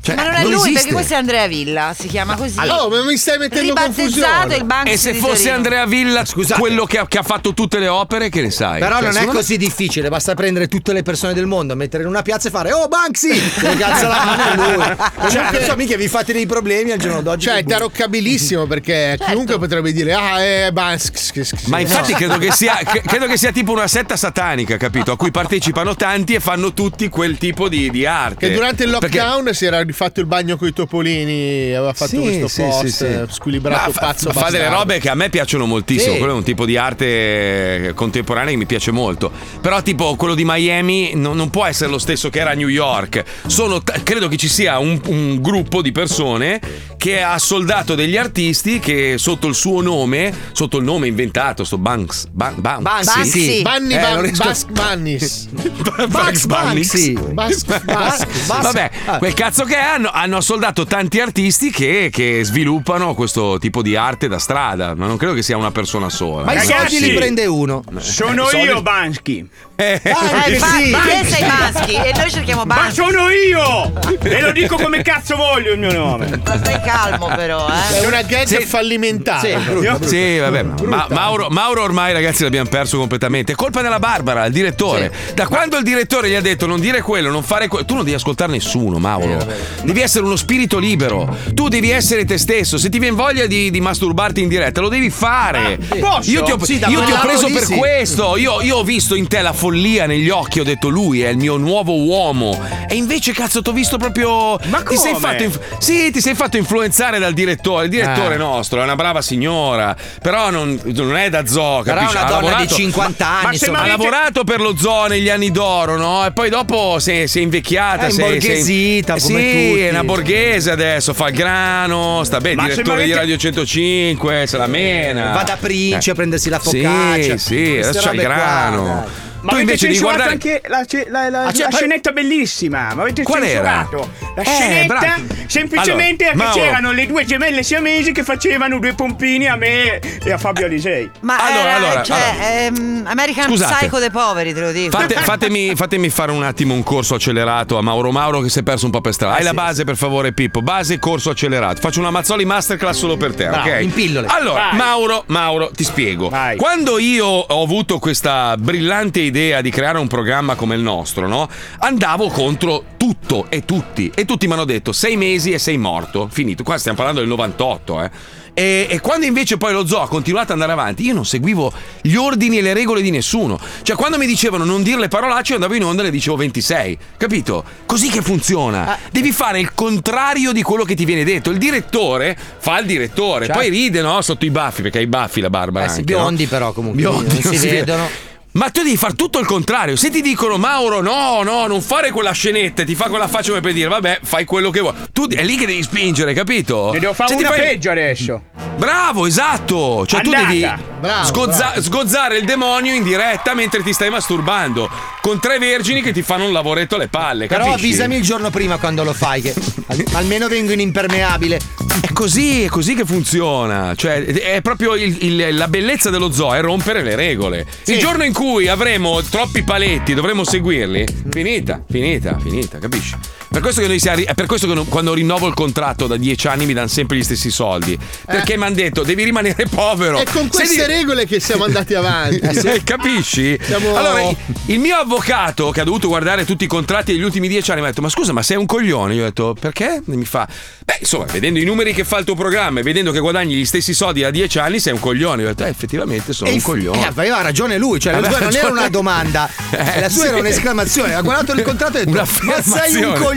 [SPEAKER 2] cioè,
[SPEAKER 5] ma non è lui, perché questo è Andrea Villa, si chiama così.
[SPEAKER 6] allora, oh, ma mi stai mettendo
[SPEAKER 5] Ribattezzato
[SPEAKER 6] confusione.
[SPEAKER 5] il Banksy
[SPEAKER 2] E se
[SPEAKER 5] di
[SPEAKER 2] fosse
[SPEAKER 5] Torino.
[SPEAKER 2] Andrea Villa, quello che ha, che ha fatto tutte le opere, che ne sai?
[SPEAKER 3] Però
[SPEAKER 2] Cioè,
[SPEAKER 3] non è
[SPEAKER 2] secondo me-
[SPEAKER 3] così difficile, basta prendere tutte le persone del mondo, mettere in una piazza e fare Oh Banksy! E alza la mano e lui. Cioè,
[SPEAKER 2] Certo.
[SPEAKER 3] non so, mica vi fate dei problemi al giorno d'oggi.
[SPEAKER 6] Cioè, è taroccabilissimo perché
[SPEAKER 5] Certo.
[SPEAKER 6] chiunque potrebbe dire ah, è Banks.
[SPEAKER 2] Ma infatti credo che, sia, cre- credo che sia tipo una setta satanica, capito? A cui partecipano tanti e fanno tutti quel tipo di, di arte.
[SPEAKER 6] Che durante il
[SPEAKER 2] Perché-
[SPEAKER 6] lockdown si era rifatto il bagno con i topolini, aveva fatto
[SPEAKER 2] Sì,
[SPEAKER 6] questo
[SPEAKER 2] sì,
[SPEAKER 6] post
[SPEAKER 2] sì, sì.
[SPEAKER 6] squilibrato
[SPEAKER 2] Ma Ah, fa-
[SPEAKER 6] pazzo.
[SPEAKER 2] fa delle
[SPEAKER 6] bastardo.
[SPEAKER 2] robe che a me piacciono moltissimo.
[SPEAKER 6] Sì.
[SPEAKER 2] Quello è un tipo di arte contemporanea che mi piace molto. Però, tipo, quello di Miami non, non può essere lo stesso che era a New York. Sono t- credo che ci sia un, un gruppo di persone che ha soldato degli artisti che sotto il suo nome, sotto il nome inventato, sto Banks. Ban- Ban-
[SPEAKER 6] Banksy. Bunny,
[SPEAKER 2] Eh,
[SPEAKER 6] Ban-
[SPEAKER 2] non riesco-
[SPEAKER 6] Bugs Bunnies.
[SPEAKER 2] Bugs Bunny.
[SPEAKER 6] Bugs- Bugs-
[SPEAKER 2] Vabbè,
[SPEAKER 6] Ah.
[SPEAKER 2] quel cazzo che è, hanno, hanno soldato tanti artisti che, che sviluppano questo tipo di arte da strada, ma non credo che sia una persona sola.
[SPEAKER 3] Ma i soldi li prende uno.
[SPEAKER 2] Eh,
[SPEAKER 11] Sono
[SPEAKER 2] soldi-
[SPEAKER 11] io Bansky.
[SPEAKER 5] Ma
[SPEAKER 2] Eh, sì.
[SPEAKER 5] te sei maschi e noi cerchiamo
[SPEAKER 11] Ma
[SPEAKER 5] Banksy.
[SPEAKER 11] sono io! E lo dico come cazzo voglio il mio nome.
[SPEAKER 5] Ma stai calmo però, eh.
[SPEAKER 6] È una gag fallimentare. Io-
[SPEAKER 2] Sì, vabbè. Ma Mauro, Mauro ormai, ragazzi, l'abbiamo perso completamente. È colpa della Barbara, il direttore. Da quando il direttore gli ha detto non dire quello, non fare quello. Tu non devi ascoltare nessuno,
[SPEAKER 10] Eh,
[SPEAKER 2] Mauro. Devi essere uno spirito libero. Tu devi essere te stesso. Se ti viene voglia di, di masturbarti in diretta, lo devi fare.
[SPEAKER 10] Ah, posso?
[SPEAKER 2] Io ti ho,
[SPEAKER 10] Sì, da
[SPEAKER 2] io ti ho
[SPEAKER 10] quel lato
[SPEAKER 2] preso
[SPEAKER 10] lì
[SPEAKER 2] per
[SPEAKER 10] sì.
[SPEAKER 2] questo. Io, io ho visto in te la follia negli occhi, ho detto lui è il mio nuovo uomo. E invece, cazzo, ti ho visto proprio. Ma Ti sei
[SPEAKER 10] come?
[SPEAKER 2] fatto inf- sì, ti sei fatto influenzare dal direttore. Il direttore
[SPEAKER 10] Ah.
[SPEAKER 2] nostro è una brava signora, però non, non è da zoo,
[SPEAKER 10] Però
[SPEAKER 2] capisci?
[SPEAKER 10] è una
[SPEAKER 2] Ha
[SPEAKER 10] donna di
[SPEAKER 2] lavorato-
[SPEAKER 10] 50
[SPEAKER 2] ma-
[SPEAKER 10] anni,
[SPEAKER 2] ma se-
[SPEAKER 10] insomma.
[SPEAKER 2] ha lavorato per lo zoo negli anni d'oro, no? E poi dopo si è, si è invecchiata.
[SPEAKER 10] È
[SPEAKER 2] si si
[SPEAKER 10] imborghesita,
[SPEAKER 2] sì,
[SPEAKER 10] come tutti.
[SPEAKER 2] è una borghese adesso, fa il grano, sta bene,
[SPEAKER 10] Ma se
[SPEAKER 2] direttore di
[SPEAKER 10] Mariti-
[SPEAKER 2] Radio 105, se la mena.
[SPEAKER 3] Va da Princi a prendersi la
[SPEAKER 2] Eh. Sì,
[SPEAKER 3] focaccia.
[SPEAKER 2] sì,
[SPEAKER 3] Queste
[SPEAKER 2] adesso c'ha il
[SPEAKER 3] robe qua,
[SPEAKER 2] grano.
[SPEAKER 3] dai.
[SPEAKER 11] Ma avete censurato anche la, ce- la- la-
[SPEAKER 2] Ah, c'è-
[SPEAKER 11] la scenetta bellissima. Ma avete
[SPEAKER 2] Qual era?
[SPEAKER 11] censurato la
[SPEAKER 2] Eh,
[SPEAKER 11] scenetta
[SPEAKER 2] bravo.
[SPEAKER 11] semplicemente
[SPEAKER 2] Allora,
[SPEAKER 11] che
[SPEAKER 2] Mauro.
[SPEAKER 11] c'erano le due gemelle siamesi che facevano due pompini a me e a Fabio Alisei.
[SPEAKER 5] Ma
[SPEAKER 2] Allora,
[SPEAKER 5] era,
[SPEAKER 2] allora,
[SPEAKER 5] cioè,
[SPEAKER 2] allora.
[SPEAKER 5] ehm, American
[SPEAKER 2] Scusate.
[SPEAKER 5] Psycho dei poveri, te lo dico.
[SPEAKER 2] Fate- fatemi, fatemi fare un attimo un corso accelerato a Mauro Mauro che si è perso un po' per
[SPEAKER 10] Ah,
[SPEAKER 2] strada. Hai la base per favore Pippo, base corso accelerato. Faccio una Mazzoli Masterclass solo per te,
[SPEAKER 10] Bravo,
[SPEAKER 2] ok?
[SPEAKER 10] in pillole.
[SPEAKER 2] Allora,
[SPEAKER 10] Vai.
[SPEAKER 2] Mauro, Mauro, ti spiego. Quando io ho avuto questa brillante idea di creare un programma come il nostro, no? Andavo contro tutto e tutti e tutti mi hanno detto sei mesi e sei morto, finito. Qua stiamo parlando del 98, eh. E, e quando invece poi lo zoo ha continuato ad andare avanti, io non seguivo gli ordini e le regole di nessuno. Cioè, quando mi dicevano non dire le parolacce, io andavo in onda e le dicevo 26. Capito? Così che funziona. Devi fare il contrario di quello che ti viene detto. Il direttore fa il direttore,
[SPEAKER 3] Certo.
[SPEAKER 2] poi ride, no? Sotto i baffi, perché ha i baffi la Barbara.
[SPEAKER 3] Eh sì,
[SPEAKER 2] anche, no?
[SPEAKER 3] biondi però comunque.
[SPEAKER 2] Biondi,
[SPEAKER 3] non si
[SPEAKER 2] vede.
[SPEAKER 3] vedono.
[SPEAKER 2] Ma tu devi fare tutto il contrario. Se ti dicono Mauro, no, no, non fare quella scenetta, ti fa quella faccia come per dire, vabbè, fai quello che vuoi. Tu è lì che devi spingere, capito?
[SPEAKER 11] Ne devo fare
[SPEAKER 2] Se ti
[SPEAKER 11] una
[SPEAKER 2] fai-
[SPEAKER 11] peggio adesso.
[SPEAKER 2] Bravo, esatto. Cioè, tu
[SPEAKER 11] Andata.
[SPEAKER 2] devi
[SPEAKER 11] Bravo,
[SPEAKER 2] sgozza-
[SPEAKER 11] bravo.
[SPEAKER 2] sgozzare il demonio in diretta mentre ti stai masturbando. Con tre vergini che ti fanno un lavoretto alle palle.
[SPEAKER 3] Però
[SPEAKER 2] capisci?
[SPEAKER 3] avvisami il giorno prima quando lo fai, che al- almeno vengo in impermeabile.
[SPEAKER 2] È così, è così che funziona. Cioè, è proprio il- il- la bellezza dello zoo, è rompere le regole. Il giorno in cui avremo troppi paletti, dovremo seguirli. Finita, finita, finita, capisci? Per questo che noi siamo. È per questo che non- quando rinnovo il contratto da dieci anni mi danno sempre gli stessi soldi. Perché mi hanno detto devi rimanere povero.
[SPEAKER 6] È con
[SPEAKER 2] Se
[SPEAKER 6] queste
[SPEAKER 2] di-
[SPEAKER 6] regole che siamo andati avanti.
[SPEAKER 2] eh, Capisci?
[SPEAKER 6] Siamo-
[SPEAKER 2] Allora, i- il mio avvocato che ha dovuto guardare tutti i contratti degli ultimi dieci anni mi ha detto: Ma scusa, ma sei un coglione? Io ho detto: Perché? E mi fa: Beh, insomma, vedendo i numeri che fa il tuo programma e vedendo che guadagni gli stessi soldi da dieci anni, sei un coglione. Io ho detto: eh, Effettivamente sono
[SPEAKER 3] E
[SPEAKER 2] un
[SPEAKER 3] inf- eh,
[SPEAKER 2] coglione.
[SPEAKER 3] aveva ragione lui, cioè la
[SPEAKER 2] Aveva
[SPEAKER 3] sua non era
[SPEAKER 2] ragione.
[SPEAKER 3] una domanda,
[SPEAKER 2] Eh,
[SPEAKER 3] la sua
[SPEAKER 2] sì.
[SPEAKER 3] era un'esclamazione. Ha guardato il contratto e ha detto: Ma sei un
[SPEAKER 2] Affermazione.
[SPEAKER 3] coglione!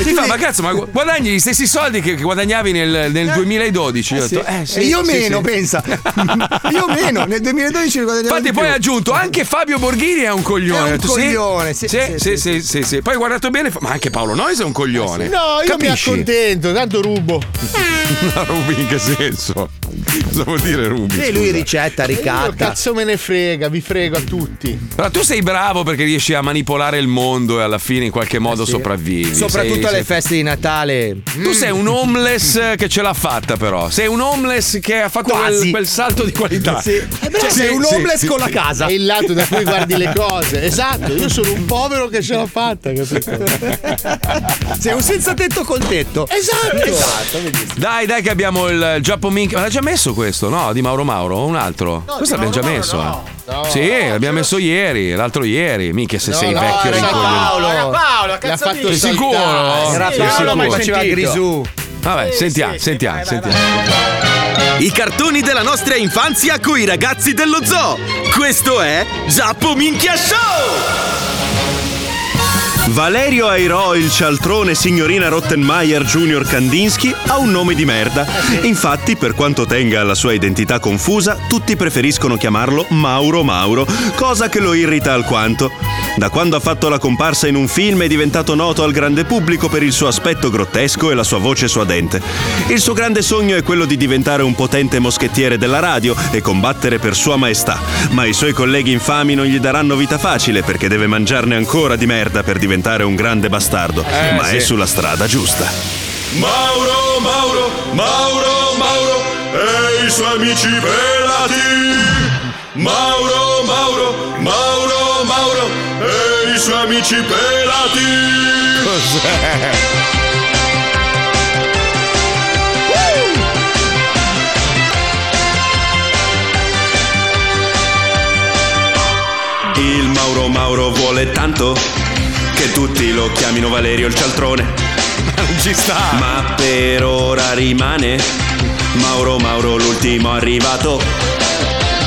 [SPEAKER 2] E ti
[SPEAKER 3] tu
[SPEAKER 2] fa,
[SPEAKER 3] ne-
[SPEAKER 2] ma cazzo, ma gu- guadagni gli stessi soldi che, che guadagnavi nel, nel 2012? Io ho
[SPEAKER 3] Eh. Sì.
[SPEAKER 2] detto, eh, sì,
[SPEAKER 3] e io
[SPEAKER 2] sì,
[SPEAKER 3] meno,
[SPEAKER 2] sì.
[SPEAKER 3] pensa. io meno, nel 2012 ne guadagnavo
[SPEAKER 2] Infatti
[SPEAKER 3] di
[SPEAKER 2] poi
[SPEAKER 3] più.
[SPEAKER 2] ha aggiunto anche Fabio Borghini è un coglione.
[SPEAKER 3] È un
[SPEAKER 2] Ho detto, sì,
[SPEAKER 3] coglione, sì, Eh
[SPEAKER 2] Sì, sì, sì, sì, sì. Poi ho guardato bene, fa, ma anche Paolo Noyes è un coglione.
[SPEAKER 6] No, io
[SPEAKER 2] Capisci?
[SPEAKER 6] mi accontento, tanto rubo.
[SPEAKER 2] No, Rubi, in che senso? Cosa vuol dire Rubi?
[SPEAKER 6] Sì,
[SPEAKER 2] scusa?
[SPEAKER 6] lui
[SPEAKER 3] ricetta,
[SPEAKER 6] Eh, Io cazzo me ne frega, vi frego a tutti.
[SPEAKER 2] Però tu sei bravo perché riesci a manipolare il mondo e alla fine in qualche
[SPEAKER 3] Eh
[SPEAKER 2] modo sopravvivi.
[SPEAKER 3] Soprattutto
[SPEAKER 2] Sei-
[SPEAKER 3] alle
[SPEAKER 2] sei-
[SPEAKER 3] feste di Natale.
[SPEAKER 2] Tu sei un homeless che ce l'ha fatta, però. Sei un homeless che ha fatto quel,
[SPEAKER 3] Quasi.
[SPEAKER 2] quel salto di qualità.
[SPEAKER 3] Sì. Cioè, sei un homeless con la casa.
[SPEAKER 6] È il lato da cui guardi le cose. Esatto, io sono un povero che ce l'ho fatta, capito?
[SPEAKER 3] Sei un senza tetto col
[SPEAKER 2] Eh,
[SPEAKER 3] tetto.
[SPEAKER 6] Esatto.
[SPEAKER 2] Dai, dai, che abbiamo il Giappo Mink. Ma l'ha già messo questo, no? Di Mauro Mauro? O Un altro? questo l'abbiamo già messo. eh. sì, l'abbiamo messo ieri, l'altro ieri. Minchia, se sei vecchio rincoglionito.
[SPEAKER 6] Paolo,
[SPEAKER 4] cazzo
[SPEAKER 6] l'ha fatto
[SPEAKER 2] Sei sicuro?
[SPEAKER 6] saltare.
[SPEAKER 2] Eh, Sei sicuro? Vabbè, sentiamo, sentiamo, sentiamo.
[SPEAKER 17] I cartoni della nostra infanzia coi ragazzi dello zoo. Questo è Giappo Minchia Show! Valerio Airo, il cialtrone signorina Rottenmeier Junior Kandinsky, ha un nome di merda. Infatti, per quanto tenga alla sua identità confusa, tutti preferiscono chiamarlo Mauro Mauro, cosa che lo irrita alquanto. Da quando ha fatto la comparsa in un film è diventato noto al grande pubblico per il suo aspetto grottesco e la sua voce suadente. Il suo grande sogno è quello di diventare un potente moschettiere della radio e combattere per sua maestà, ma i suoi colleghi infami non gli daranno vita facile perché deve mangiarne ancora di merda per diventare un grande bastardo,
[SPEAKER 22] Eh,
[SPEAKER 17] ma è
[SPEAKER 22] sì.
[SPEAKER 17] sulla strada giusta.
[SPEAKER 22] Mauro, Mauro, Mauro, Mauro e i suoi amici pelati. Mauro, Mauro, Mauro, Mauro
[SPEAKER 23] suoi amici pelati.
[SPEAKER 2] Cos'è?
[SPEAKER 17] Il Mauro Mauro vuole tanto che tutti lo chiamino Valerio il cialtrone.
[SPEAKER 2] Non ci sta.
[SPEAKER 17] Ma per ora rimane Mauro Mauro l'ultimo arrivato.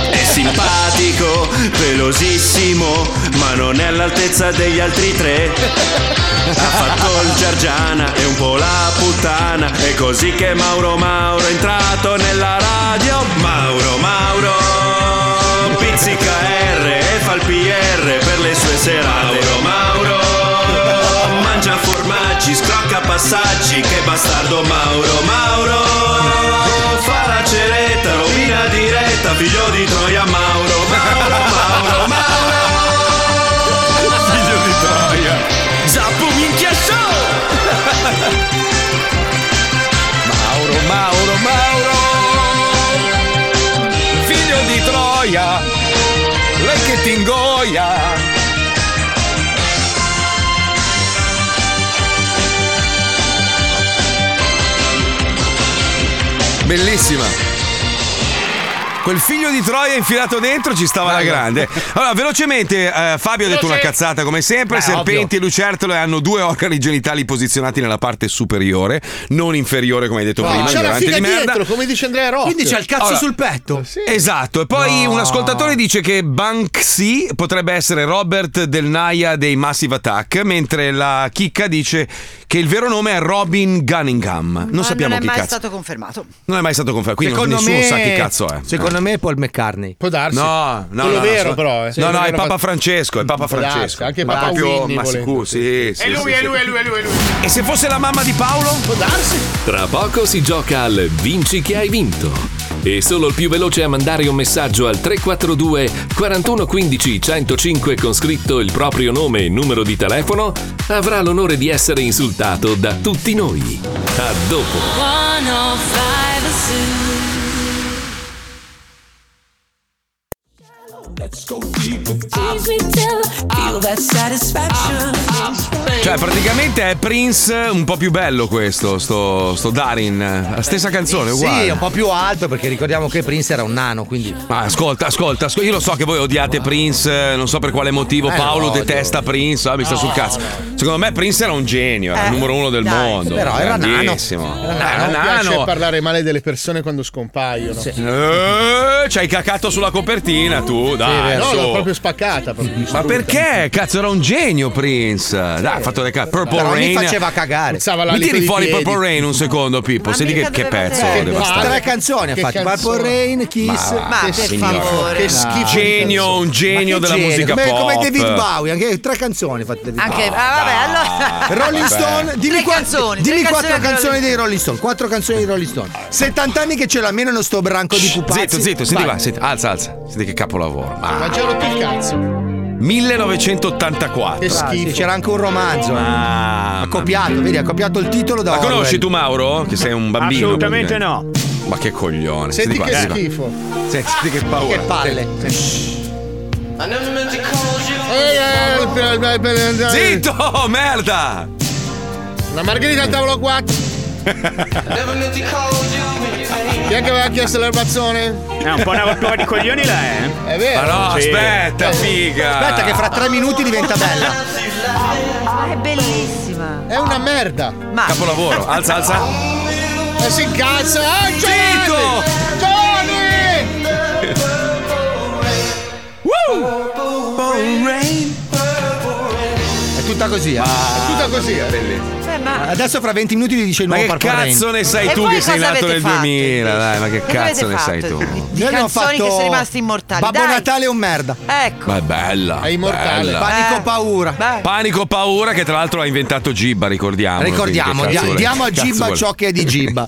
[SPEAKER 17] È simpatico, pelosissimo, ma non è all'altezza degli altri tre. Ha fatto il Giargiana e un po' la puttana. È così che Mauro Mauro è entrato nella radio. Mauro Mauro pizzica R e fa il PR per le sue serate. Mauro Mauro mangia formaggi, scrocca passaggi. Che bastardo Mauro Mauro fa la ceretta, rovina diretta. Figlio di Troia Mauro Mauro Mauro Mauro. Figlio di Troia. Zappo minchia show.
[SPEAKER 2] Mauro, Mauro, Mauro, figlio di Troia, lei che ti ingoia. Bellissima. Quel figlio di Troia infilato dentro ci stava alla grande. Allora, velocemente, eh, Fabio ha detto una cazzata come sempre.
[SPEAKER 3] Beh,
[SPEAKER 2] Serpenti e lucertole hanno due organi genitali posizionati nella parte superiore, non inferiore, come hai detto prima.
[SPEAKER 6] c'è la
[SPEAKER 2] ignorante
[SPEAKER 6] figa
[SPEAKER 2] di merda.
[SPEAKER 6] dietro, come dice Andrea Eh, Rocco.
[SPEAKER 2] Quindi c'è il cazzo Allora, sul
[SPEAKER 6] petto.
[SPEAKER 2] Esatto, e poi un ascoltatore dice che Banksy potrebbe essere Robert Del Naya dei Massive Attack, mentre la chicca dice che il vero nome è Robin Gunningham. Non
[SPEAKER 9] Ma
[SPEAKER 2] sappiamo
[SPEAKER 9] Ah, non è
[SPEAKER 2] chi
[SPEAKER 9] mai
[SPEAKER 2] cazzo.
[SPEAKER 9] stato confermato.
[SPEAKER 2] Non è mai stato confermato, quindi
[SPEAKER 3] Secondo
[SPEAKER 2] nessuno
[SPEAKER 3] me-
[SPEAKER 2] sa che cazzo è.
[SPEAKER 3] Secondo me è Eh. Paul McCartney.
[SPEAKER 6] Può darsi.
[SPEAKER 2] No, no, no, no, so-
[SPEAKER 6] eh.
[SPEAKER 3] eh.
[SPEAKER 2] No, no, è Papa Francesco, è Papa Francesco.
[SPEAKER 6] anche
[SPEAKER 2] Ma
[SPEAKER 6] Papa
[SPEAKER 2] proprio,
[SPEAKER 6] Winnie
[SPEAKER 2] ma
[SPEAKER 6] volendo.
[SPEAKER 2] sicuro, sì, sì,
[SPEAKER 6] E
[SPEAKER 2] sì,
[SPEAKER 6] lui,
[SPEAKER 2] sì.
[SPEAKER 6] e lui, e lui, e lui, e lui.
[SPEAKER 2] E se fosse la mamma di Paolo?
[SPEAKER 6] Può darsi.
[SPEAKER 1] Tra poco si gioca al Vinci che hai vinto. E solo il più veloce a mandare un messaggio al 342 4115 105 con scritto il proprio nome e numero di telefono avrà l'onore di essere insultato da tutti noi. A dopo.
[SPEAKER 4] 105 Let's go deep. Tease me till I feel that satisfaction.
[SPEAKER 2] Cioè, praticamente è Prince un po' più bello questo, sto, sto Darin. La stessa canzone, uguale.
[SPEAKER 3] Sì, un po' più alto perché ricordiamo che Prince era un nano, quindi
[SPEAKER 2] Ma ascolta, ascolta, ascol- io lo so che voi odiate Prince, eh, non so per quale motivo.
[SPEAKER 3] Eh,
[SPEAKER 2] Paolo
[SPEAKER 3] lo odio.
[SPEAKER 2] detesta Prince, ah, mi sta sul cazzo. Secondo me Prince era un genio, era
[SPEAKER 6] Eh,
[SPEAKER 2] il numero uno del
[SPEAKER 6] dai,
[SPEAKER 2] mondo.
[SPEAKER 6] però era nano.
[SPEAKER 2] grandissimo. Era
[SPEAKER 6] non piace
[SPEAKER 2] nano.
[SPEAKER 6] parlare male delle persone quando scompaiono.
[SPEAKER 2] Eh, ci hai cacato sulla copertina tu, dai.
[SPEAKER 6] no,
[SPEAKER 2] su.
[SPEAKER 6] l'ho proprio spaccata. proprio
[SPEAKER 2] Ma
[SPEAKER 6] distrutta.
[SPEAKER 2] perché? Cazzo, era un genio Prince. Dai, ha fatto le cazzo. Purple
[SPEAKER 3] Però
[SPEAKER 2] Rain.
[SPEAKER 3] mi faceva cagare.
[SPEAKER 6] Puzzava
[SPEAKER 2] Mi tiri fuori Purple Rain un secondo, Pippo. Senti che, che pezzo
[SPEAKER 3] Che
[SPEAKER 2] devastante.
[SPEAKER 3] Tre canzoni ha
[SPEAKER 6] Che
[SPEAKER 3] fatto.
[SPEAKER 6] canzone.
[SPEAKER 3] Purple Rain, Kiss.
[SPEAKER 2] Ma va, che signora.
[SPEAKER 3] Che
[SPEAKER 2] Che schifo di Genio, canzone. un genio
[SPEAKER 3] Ma che
[SPEAKER 2] della musica
[SPEAKER 3] come, Come
[SPEAKER 2] pop.
[SPEAKER 3] David Bowie, anche tre canzoni ha fatto David
[SPEAKER 9] Anche,
[SPEAKER 3] Bowie.
[SPEAKER 9] ah, vabbè, allora.
[SPEAKER 3] Rolling Stone, dimmi,
[SPEAKER 9] Tre
[SPEAKER 3] qua-
[SPEAKER 9] canzoni,
[SPEAKER 3] dimmi
[SPEAKER 9] tre
[SPEAKER 3] quattro
[SPEAKER 9] canzoni
[SPEAKER 3] canzoni,
[SPEAKER 9] di Rolling-
[SPEAKER 3] dei Rolling Stone. Quattro canzoni dei Rolling Stone. 70 anni che ce l'ha meno sto branco di pupazzi.
[SPEAKER 2] Zitto, zitto, senti
[SPEAKER 3] Vai.
[SPEAKER 2] va, senti, alza, alza. Senti che capolavoro. Ma-
[SPEAKER 6] Ma già rotto il cazzo.
[SPEAKER 2] 1984.
[SPEAKER 3] Che schifo. C'era anche un romanzo.
[SPEAKER 2] Ma
[SPEAKER 3] Ha copiato, vedi, ha copiato il titolo da
[SPEAKER 2] La
[SPEAKER 3] Orwell.
[SPEAKER 2] conosci tu, Mauro? Che sei un bambino.
[SPEAKER 3] Assolutamente
[SPEAKER 2] praticamente. Ma che coglione.
[SPEAKER 3] Senti
[SPEAKER 2] qua,
[SPEAKER 3] che
[SPEAKER 2] qua.
[SPEAKER 3] schifo.
[SPEAKER 2] Senti, senti che paura.
[SPEAKER 3] Che palle.
[SPEAKER 6] Eh,
[SPEAKER 2] Zitto, merda!
[SPEAKER 6] La margherita al tavolo 4. Chi è che aveva chiesto l'erbazzone?
[SPEAKER 11] È un po' una rottura di coglioni là, eh?
[SPEAKER 6] È vero.
[SPEAKER 2] Ma no,
[SPEAKER 11] Sì.
[SPEAKER 2] aspetta, figa.
[SPEAKER 3] Aspetta, che fra tre minuti diventa bella.
[SPEAKER 9] Ah, È bellissima.
[SPEAKER 6] È una merda.
[SPEAKER 9] Ma
[SPEAKER 2] Capolavoro, alza, alza.
[SPEAKER 3] Ah.
[SPEAKER 6] E si incazza. Ah,
[SPEAKER 2] Eh,
[SPEAKER 6] Giovanni! Giovanni!
[SPEAKER 3] È tutta così, eh.
[SPEAKER 2] È
[SPEAKER 6] tutta così, eh.
[SPEAKER 9] Beh, ma
[SPEAKER 3] Adesso fra 20 minuti gli dice il
[SPEAKER 2] Ma
[SPEAKER 3] nuovo
[SPEAKER 2] che
[SPEAKER 3] Purple Rain.
[SPEAKER 2] cazzo ne sai tu che sei nato nel 2000? Dai, ma che
[SPEAKER 3] Che
[SPEAKER 2] cazzo ne
[SPEAKER 3] avete
[SPEAKER 2] sai
[SPEAKER 3] fatto?
[SPEAKER 2] tu?
[SPEAKER 9] Di
[SPEAKER 3] Noi abbiamo
[SPEAKER 9] canzoni che
[SPEAKER 3] fatto
[SPEAKER 9] sono rimaste immortali.
[SPEAKER 3] Babbo
[SPEAKER 9] Dai.
[SPEAKER 3] Natale è un merda.
[SPEAKER 9] Ecco. Eh.
[SPEAKER 2] Ma è bella.
[SPEAKER 3] È immortale.
[SPEAKER 2] bella.
[SPEAKER 3] Panico paura.
[SPEAKER 2] Panico paura che tra l'altro ha inventato Gibba, ricordiamo.
[SPEAKER 3] Ricordiamo, dia- diamo a Gibba ciò che è di Gibba.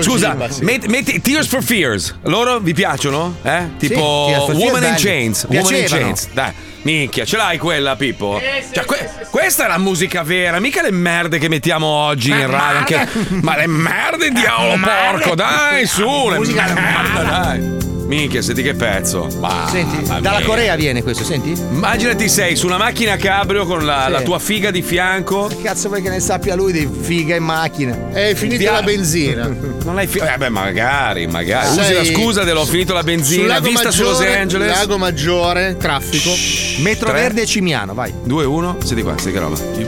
[SPEAKER 2] Scusa, met- metti Tears for Fears. Loro vi piacciono? Eh? Tipo
[SPEAKER 3] Tears for Fears
[SPEAKER 2] Woman in
[SPEAKER 3] belli.
[SPEAKER 2] Chains. Woman in
[SPEAKER 3] Piacevano.
[SPEAKER 2] Chains. Dai, minchia, ce l'hai quella, Pippo? Cioè, que- questa è la musica vera, mica le merde che mettiamo oggi in radio. anche- Ma le merde, diavolo porco, dai, su, le merde, dai. Minchia, senti che pezzo. Ma,
[SPEAKER 3] Senti,
[SPEAKER 2] mamma
[SPEAKER 3] dalla
[SPEAKER 2] mia.
[SPEAKER 3] Corea viene questo, senti?
[SPEAKER 2] Immaginati sei su una macchina a cabrio con la, la tua figa di fianco.
[SPEAKER 3] Che cazzo vuoi che ne sappia lui di figa in macchina?
[SPEAKER 6] È finita
[SPEAKER 3] Via-
[SPEAKER 6] la benzina.
[SPEAKER 2] Non l'hai finita? Eh beh, magari, magari. Usi
[SPEAKER 6] Sei-
[SPEAKER 2] la scusa dello ho finito la
[SPEAKER 6] Sul
[SPEAKER 2] benzina.
[SPEAKER 6] Lago
[SPEAKER 2] Vista su Los
[SPEAKER 6] Maggiore-
[SPEAKER 2] Angeles.
[SPEAKER 6] Lago Maggiore, traffico.
[SPEAKER 3] Metro
[SPEAKER 2] tre.
[SPEAKER 3] Verde e Cimiano, vai.
[SPEAKER 2] 2, 1, senti qua, senti che roba.
[SPEAKER 6] Che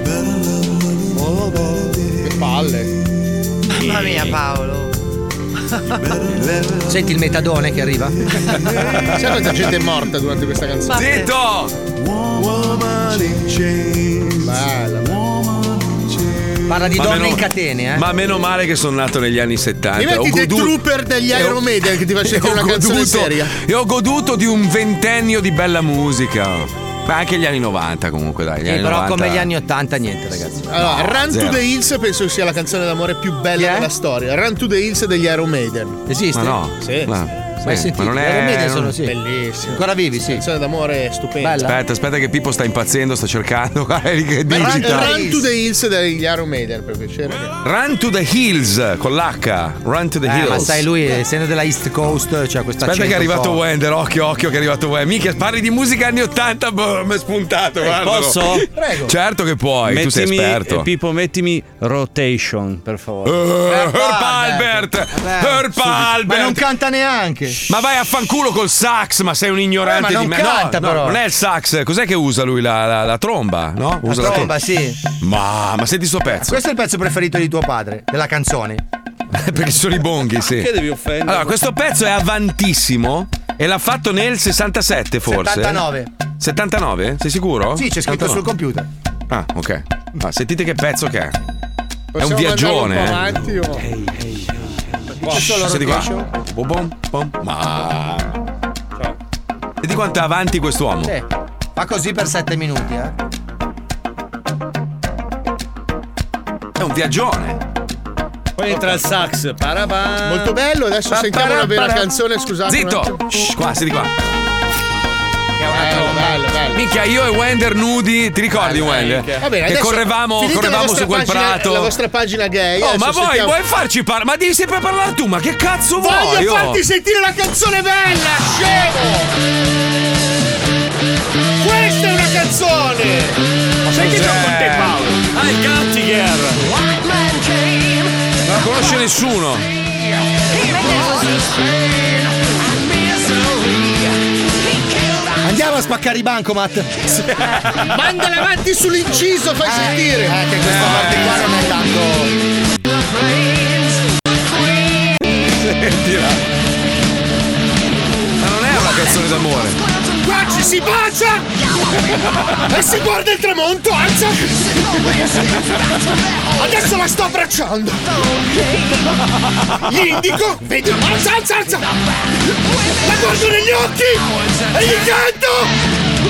[SPEAKER 6] palle.
[SPEAKER 9] Mamma mia Paolo.
[SPEAKER 3] Senti il metadone che arriva?
[SPEAKER 6] Sai quanta gente è morta durante questa canzone?
[SPEAKER 3] Bella. Parla di
[SPEAKER 2] Ma
[SPEAKER 3] donne
[SPEAKER 2] meno-
[SPEAKER 3] in catene, eh?
[SPEAKER 2] Ma meno male che sono nato negli anni 70.
[SPEAKER 6] Rimetti
[SPEAKER 2] Ho
[SPEAKER 6] The
[SPEAKER 2] goduto-
[SPEAKER 6] Trooper degli
[SPEAKER 2] e ho-
[SPEAKER 6] Iron Maiden che ti faccio
[SPEAKER 2] e ho
[SPEAKER 6] sentire una canzone
[SPEAKER 2] goduto-
[SPEAKER 6] seria.
[SPEAKER 2] E ho goduto di un ventennio di bella musica. Ma anche gli anni 90 comunque, dai. Gli
[SPEAKER 3] Sì,
[SPEAKER 2] anni
[SPEAKER 3] però
[SPEAKER 2] 90.
[SPEAKER 3] come gli anni 80 niente, ragazzi.
[SPEAKER 6] Allora,
[SPEAKER 2] No,
[SPEAKER 6] Run
[SPEAKER 2] zero.
[SPEAKER 6] to the Hills penso che sia la canzone d'amore più bella della storia. Run to the Hills degli Iron Maiden.
[SPEAKER 3] Esiste?
[SPEAKER 2] Ma no.
[SPEAKER 6] Sì.
[SPEAKER 2] Ma- sì,
[SPEAKER 3] Hai sentito?
[SPEAKER 2] ma non è-
[SPEAKER 3] Iron Maiden
[SPEAKER 2] non-
[SPEAKER 3] sono sì.
[SPEAKER 6] Bellissimo.
[SPEAKER 3] Ancora vivi, sì.
[SPEAKER 6] Canzone d'amore stupenda.
[SPEAKER 2] Aspetta, aspetta che Pippo sta impazzendo, sta cercando. Guarda che
[SPEAKER 6] Run,
[SPEAKER 2] digita.
[SPEAKER 6] Run to the Hills degli Iron Maiden, per piacere.
[SPEAKER 2] Run to the Hills con l'H. Run to the
[SPEAKER 3] Eh,
[SPEAKER 2] Hills.
[SPEAKER 3] ma sai lui, essendo della East Coast, c'ha questa
[SPEAKER 2] Aspetta che è arrivato Wender, occhio, occhio che è arrivato Wender. Mica parli di musica anni 80, boh, mi è spuntato,
[SPEAKER 3] Eh,
[SPEAKER 2] guardalo.
[SPEAKER 24] posso?
[SPEAKER 2] Prego. Certo che puoi, tu sei
[SPEAKER 24] Mettimi-
[SPEAKER 2] esperto.
[SPEAKER 24] eh, Pippo, mettimi rotation, per favore.
[SPEAKER 2] Eh, Herb Albert, Herb Albert.
[SPEAKER 3] Ma non canta neanche.
[SPEAKER 2] Ma vai a fanculo col sax, ma sei un
[SPEAKER 3] Eh, ma
[SPEAKER 2] ignorante
[SPEAKER 3] non
[SPEAKER 2] di me.
[SPEAKER 3] canta,
[SPEAKER 2] no,
[SPEAKER 3] però.
[SPEAKER 2] non è il sax, cos'è che usa lui? La, la- la tromba, no? Usa
[SPEAKER 3] La tromba, sì.
[SPEAKER 2] Ma, ma senti sto pezzo.
[SPEAKER 3] Questo è il pezzo preferito di tuo padre, della canzone.
[SPEAKER 2] Perché sono i bonghi, sì.
[SPEAKER 3] Perché devi offenderlo?
[SPEAKER 2] Allora, questo pezzo è avantissimo e l'ha fatto nel 67 forse.
[SPEAKER 3] 79.
[SPEAKER 2] 79? Sei sicuro?
[SPEAKER 3] Sì, c'è scritto
[SPEAKER 2] 79.
[SPEAKER 3] sul computer.
[SPEAKER 2] Ah, ok. Ah, sentite che pezzo che è. è un
[SPEAKER 6] Possiamo
[SPEAKER 2] viaggione. eh.
[SPEAKER 6] mandarlo un po' avanti, oh. o- C'è solo
[SPEAKER 2] Senti qua.
[SPEAKER 6] rotation?
[SPEAKER 2] Bom, bom, bom. Ma. Senti quanto è avanti quest'uomo.
[SPEAKER 3] Sì. Fa così per 7 minuti, eh.
[SPEAKER 2] È un viaggione.
[SPEAKER 24] Poi entra il sax. Parabà.
[SPEAKER 6] Molto bello, adesso
[SPEAKER 24] Pa-
[SPEAKER 6] sentiamo
[SPEAKER 24] para-
[SPEAKER 6] una bella
[SPEAKER 24] para-
[SPEAKER 6] canzone, scusate.
[SPEAKER 2] Zitto! Shh, qua, senti qua.
[SPEAKER 6] Bello, bello, bello.
[SPEAKER 2] Minchia, io e Wender nudi, ti ricordi Wender?
[SPEAKER 6] Va bene,
[SPEAKER 2] che
[SPEAKER 6] adesso
[SPEAKER 2] correvamo,
[SPEAKER 6] finite la
[SPEAKER 2] correvamo
[SPEAKER 6] vostra
[SPEAKER 2] su quel
[SPEAKER 6] pagina-
[SPEAKER 2] prato.
[SPEAKER 6] La vostra pagina gay.
[SPEAKER 2] Oh,
[SPEAKER 6] adesso
[SPEAKER 2] ma vuoi,
[SPEAKER 6] sentiamo-
[SPEAKER 2] vuoi farci parlare? Ma devi sempre parlare tu, ma che cazzo vuoi?
[SPEAKER 6] Voglio
[SPEAKER 2] oh?
[SPEAKER 6] farti sentire la canzone bella, scemo! Questa è una canzone!
[SPEAKER 4] Sai che gioco con te,
[SPEAKER 2] Eh.
[SPEAKER 4] Paolo?
[SPEAKER 24] Hai gatti,
[SPEAKER 2] Non la conosce nessuno.
[SPEAKER 3] Andiamo a spaccare i bancomat.
[SPEAKER 6] Mandala avanti sull'inciso, fai sentire! Eh, che questa parte qua non è
[SPEAKER 2] Sentila. Ma non è una canzone d'amore.
[SPEAKER 4] Qua ci si bacia!
[SPEAKER 6] E si guarda il tramonto, alza! Adesso la sto abbracciando! Gli indico, vedi, alza, alza, alza! La guardo negli occhi! E gli canto!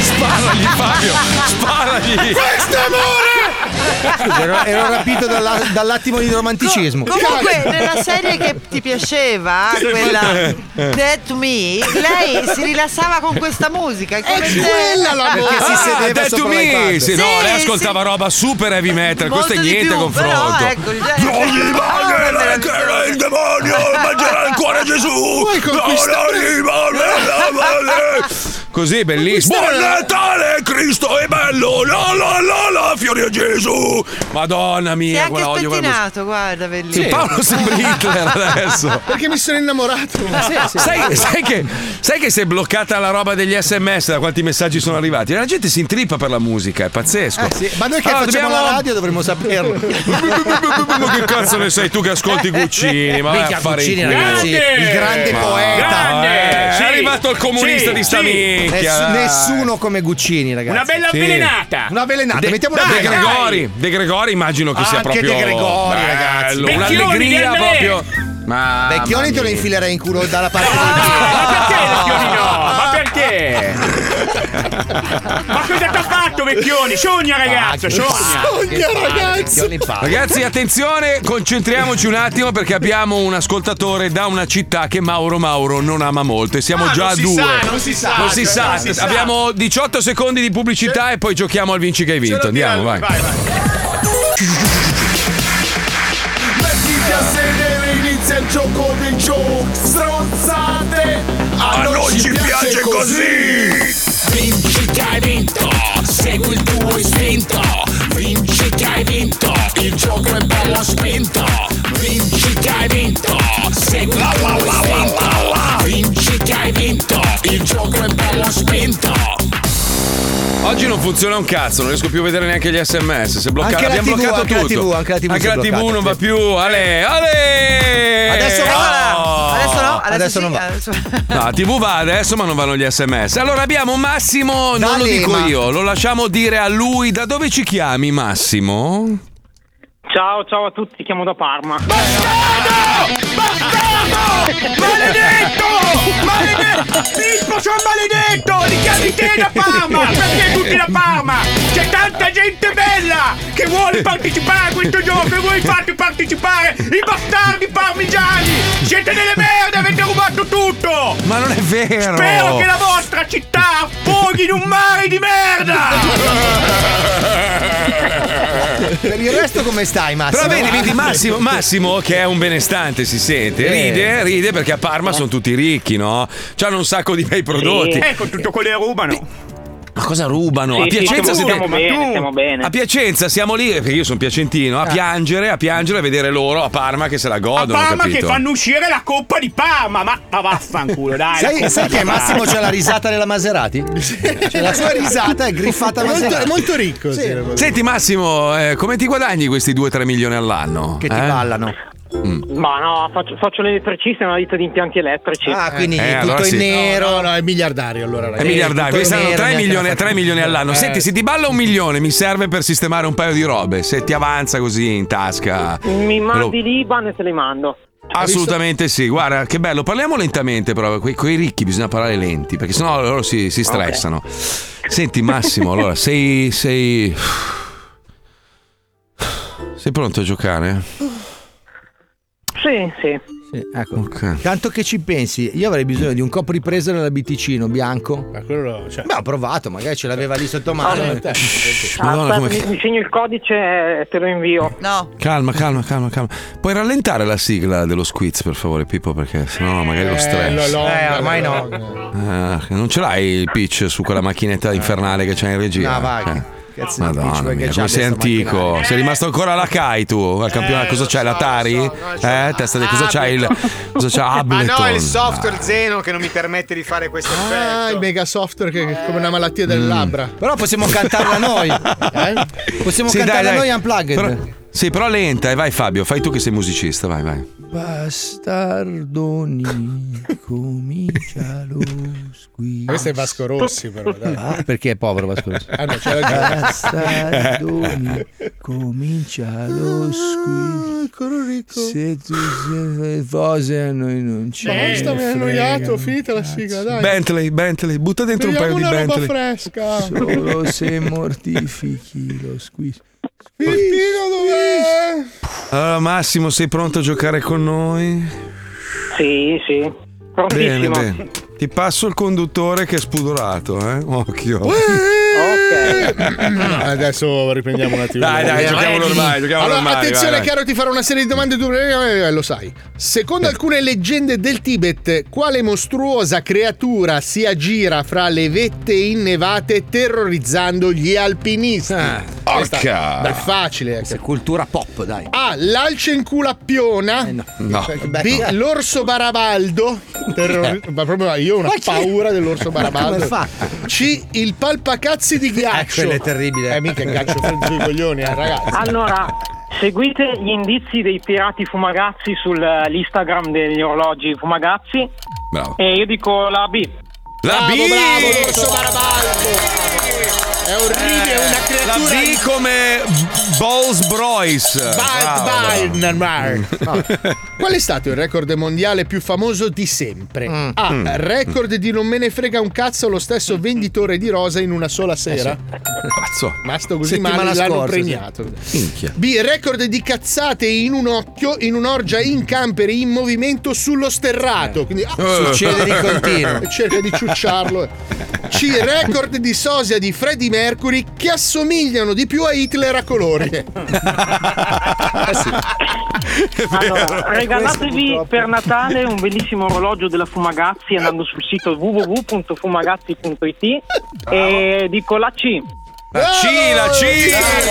[SPEAKER 2] Sparagli Fabio, sparagli!
[SPEAKER 4] Questo è
[SPEAKER 3] Scusa, ero, ero rapito dalla- dall'attimo di romanticismo.
[SPEAKER 9] Comunque, nella serie che ti piaceva, quella
[SPEAKER 3] Eh,
[SPEAKER 9] That Me, lei si rilassava con questa musica. È
[SPEAKER 4] quella la
[SPEAKER 2] Perché si sedeva ah, sopra me. Sì, no, lei ascoltava roba super heavy metal,
[SPEAKER 9] Molto
[SPEAKER 2] questo è
[SPEAKER 9] di
[SPEAKER 2] niente
[SPEAKER 9] più,
[SPEAKER 2] a confronto.
[SPEAKER 9] però, ecco, il
[SPEAKER 2] non gli mangerà che era il demonio, mangerà il cuore Gesù. No, non gli mangerà male. Così bellissimo. Buon Natale, Cristo è bello. La la la la, fiori a Gesù. Madonna
[SPEAKER 9] Si è
[SPEAKER 2] mia,
[SPEAKER 9] anche
[SPEAKER 2] quella odio quella musica.
[SPEAKER 9] spettinato, guarda, bellissimo.
[SPEAKER 2] Sì, Paolo sembra Hitler adesso.
[SPEAKER 6] Perché mi sono innamorato!
[SPEAKER 3] Ah,
[SPEAKER 2] Sai, Eh, sai che, sai che si è bloccata la roba degli sms da quanti messaggi sono arrivati? La gente si intrippa per la musica, è pazzesco.
[SPEAKER 3] Eh, sì, Ma noi che
[SPEAKER 2] Allora,
[SPEAKER 3] facciamo
[SPEAKER 2] dobbiamo-
[SPEAKER 3] la radio dovremmo saperlo.
[SPEAKER 2] Ma che cazzo ne sai tu che ascolti Guccini? Ma vai
[SPEAKER 3] Eh. Minchia,
[SPEAKER 2] a fare
[SPEAKER 3] Guccini,
[SPEAKER 2] in culo.
[SPEAKER 3] ragazzi, il grande
[SPEAKER 2] Ma-
[SPEAKER 3] poeta. Eh,
[SPEAKER 2] Grande!
[SPEAKER 3] Sì,
[SPEAKER 2] è arrivato il comunista
[SPEAKER 3] sì,
[SPEAKER 2] di sta
[SPEAKER 3] sì.
[SPEAKER 2] minchia.
[SPEAKER 3] Ness- nessuno come Guccini, ragazzi.
[SPEAKER 2] Una bella Sì. avvelenata.
[SPEAKER 3] Una avvelenata.
[SPEAKER 2] De,
[SPEAKER 3] Mettiamo una
[SPEAKER 2] De
[SPEAKER 3] avvelenata.
[SPEAKER 2] Gregori, De Gregori immagino che sia
[SPEAKER 3] Anche
[SPEAKER 2] proprio
[SPEAKER 3] De Gregori,
[SPEAKER 2] bello,
[SPEAKER 3] ragazzi. Vecchioni,
[SPEAKER 2] un'allegria
[SPEAKER 3] vieni a me.
[SPEAKER 2] proprio. Ma
[SPEAKER 3] Vecchioni te lo infilerei in culo dalla parte
[SPEAKER 2] Ma perché
[SPEAKER 11] Vecchioni no? Ma perché? Ma cosa ti ha fatto, vecchioni? Sogna,
[SPEAKER 4] Ah,
[SPEAKER 11] ragazzo, Ah, sogna.
[SPEAKER 2] Ragazzi, attenzione, concentriamoci un attimo perché abbiamo un ascoltatore da una città che Mauro Mauro non ama molto e siamo
[SPEAKER 4] Ah,
[SPEAKER 2] già
[SPEAKER 4] non
[SPEAKER 2] a
[SPEAKER 4] si
[SPEAKER 2] due.
[SPEAKER 4] sa, non si sa,
[SPEAKER 2] Non si
[SPEAKER 4] cioè,
[SPEAKER 2] sa.
[SPEAKER 4] non si sa.
[SPEAKER 2] abbiamo 18 secondi di pubblicità e poi giochiamo al vinci che hai vinto. Andiamo, vai.
[SPEAKER 4] Mettiti a sedere, inizia il gioco del gioco. Stronzate!
[SPEAKER 22] A noi ci piace così.
[SPEAKER 4] Vinci che hai vinto, segui il tuo istinto. Vinci che hai vinto, il gioco è bello spinto. Vinci che hai vinto, segui il tuo istinto. Vinci che hai vinto, il gioco è bello spinto.
[SPEAKER 2] Oggi non funziona un cazzo, non riesco più a vedere neanche gli sms. Si è bloccato,
[SPEAKER 3] Anche la
[SPEAKER 2] abbiamo
[SPEAKER 3] TV,
[SPEAKER 2] bloccato
[SPEAKER 3] anche la
[SPEAKER 2] tutto.
[SPEAKER 3] TV, anche la TV si è bloccata,
[SPEAKER 2] non va più. Ale, ale! Oh!
[SPEAKER 5] Adesso va! Adesso no, adesso,
[SPEAKER 2] Adesso
[SPEAKER 5] sì, Eh,
[SPEAKER 2] non va.
[SPEAKER 5] adesso-
[SPEAKER 2] No, la TV va adesso, ma non vanno gli sms. Allora abbiamo Massimo, non lo dico
[SPEAKER 9] D'Alema.
[SPEAKER 2] io, lo lasciamo dire a lui. Da dove ci chiami, Massimo?
[SPEAKER 9] Ciao, ciao a tutti, chiamo da Parma.
[SPEAKER 4] Maledetto! Maledetto!
[SPEAKER 11] ah.
[SPEAKER 4] Pippo, sono maledetto! Li chiami te da Parma! Perché tutti da Parma? C'è tanta gente bella che vuole partecipare a questo gioco e voi fate partecipare i bastardi parmigiani! Siete delle merde, avete rubato tutto!
[SPEAKER 2] Ma non è vero!
[SPEAKER 4] Spero che la vostra città affoghi in un mare di merda!
[SPEAKER 3] Per il resto come stai, Massimo?
[SPEAKER 2] Però vedi, vedi Massimo, Massimo, che è un benestante, si sente,
[SPEAKER 3] Eh.
[SPEAKER 2] ride, ride perché a Parma sono tutti ricchi, no? C'hanno un sacco di bei prodotti.
[SPEAKER 11] Ecco, tutto quello che rubano.
[SPEAKER 2] Ma cosa rubano?
[SPEAKER 11] Sì,
[SPEAKER 2] a
[SPEAKER 11] sì,
[SPEAKER 2] Piacenza siete-
[SPEAKER 11] siamo- siamo bene,
[SPEAKER 2] Ma tu-
[SPEAKER 11] siamo bene. Ah.
[SPEAKER 2] A Piacenza siamo lì, perché io sono piacentino, a piangere, a piangere, a vedere loro a Parma che se la godono.
[SPEAKER 11] Parma che
[SPEAKER 2] capito?
[SPEAKER 11] fanno uscire la coppa di Parma, ma, ma vaffanculo, dai. la Coppa
[SPEAKER 3] Sai, sai
[SPEAKER 11] di
[SPEAKER 3] che
[SPEAKER 11] Parma.
[SPEAKER 3] Massimo c'ha la risata della Maserati? C'è la sua risata è griffata
[SPEAKER 6] Molto-
[SPEAKER 3] Maserati.
[SPEAKER 6] è molto ricco, sì.
[SPEAKER 2] Senti Massimo, eh, come ti guadagni questi 2-3 milioni all'anno? Eh? Che
[SPEAKER 3] ti ballano.
[SPEAKER 9] Ma no, faccio, faccio l'elettricista e una ditta di impianti elettrici.
[SPEAKER 3] Ah, quindi
[SPEAKER 2] Eh,
[SPEAKER 3] tutto
[SPEAKER 2] allora
[SPEAKER 3] in
[SPEAKER 2] sì.
[SPEAKER 3] nero.
[SPEAKER 6] No, no, è miliardario allora,
[SPEAKER 2] È
[SPEAKER 6] ragazzi.
[SPEAKER 2] miliardario, questi hanno 3 milioni, 3 milioni all'anno.
[SPEAKER 6] Eh.
[SPEAKER 2] Senti, se ti balla un milione mi serve per sistemare un paio di robe. Se ti avanza così in tasca.
[SPEAKER 9] Mi
[SPEAKER 2] me lo-
[SPEAKER 9] mandi l'Iban e te li mando.
[SPEAKER 2] Assolutamente sì, guarda che bello, parliamo lentamente però, con i ricchi bisogna parlare lenti perché sennò loro si, si stressano. Senti Massimo, allora sei, sei... Sei pronto a giocare?
[SPEAKER 9] Sì, sì.
[SPEAKER 3] Sì, ecco. Tanto che ci pensi, io avrei bisogno di un copo ripreso nella BTCino bianco. Ma quello
[SPEAKER 6] cioè.
[SPEAKER 3] Beh, ho provato, magari ce l'aveva lì sotto mano.
[SPEAKER 9] Allora.
[SPEAKER 2] Madonna,
[SPEAKER 9] Ah, Aspetta,
[SPEAKER 2] come
[SPEAKER 9] mi, mi segno il codice e te lo invio.
[SPEAKER 5] No.
[SPEAKER 2] Calma, calma, calma, calma. Puoi rallentare la sigla dello squiz per favore Pippo perché sennò magari
[SPEAKER 3] Eh,
[SPEAKER 2] lo stress.
[SPEAKER 3] ormai no.
[SPEAKER 2] Ah, non ce l'hai il pitch su quella macchinetta infernale che c'è in regia?
[SPEAKER 3] Eh. No, vai.
[SPEAKER 2] Eh.
[SPEAKER 3] Cazzo di
[SPEAKER 2] Madonna
[SPEAKER 3] pitch, perché
[SPEAKER 2] mia,
[SPEAKER 3] c'ha
[SPEAKER 2] come sei
[SPEAKER 3] questa
[SPEAKER 2] antico. Sei rimasto ancora alla CAI tu, al campionato. cosa c'hai? L'Atari? eh, testa di
[SPEAKER 3] Ah,
[SPEAKER 2] cosa c'hai?
[SPEAKER 3] ecco.
[SPEAKER 2] Il, cosa c'ha?
[SPEAKER 25] Ma
[SPEAKER 2] Ableton.
[SPEAKER 25] no, è il software Zeno che non mi permette di fare questo
[SPEAKER 6] Ah, il mega software che è come una malattia
[SPEAKER 2] Mm.
[SPEAKER 6] delle labbra.
[SPEAKER 3] Però possiamo cantarla noi. Eh? Possiamo
[SPEAKER 2] Sì,
[SPEAKER 3] cantarla
[SPEAKER 2] dai, dai.
[SPEAKER 3] noi unplugged.
[SPEAKER 2] Però- sì, però lenta, e vai Fabio, fai tu che sei musicista, vai, vai.
[SPEAKER 3] Bastardoni, comincia lo squillo.
[SPEAKER 6] Questo è Vasco Rossi, però, dai.
[SPEAKER 3] Ah, perché è povero Vasco Rossi.
[SPEAKER 6] Ah, no, c'è ragione.
[SPEAKER 3] Bastardoni, comincia lo
[SPEAKER 2] Ah,
[SPEAKER 3] squillo. Se tu sei cose a noi non ci
[SPEAKER 6] Basta, mi ha annoiato, finita la sigla, dai.
[SPEAKER 2] Bentley, Bentley, butta dentro un
[SPEAKER 6] Vediamo
[SPEAKER 2] paio di
[SPEAKER 6] una roba
[SPEAKER 2] Bentley.
[SPEAKER 6] fresca.
[SPEAKER 3] Solo se mortifichi lo squillo.
[SPEAKER 6] Pippino dov'è?
[SPEAKER 2] Allora, Massimo, sei pronto a giocare con noi?
[SPEAKER 9] Sì, sì.
[SPEAKER 2] Bene,
[SPEAKER 9] Prontissimo.
[SPEAKER 2] bene. Ti passo il conduttore che è spudorato, eh? Occhio.
[SPEAKER 6] Ah, Adesso riprendiamo un attimo.
[SPEAKER 2] Dai, dai, giochiamo normale, giochiamo
[SPEAKER 6] allora,
[SPEAKER 2] normale,
[SPEAKER 6] Attenzione,
[SPEAKER 2] vai, vai.
[SPEAKER 6] caro, ti farò una serie di domande. Tu eh, lo sai. Secondo alcune leggende del Tibet, quale mostruosa creatura si aggira fra le vette innevate terrorizzando gli alpinisti?
[SPEAKER 2] Ah,
[SPEAKER 6] Questa-
[SPEAKER 3] porca.
[SPEAKER 6] Beh, È facile. ecco.
[SPEAKER 3] eh, Cultura pop, dai.
[SPEAKER 6] A.
[SPEAKER 3] Eh
[SPEAKER 6] L'alcenculapiona.
[SPEAKER 2] No.
[SPEAKER 3] Cioè,
[SPEAKER 2] Eh.
[SPEAKER 6] B. L'orso barabaldo. Terror- Ma proprio io ho una paura dell'orso barabaldo.
[SPEAKER 3] Come fa?
[SPEAKER 6] C. Il palpacazzi di ghiaccio.
[SPEAKER 3] quello è terribile.
[SPEAKER 6] Eh, mica il ghiaccio freddo sui coglioni, eh, ragazzi.
[SPEAKER 9] Allora, seguite gli indizi dei pirati fumagazzi sull'Instagram degli orologi fumagazzi.
[SPEAKER 2] Bravo.
[SPEAKER 9] E io dico la B.
[SPEAKER 2] La
[SPEAKER 6] Bravo,
[SPEAKER 2] B!
[SPEAKER 6] bravo, l'orso barabaldo. È orribile, è una
[SPEAKER 2] La
[SPEAKER 6] creatura.
[SPEAKER 2] B come Bowls Brois. Bravo, bravo. Mm.
[SPEAKER 6] Qual è stato il record mondiale più famoso di sempre? A.
[SPEAKER 2] Mm.
[SPEAKER 6] Record di non me ne frega un cazzo lo stesso venditore di rosa in una sola sera.
[SPEAKER 2] Eh Cazzo.
[SPEAKER 6] Rimasto così
[SPEAKER 2] Settimana
[SPEAKER 6] male, l'hanno
[SPEAKER 2] scorsa, sì.
[SPEAKER 6] premiato.
[SPEAKER 2] Minchia.
[SPEAKER 6] B. Record di cazzate in un occhio, in un'orgia in camperi in movimento sullo sterrato. Quindi ah,
[SPEAKER 2] Eh. Succede di continuo.
[SPEAKER 6] E cerca di ciucciarlo. C. Record di sosia di Freddie Mercury che assomigliano di più a Hitler a colori.
[SPEAKER 26] Allora, regalatevi per Natale un bellissimo orologio della Fumagazzi andando sul sito www.fumagazzi.it e dico la C.
[SPEAKER 2] La C, la C!
[SPEAKER 26] Bravo,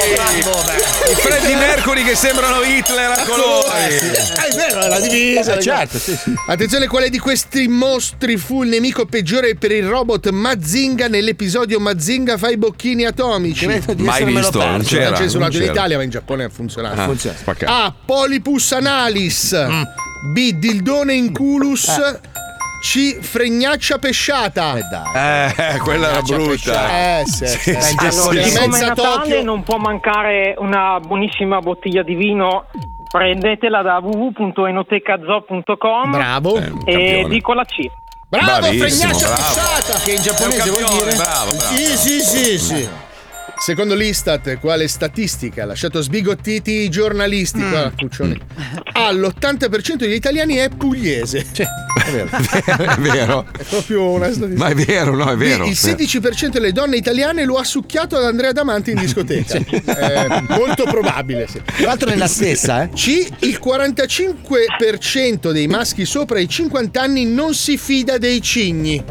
[SPEAKER 2] I Freddy Mercury che sembrano Hitler a colori.
[SPEAKER 6] Eh, Ah, È vero, la
[SPEAKER 2] Eh,
[SPEAKER 6] divisa, certo. Attenzione, quale di questi mostri fu il nemico peggiore per il robot Mazinga nell'episodio Mazinga fa i bocchini atomici?
[SPEAKER 2] Credo di Mai essermelo visto, perso. non c'era,
[SPEAKER 6] L'ha censurato in
[SPEAKER 2] non c'era.
[SPEAKER 6] Italia, ma in Giappone ha funzionato.
[SPEAKER 2] Ah, Mm.
[SPEAKER 6] Funziona.
[SPEAKER 2] spaccato.
[SPEAKER 6] A. Polypus analis. B. Dildone inculus. C. Fregnaccia pesciata.
[SPEAKER 2] Eh, quella era brutta.
[SPEAKER 6] Eh, sì, sì.
[SPEAKER 2] sì,
[SPEAKER 26] Allora,
[SPEAKER 2] sì.
[SPEAKER 26] come
[SPEAKER 6] Mezza
[SPEAKER 26] Natale
[SPEAKER 6] Tokyo.
[SPEAKER 26] non può mancare una buonissima bottiglia di vino. Prendetela da www.enotecazoo.com
[SPEAKER 6] Bravo.
[SPEAKER 26] e
[SPEAKER 6] campione.
[SPEAKER 26] dico la C.
[SPEAKER 6] Bravo,
[SPEAKER 2] Eh, Bravissimo,
[SPEAKER 6] fregnaccia
[SPEAKER 2] bravo.
[SPEAKER 6] pesciata. Che in
[SPEAKER 2] È
[SPEAKER 6] giapponese
[SPEAKER 2] un
[SPEAKER 6] vuol
[SPEAKER 2] campione,
[SPEAKER 6] dire.
[SPEAKER 2] bravo, bravo.
[SPEAKER 6] Sì, sì, sì, sì. Secondo l'Istat, quale statistica ha lasciato sbigottiti i giornalisti?
[SPEAKER 3] Mm.
[SPEAKER 6] Guarda, Cuccioni. Ah, l'80% degli italiani è pugliese. Cioè, è vero.
[SPEAKER 2] È vero.
[SPEAKER 6] È proprio una statistica.
[SPEAKER 2] Ma è vero, no, è vero.
[SPEAKER 6] Il 16% delle donne italiane lo ha succhiato ad Andrea Damanti in discoteca. Eh, molto probabile, sì.
[SPEAKER 3] Tra l'altro nella stessa, eh.
[SPEAKER 6] C. Il 45% dei maschi sopra i 50 anni non si fida dei cigni.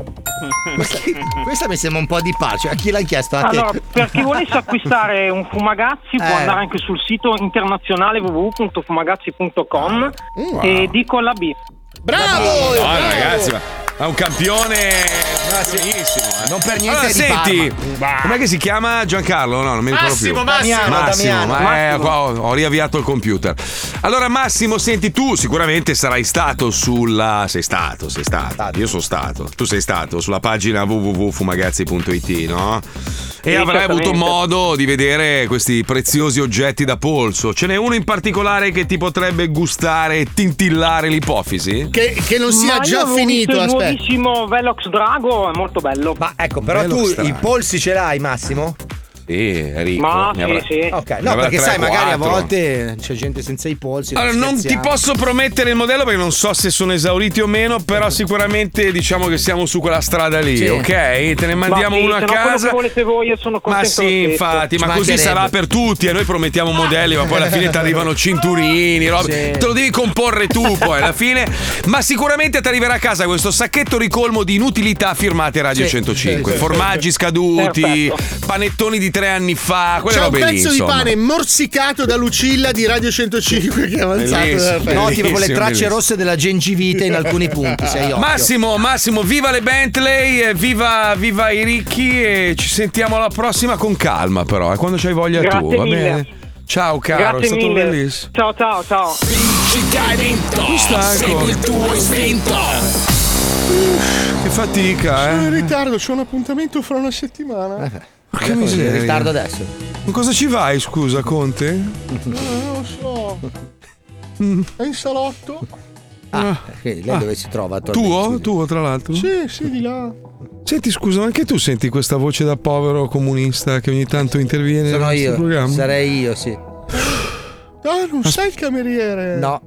[SPEAKER 3] Ma chi- Questa mi sembra un po' di pace. A chi l'ha chiesto? A te.
[SPEAKER 26] Allora, Ah, per chi volesse acquistare un Fumagazzi può
[SPEAKER 3] Eh.
[SPEAKER 26] andare anche sul sito internazionale www.fumagazzi.com
[SPEAKER 2] Mm, Wow.
[SPEAKER 26] e dico la B.
[SPEAKER 6] Ah. Bravo!
[SPEAKER 2] No, ragazzi, ma è un campione. Bravissimo. Non per
[SPEAKER 26] niente
[SPEAKER 2] Allora,
[SPEAKER 26] è di
[SPEAKER 2] senti, com'è che si chiama Giancarlo? No, non mi ricordo
[SPEAKER 6] Massimo,
[SPEAKER 2] più.
[SPEAKER 6] Massimo. Damiano,
[SPEAKER 2] Massimo,
[SPEAKER 6] Damiano.
[SPEAKER 2] ma eh,
[SPEAKER 6] Massimo.
[SPEAKER 2] qua ho, ho riavviato il computer. Allora, Massimo, senti, tu sicuramente sarai stato sulla. Sei stato, sei stato. Io sono stato. Tu sei stato sulla pagina www.fumagazzi.it, no? E
[SPEAKER 4] Eh,
[SPEAKER 10] Sì,
[SPEAKER 2] avrai avuto
[SPEAKER 10] certamente.
[SPEAKER 2] modo di vedere questi preziosi oggetti da polso. Ce n'è uno in particolare che ti potrebbe gustare e tintillare l'ipofisi?
[SPEAKER 6] Che, che non sia
[SPEAKER 26] Ma io
[SPEAKER 6] già
[SPEAKER 26] avevo
[SPEAKER 6] finito,
[SPEAKER 26] visto il
[SPEAKER 6] aspetta.
[SPEAKER 26] nuovissimo Velox Drago è molto bello. Ma ecco,
[SPEAKER 2] però Bello tu strano. i
[SPEAKER 26] polsi ce l'hai, Massimo?
[SPEAKER 2] Sì, è ricco.
[SPEAKER 26] Ma
[SPEAKER 2] ne
[SPEAKER 26] sì,
[SPEAKER 2] avrà-
[SPEAKER 26] sì.
[SPEAKER 2] Ok,
[SPEAKER 27] No, perché sai, magari a
[SPEAKER 2] volte
[SPEAKER 27] volte c'è gente senza i polsi.
[SPEAKER 2] Allora, non ti
[SPEAKER 27] scherziamo.
[SPEAKER 2] posso promettere il modello perché non so se sono esauriti o meno, però sicuramente diciamo che siamo su quella strada lì,
[SPEAKER 26] Sì.
[SPEAKER 2] ok? Te ne mandiamo
[SPEAKER 26] Ma sì,
[SPEAKER 2] uno a
[SPEAKER 26] se no quello
[SPEAKER 2] casa.
[SPEAKER 26] che volete voi, io sono
[SPEAKER 2] Ma
[SPEAKER 26] contento. lo
[SPEAKER 2] sì,
[SPEAKER 26] stesso.
[SPEAKER 2] infatti, ma così sarà per tutti e noi
[SPEAKER 26] Ah.
[SPEAKER 2] promettiamo modelli, ma poi alla fine ti arrivano cinturini, robe.
[SPEAKER 10] Sì.
[SPEAKER 2] Te lo devi comporre tu poi alla fine. Ma sicuramente ti arriverà a casa questo sacchetto ricolmo di inutilità firmate Radio
[SPEAKER 10] Sì.
[SPEAKER 2] 105.
[SPEAKER 10] Sì, sì.
[SPEAKER 2] Formaggi scaduti,
[SPEAKER 10] Perfetto.
[SPEAKER 2] panettoni di tre anni fa, quelle
[SPEAKER 6] C'è un
[SPEAKER 2] robe lì.
[SPEAKER 6] pezzo di
[SPEAKER 2] insomma.
[SPEAKER 6] pane morsicato da Lucilla di Radio 105 che è avanzato.
[SPEAKER 2] Bellissimo,
[SPEAKER 6] dalla
[SPEAKER 2] bellissimo.
[SPEAKER 6] festa.
[SPEAKER 3] No, tipo le tracce
[SPEAKER 2] bellissimo.
[SPEAKER 3] rosse della gengivite in alcuni punti. Sei occhio.
[SPEAKER 2] Massimo, Massimo, viva le Bentley, eh, viva, viva i ricchi e ci sentiamo alla prossima con calma però, eh, quando c'hai voglia
[SPEAKER 26] Grazie
[SPEAKER 2] tu, va
[SPEAKER 26] mille.
[SPEAKER 2] bene? Ciao caro, è
[SPEAKER 26] Grazie
[SPEAKER 2] stato
[SPEAKER 26] mille.
[SPEAKER 2] bellissimo.
[SPEAKER 26] Ciao, ciao, ciao. Vinci che hai vinto.
[SPEAKER 2] Segui il
[SPEAKER 26] tuo istinto.
[SPEAKER 2] Che fatica,
[SPEAKER 6] Sono in
[SPEAKER 2] eh.
[SPEAKER 6] ritardo, c'ho un appuntamento fra una settimana.
[SPEAKER 3] Eh.
[SPEAKER 2] Che miseria.
[SPEAKER 3] In ritardo adesso.
[SPEAKER 2] Ma cosa ci vai, scusa, Conte?
[SPEAKER 6] Eh, non lo so. È in salotto.
[SPEAKER 3] Ah, quindi lei dove si trova? attualmente?
[SPEAKER 2] Tuo? Tuo, tra l'altro?
[SPEAKER 6] Sì, sì, di là.
[SPEAKER 2] Senti, scusa, ma anche tu senti questa voce da povero comunista che ogni tanto interviene
[SPEAKER 3] Sono
[SPEAKER 2] nel nostro
[SPEAKER 3] io.
[SPEAKER 2] programma?
[SPEAKER 3] Sarei io, sì.
[SPEAKER 6] Ah, non sei il cameriere.
[SPEAKER 3] No.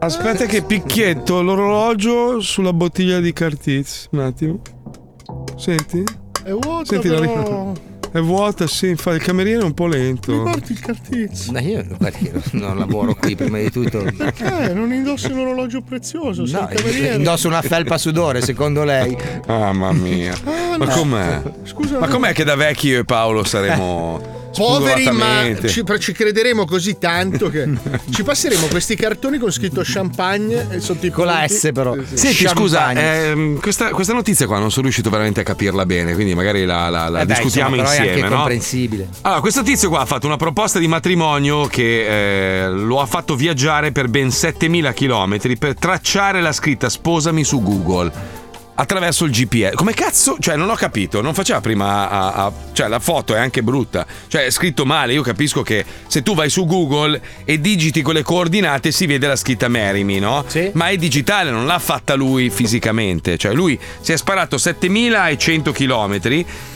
[SPEAKER 2] Aspetta che picchietto l'orologio sulla bottiglia di Cartiz. Un attimo. Senti?
[SPEAKER 6] È vuoto,
[SPEAKER 2] Senti la
[SPEAKER 6] però.
[SPEAKER 2] È vuota, sì, infatti il cameriere è un po'
[SPEAKER 6] Mi
[SPEAKER 2] lento.
[SPEAKER 6] porti il cartizzo.
[SPEAKER 3] Ma io guarda, io non lavoro qui prima di tutto.
[SPEAKER 6] Eh, non indossi un orologio prezioso, sei il cameriere.
[SPEAKER 3] Indosso una felpa a sudore, secondo lei.
[SPEAKER 2] Ah, mamma mia.
[SPEAKER 6] Ah,
[SPEAKER 2] Ma
[SPEAKER 6] no.
[SPEAKER 2] com'è?
[SPEAKER 6] Scusa,
[SPEAKER 2] Ma
[SPEAKER 6] no.
[SPEAKER 2] com'è che da vecchi io e Paolo saremo
[SPEAKER 6] Poveri, ma
[SPEAKER 2] spudoratamente?
[SPEAKER 6] ci, però ci crederemo così tanto che ci passeremo questi cartoni con scritto champagne e sotto i Con la S, però.
[SPEAKER 2] Senti, scusa, ehm, questa, questa notizia qua non sono riuscito veramente a capirla bene, quindi magari la, la- la
[SPEAKER 3] Eh, dai,
[SPEAKER 2] discutiamo
[SPEAKER 3] insomma, però
[SPEAKER 2] insieme.
[SPEAKER 3] È anche
[SPEAKER 2] no?
[SPEAKER 3] comprensibile.
[SPEAKER 2] Allora, questo tizio qua ha fatto una proposta di matrimonio che eh, lo ha fatto viaggiare per ben 7000 km per tracciare la scritta sposami su Google. attraverso il GPS. Come cazzo? Cioè, non ho capito, non faceva prima a, a- cioè la foto è anche brutta. Cioè, è scritto male, io capisco che se tu vai su Google e digiti quelle coordinate si vede la scritta Merimi, no? Ma è digitale, non l'ha fatta lui fisicamente, cioè lui si è sparato 7100 km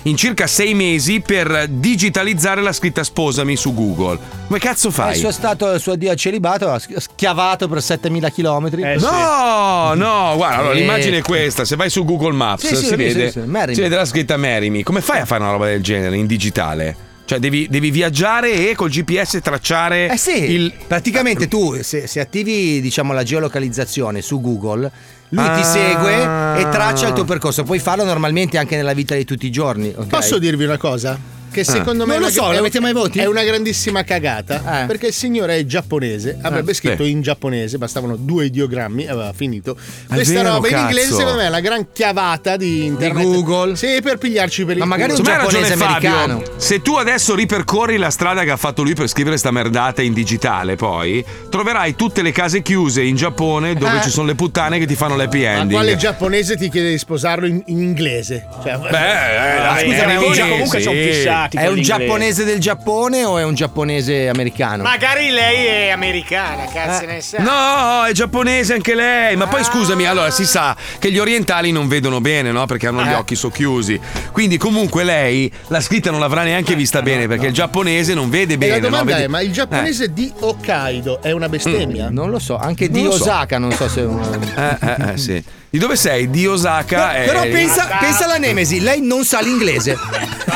[SPEAKER 2] in circa 6 mesi per digitalizzare la scritta sposami su Google. Come cazzo fai?
[SPEAKER 3] Il suo stato, il suo addio a celibato ha sch- schiavato per 7000 km.
[SPEAKER 2] Eh, No, no, guarda, allora,
[SPEAKER 3] Eh.
[SPEAKER 2] l'immagine è questa. Se vai su Google Maps
[SPEAKER 3] Sì, sì,
[SPEAKER 2] si,
[SPEAKER 3] ho visto,
[SPEAKER 2] vede,
[SPEAKER 3] ho visto, Marry
[SPEAKER 2] si
[SPEAKER 3] Me.
[SPEAKER 2] vede la scritta Marry Me. Come fai a fare una roba del genere in digitale? Cioè, devi, devi viaggiare e col GPS tracciare.
[SPEAKER 3] Eh sì,
[SPEAKER 2] il-
[SPEAKER 3] praticamente tu se, se attivi diciamo la geolocalizzazione su Google, lui
[SPEAKER 2] Ah.
[SPEAKER 3] ti segue e traccia il tuo percorso. Puoi farlo normalmente anche nella vita di tutti i giorni. ok? Ah.
[SPEAKER 6] Posso dirvi una cosa? Che
[SPEAKER 2] Ah.
[SPEAKER 6] secondo
[SPEAKER 3] non
[SPEAKER 6] me è
[SPEAKER 3] lo
[SPEAKER 6] una-
[SPEAKER 3] so,
[SPEAKER 6] è,
[SPEAKER 3] lo mettiamo ai voti.
[SPEAKER 6] è una grandissima cagata. Perché il signore è giapponese, avrebbe
[SPEAKER 2] Ah,
[SPEAKER 3] Eh.
[SPEAKER 6] scritto
[SPEAKER 3] Sì.
[SPEAKER 6] in giapponese, bastavano due ideogrammi, aveva finito.
[SPEAKER 3] È
[SPEAKER 6] Questa
[SPEAKER 3] vero,
[SPEAKER 6] roba in
[SPEAKER 3] cazzo.
[SPEAKER 6] inglese, secondo me, è una gran chiavata di internet. Google. Sì, per pigliarci per il culo.
[SPEAKER 2] Secondo me ha ragione Fabio. Se tu adesso ripercorri la strada che ha fatto lui per scrivere sta merdata in digitale, poi troverai tutte le case chiuse in Giappone dove
[SPEAKER 6] Eh.
[SPEAKER 2] ci sono le puttane che ti fanno l'happy
[SPEAKER 6] Ma
[SPEAKER 2] ending.
[SPEAKER 6] quale giapponese ti chiede di sposarlo in, in inglese? Cioè,
[SPEAKER 2] Beh, eh, dai,
[SPEAKER 6] scusa,
[SPEAKER 2] eh,
[SPEAKER 6] ma
[SPEAKER 2] i
[SPEAKER 6] voi
[SPEAKER 2] giapponesi
[SPEAKER 6] comunque sono fissati.
[SPEAKER 3] È
[SPEAKER 6] con
[SPEAKER 3] un
[SPEAKER 6] l'inglese.
[SPEAKER 3] giapponese del Giappone o è un giapponese americano?
[SPEAKER 11] Magari lei è americana,
[SPEAKER 3] Eh.
[SPEAKER 11] cazzo ne sa.
[SPEAKER 2] No, è giapponese anche lei. Ma
[SPEAKER 6] Ah.
[SPEAKER 2] poi scusami, allora si sa che gli orientali non vedono bene, no? Perché hanno
[SPEAKER 6] Eh.
[SPEAKER 2] gli occhi socchiusi. Quindi, comunque, lei la scritta non l'avrà
[SPEAKER 6] Eh,
[SPEAKER 2] neanche vista bene perché il giapponese non vede
[SPEAKER 6] E
[SPEAKER 2] bene.
[SPEAKER 6] la domanda
[SPEAKER 2] no? Eh. Vede-
[SPEAKER 6] è: ma il giapponese di Hokkaido è una bestemmia?
[SPEAKER 3] Mm, Non lo so, anche di
[SPEAKER 6] Non lo so.
[SPEAKER 3] Osaka, non so se è un.
[SPEAKER 2] Eh, eh, eh, sì. Di dove sei? Di Osaka.
[SPEAKER 3] Però- però
[SPEAKER 2] eh,
[SPEAKER 3] pensa, pensa alla Nemesi, lei non sa l'inglese.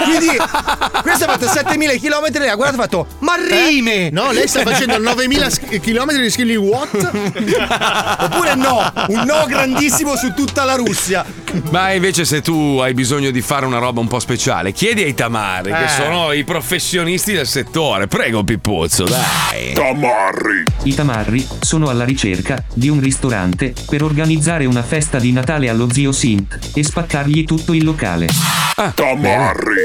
[SPEAKER 3] Quindi, questa ha fatto 7000 km lei ha guardato e ha fatto ma rime!
[SPEAKER 6] Eh? No, lei sta facendo 9000 km di schilli what?
[SPEAKER 3] Oppure no, un no grandissimo su tutta la Russia.
[SPEAKER 2] Ma invece, se tu hai bisogno di fare una roba un po' speciale, chiedi ai Tamari,
[SPEAKER 28] Eh.
[SPEAKER 2] che sono i professionisti del settore. Prego, Pippuzzo, dai.
[SPEAKER 4] Tamarri.
[SPEAKER 19] I Tamarri sono alla ricerca di un ristorante per organizzare una festa di Natale allo zio Sint e spaccargli tutto il locale.
[SPEAKER 4] Tamarri.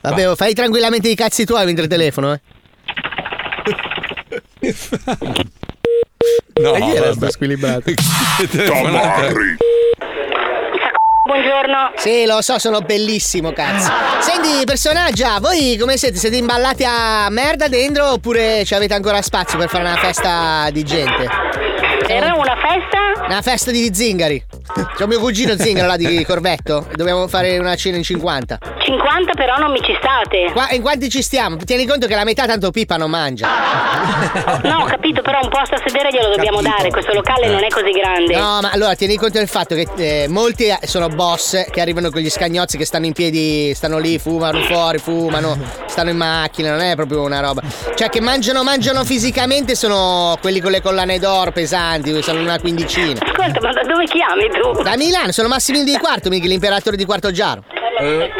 [SPEAKER 12] Vabbè, oh, fai tranquillamente i cazzi tuoi mentre telefono, eh.
[SPEAKER 2] No,
[SPEAKER 12] chi era
[SPEAKER 6] sta
[SPEAKER 12] squilibrato?
[SPEAKER 4] Tamarri.
[SPEAKER 12] Buongiorno. Sì, lo so, sono bellissimo, cazzo. Senti, personaggia, voi come siete? Siete imballati a merda dentro oppure ci avete ancora spazio per fare una festa di gente?
[SPEAKER 5] Era una
[SPEAKER 12] festa? Una festa di zingari. C'è un mio cugino zingaro là di Corvetto. Dobbiamo fare una cena in 50.
[SPEAKER 5] 50 però non mi ci state.
[SPEAKER 12] Qua, in quanti ci stiamo? Tieni conto che la metà tanto Pippa non mangia.
[SPEAKER 5] No, ho capito, però un posto a sedere glielo dobbiamo
[SPEAKER 12] Capito.
[SPEAKER 5] dare, questo locale non è così grande.
[SPEAKER 12] No, ma allora tieni conto del fatto che eh, molti eh, sono boss che arrivano con gli scagnozzi che stanno in piedi, stanno lì, fumano fuori, fumano, stanno in macchina, non è proprio una roba. Cioè che mangiano, mangiano fisicamente sono quelli con le collane d'oro pesanti, sono una quindicina.
[SPEAKER 5] Ascolta, ma da dove chiami tu?
[SPEAKER 12] Da Milano, sono Massimino di Quarto, mica l'imperatore di Quarto Giaro.
[SPEAKER 5] Eh.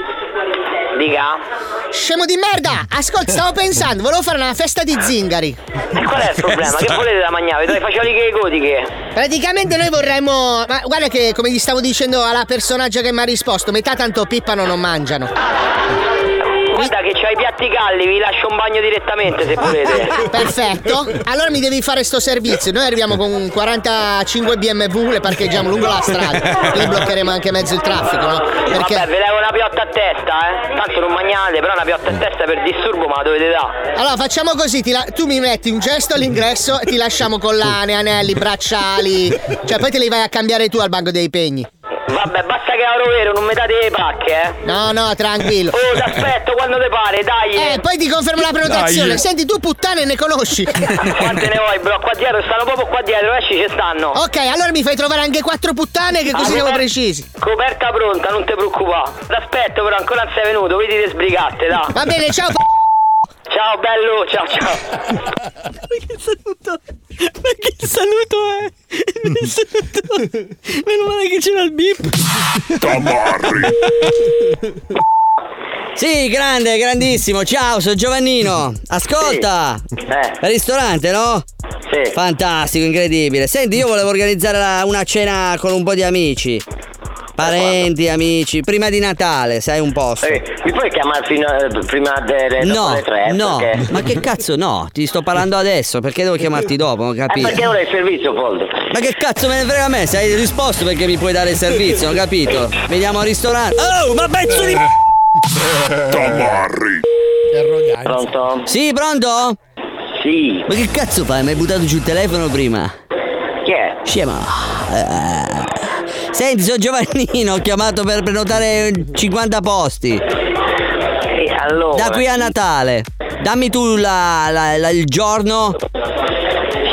[SPEAKER 5] Diga.
[SPEAKER 12] Scemo di merda! Ascolta, stavo pensando, volevo fare una festa di zingari.
[SPEAKER 5] E qual è il problema? Che volete da mangiare? Dai, fagioli che gotiche.
[SPEAKER 12] Praticamente noi vorremmo. Ma guarda che come gli stavo dicendo alla personaggia che mi ha risposto, metà tanto pippano non mangiano.
[SPEAKER 5] Guarda che c'ho i piatti calli, vi lascio un bagno direttamente se volete.
[SPEAKER 12] Ah, Perfetto. Allora mi devi fare sto servizio. Noi arriviamo con 45 BMW, le parcheggiamo lungo la strada. Lì bloccheremo anche mezzo il traffico, no?
[SPEAKER 5] Vabbè, ve levo una piotta a testa, eh. Tanto non mangiate, però una piotta a testa per disturbo me la dovete dare.
[SPEAKER 12] Allora facciamo così, ti la- tu mi metti un gesto all'ingresso e ti lasciamo collane, anelli, bracciali. Cioè poi te li vai a cambiare tu al banco dei pegni.
[SPEAKER 5] Vabbè, basta che ero vero, non mi date le pacche, eh.
[SPEAKER 12] No, no, tranquillo.
[SPEAKER 5] Oh, t'aspetto quando te pare, dai.
[SPEAKER 12] Eh, poi ti confermo la prenotazione.
[SPEAKER 5] Dai.
[SPEAKER 12] Senti, tu puttane ne conosci.
[SPEAKER 5] Quante ne vuoi, bro? Qua dietro, stanno proprio qua dietro, esci, ci stanno.
[SPEAKER 12] Ok, allora mi fai trovare anche quattro puttane che
[SPEAKER 5] Ah,
[SPEAKER 12] così siamo
[SPEAKER 5] coper-
[SPEAKER 12] precisi.
[SPEAKER 5] Coperta pronta, non ti preoccupare. T'aspetto, però ancora non sei venuto, quindi ti sbrigate, da.
[SPEAKER 12] Va bene, ciao.
[SPEAKER 5] Ciao bello, ciao ciao.
[SPEAKER 7] che saluto! Ma che saluto è? Che saluto! eh. Meno male che c'era il bip!
[SPEAKER 4] Tamarri.
[SPEAKER 7] Sì, grande, grandissimo. Ciao, sono Giovannino. Ascolta.
[SPEAKER 13] Eh.
[SPEAKER 7] Ristorante, no? Sì.
[SPEAKER 13] Eh,
[SPEAKER 7] Fantastico, incredibile. Senti, io volevo organizzare la- una cena con un po' di amici. Parenti, amici, prima di Natale, sai un posto.
[SPEAKER 13] Mi puoi chiamare fino a- prima delle eh, dopo
[SPEAKER 7] No,
[SPEAKER 13] le
[SPEAKER 5] eh,
[SPEAKER 13] tre?
[SPEAKER 7] no,
[SPEAKER 13] Perché...
[SPEAKER 7] ma che cazzo no? Ti sto parlando adesso, perché devo chiamarti dopo? Non
[SPEAKER 13] Eh, perché
[SPEAKER 7] capito.
[SPEAKER 13] ora è il servizio, Poldo?
[SPEAKER 7] Ma che cazzo me ne frega a me? Se hai risposto perché mi puoi dare il servizio, ho capito. Vediamo al ristorante. Oh, ma pezzo di...
[SPEAKER 22] Tamarri.
[SPEAKER 13] Pronto?
[SPEAKER 7] Sì, pronto?
[SPEAKER 13] Sì.
[SPEAKER 7] Ma che cazzo fai? Mi hai buttato giù il telefono prima.
[SPEAKER 13] Chi è?
[SPEAKER 7] Scemo. Eh. Senti, sono Giovannino, ho chiamato per prenotare 50 posti.
[SPEAKER 13] E allora?
[SPEAKER 7] Da qui a Natale. Dammi tu la- la- la- il giorno.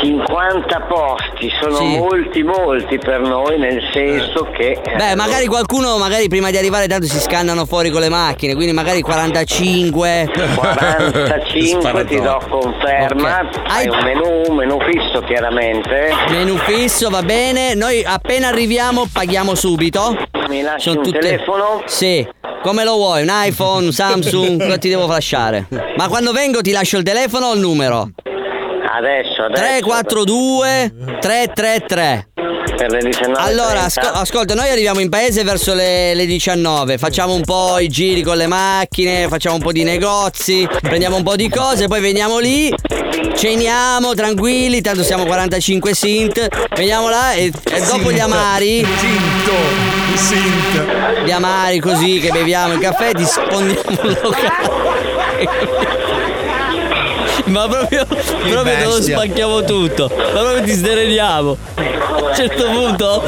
[SPEAKER 13] 50 posti, sono molti molti per noi, nel senso che... eh,
[SPEAKER 7] Beh, magari qualcuno, magari prima di arrivare, tanto si scannano fuori con le macchine, quindi magari 45.
[SPEAKER 13] 45 ti do conferma, hai un menù, un menù fisso chiaramente.
[SPEAKER 7] Menu fisso, va bene. Noi appena arriviamo paghiamo subito.
[SPEAKER 13] Mi lasci un telefono?
[SPEAKER 7] Sì. Come lo vuoi? Un iPhone, un Samsung? Cosa ti devo lasciare? Ma quando vengo ti lascio il telefono o il numero?
[SPEAKER 13] Adesso, adesso.
[SPEAKER 7] 342 333.
[SPEAKER 13] Per le 19.
[SPEAKER 7] Allora, asco- ascolta, noi arriviamo in paese verso le, le 19, facciamo un po' i giri con le macchine, facciamo un po' di negozi, prendiamo un po' di cose, poi veniamo lì, ceniamo tranquilli, tanto siamo 45 sint, veniamo là e, e dopo gli amari... Sinto, sint. Gli amari così che beviamo il caffè, dispondiamo il locale. Ma proprio, proprio te lo
[SPEAKER 16] bestia.
[SPEAKER 7] spacchiamo tutto, ma proprio ti sdereniamo. A un certo punto,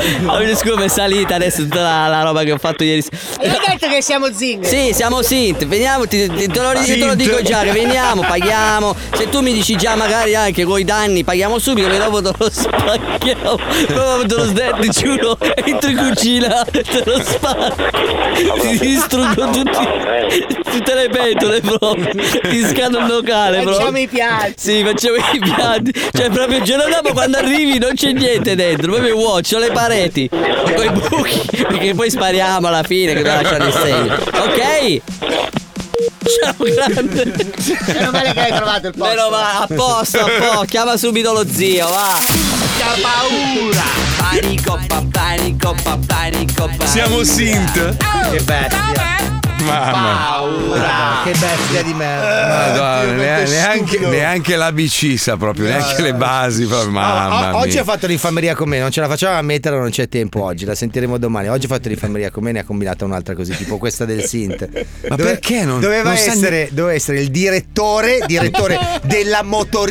[SPEAKER 7] scusa, mi è salita adesso tutta la, la roba che ho fatto ieri. s-
[SPEAKER 25] Hai detto che siamo zingari.
[SPEAKER 7] Sì, siamo Sint, veniamo, ti, ti- te, lo, ri- te lo dico già, che veniamo, paghiamo. Se tu mi dici già magari anche coi danni, paghiamo subito, che dopo te lo spacchiamo. Proprio te lo sde- ti giuro, entro in cucina, te lo spacco. Ti distruggo tutti, tutte le pentole proprio. Ti scado il
[SPEAKER 4] Eh,
[SPEAKER 7] locale proprio.
[SPEAKER 25] Facciamo i piatti.
[SPEAKER 7] Sì, facciamo i piatti. Cioè, proprio il giorno dopo quando arrivi non c'è niente dentro, proprio vuoto, c'ho le pareti. Con i buchi, perché poi spariamo alla fine che dobbiamo lasciare il segno. Ok? Ciao grande.
[SPEAKER 25] Meno male che hai trovato il posto.
[SPEAKER 7] Meno va, a posto, a posto. Chiama subito lo zio, va. Che paura! Panico, pa, panico, pa, panico, pa.
[SPEAKER 2] Siamo Sint.
[SPEAKER 6] Oh,
[SPEAKER 7] Che bestia.
[SPEAKER 2] Paura.
[SPEAKER 3] Che bestia di merda.
[SPEAKER 2] Madonna, ne-
[SPEAKER 3] Eh, quanto è
[SPEAKER 2] Eh, neanche,
[SPEAKER 3] stupido.
[SPEAKER 2] neanche l'ABC sa proprio, neanche le basi. proprio, Mamma
[SPEAKER 3] O- oggi
[SPEAKER 2] mia.
[SPEAKER 3] ha fatto l'infameria con me, non ce la facciamo a mettere, non c'è tempo oggi, la sentiremo domani. Oggi ha fatto l'infameria con me, ne ha combinata un'altra così, tipo questa del Sint.
[SPEAKER 2] Ma perché non-
[SPEAKER 3] doveva,
[SPEAKER 2] non sa
[SPEAKER 3] essere, doveva essere il direttore, direttore della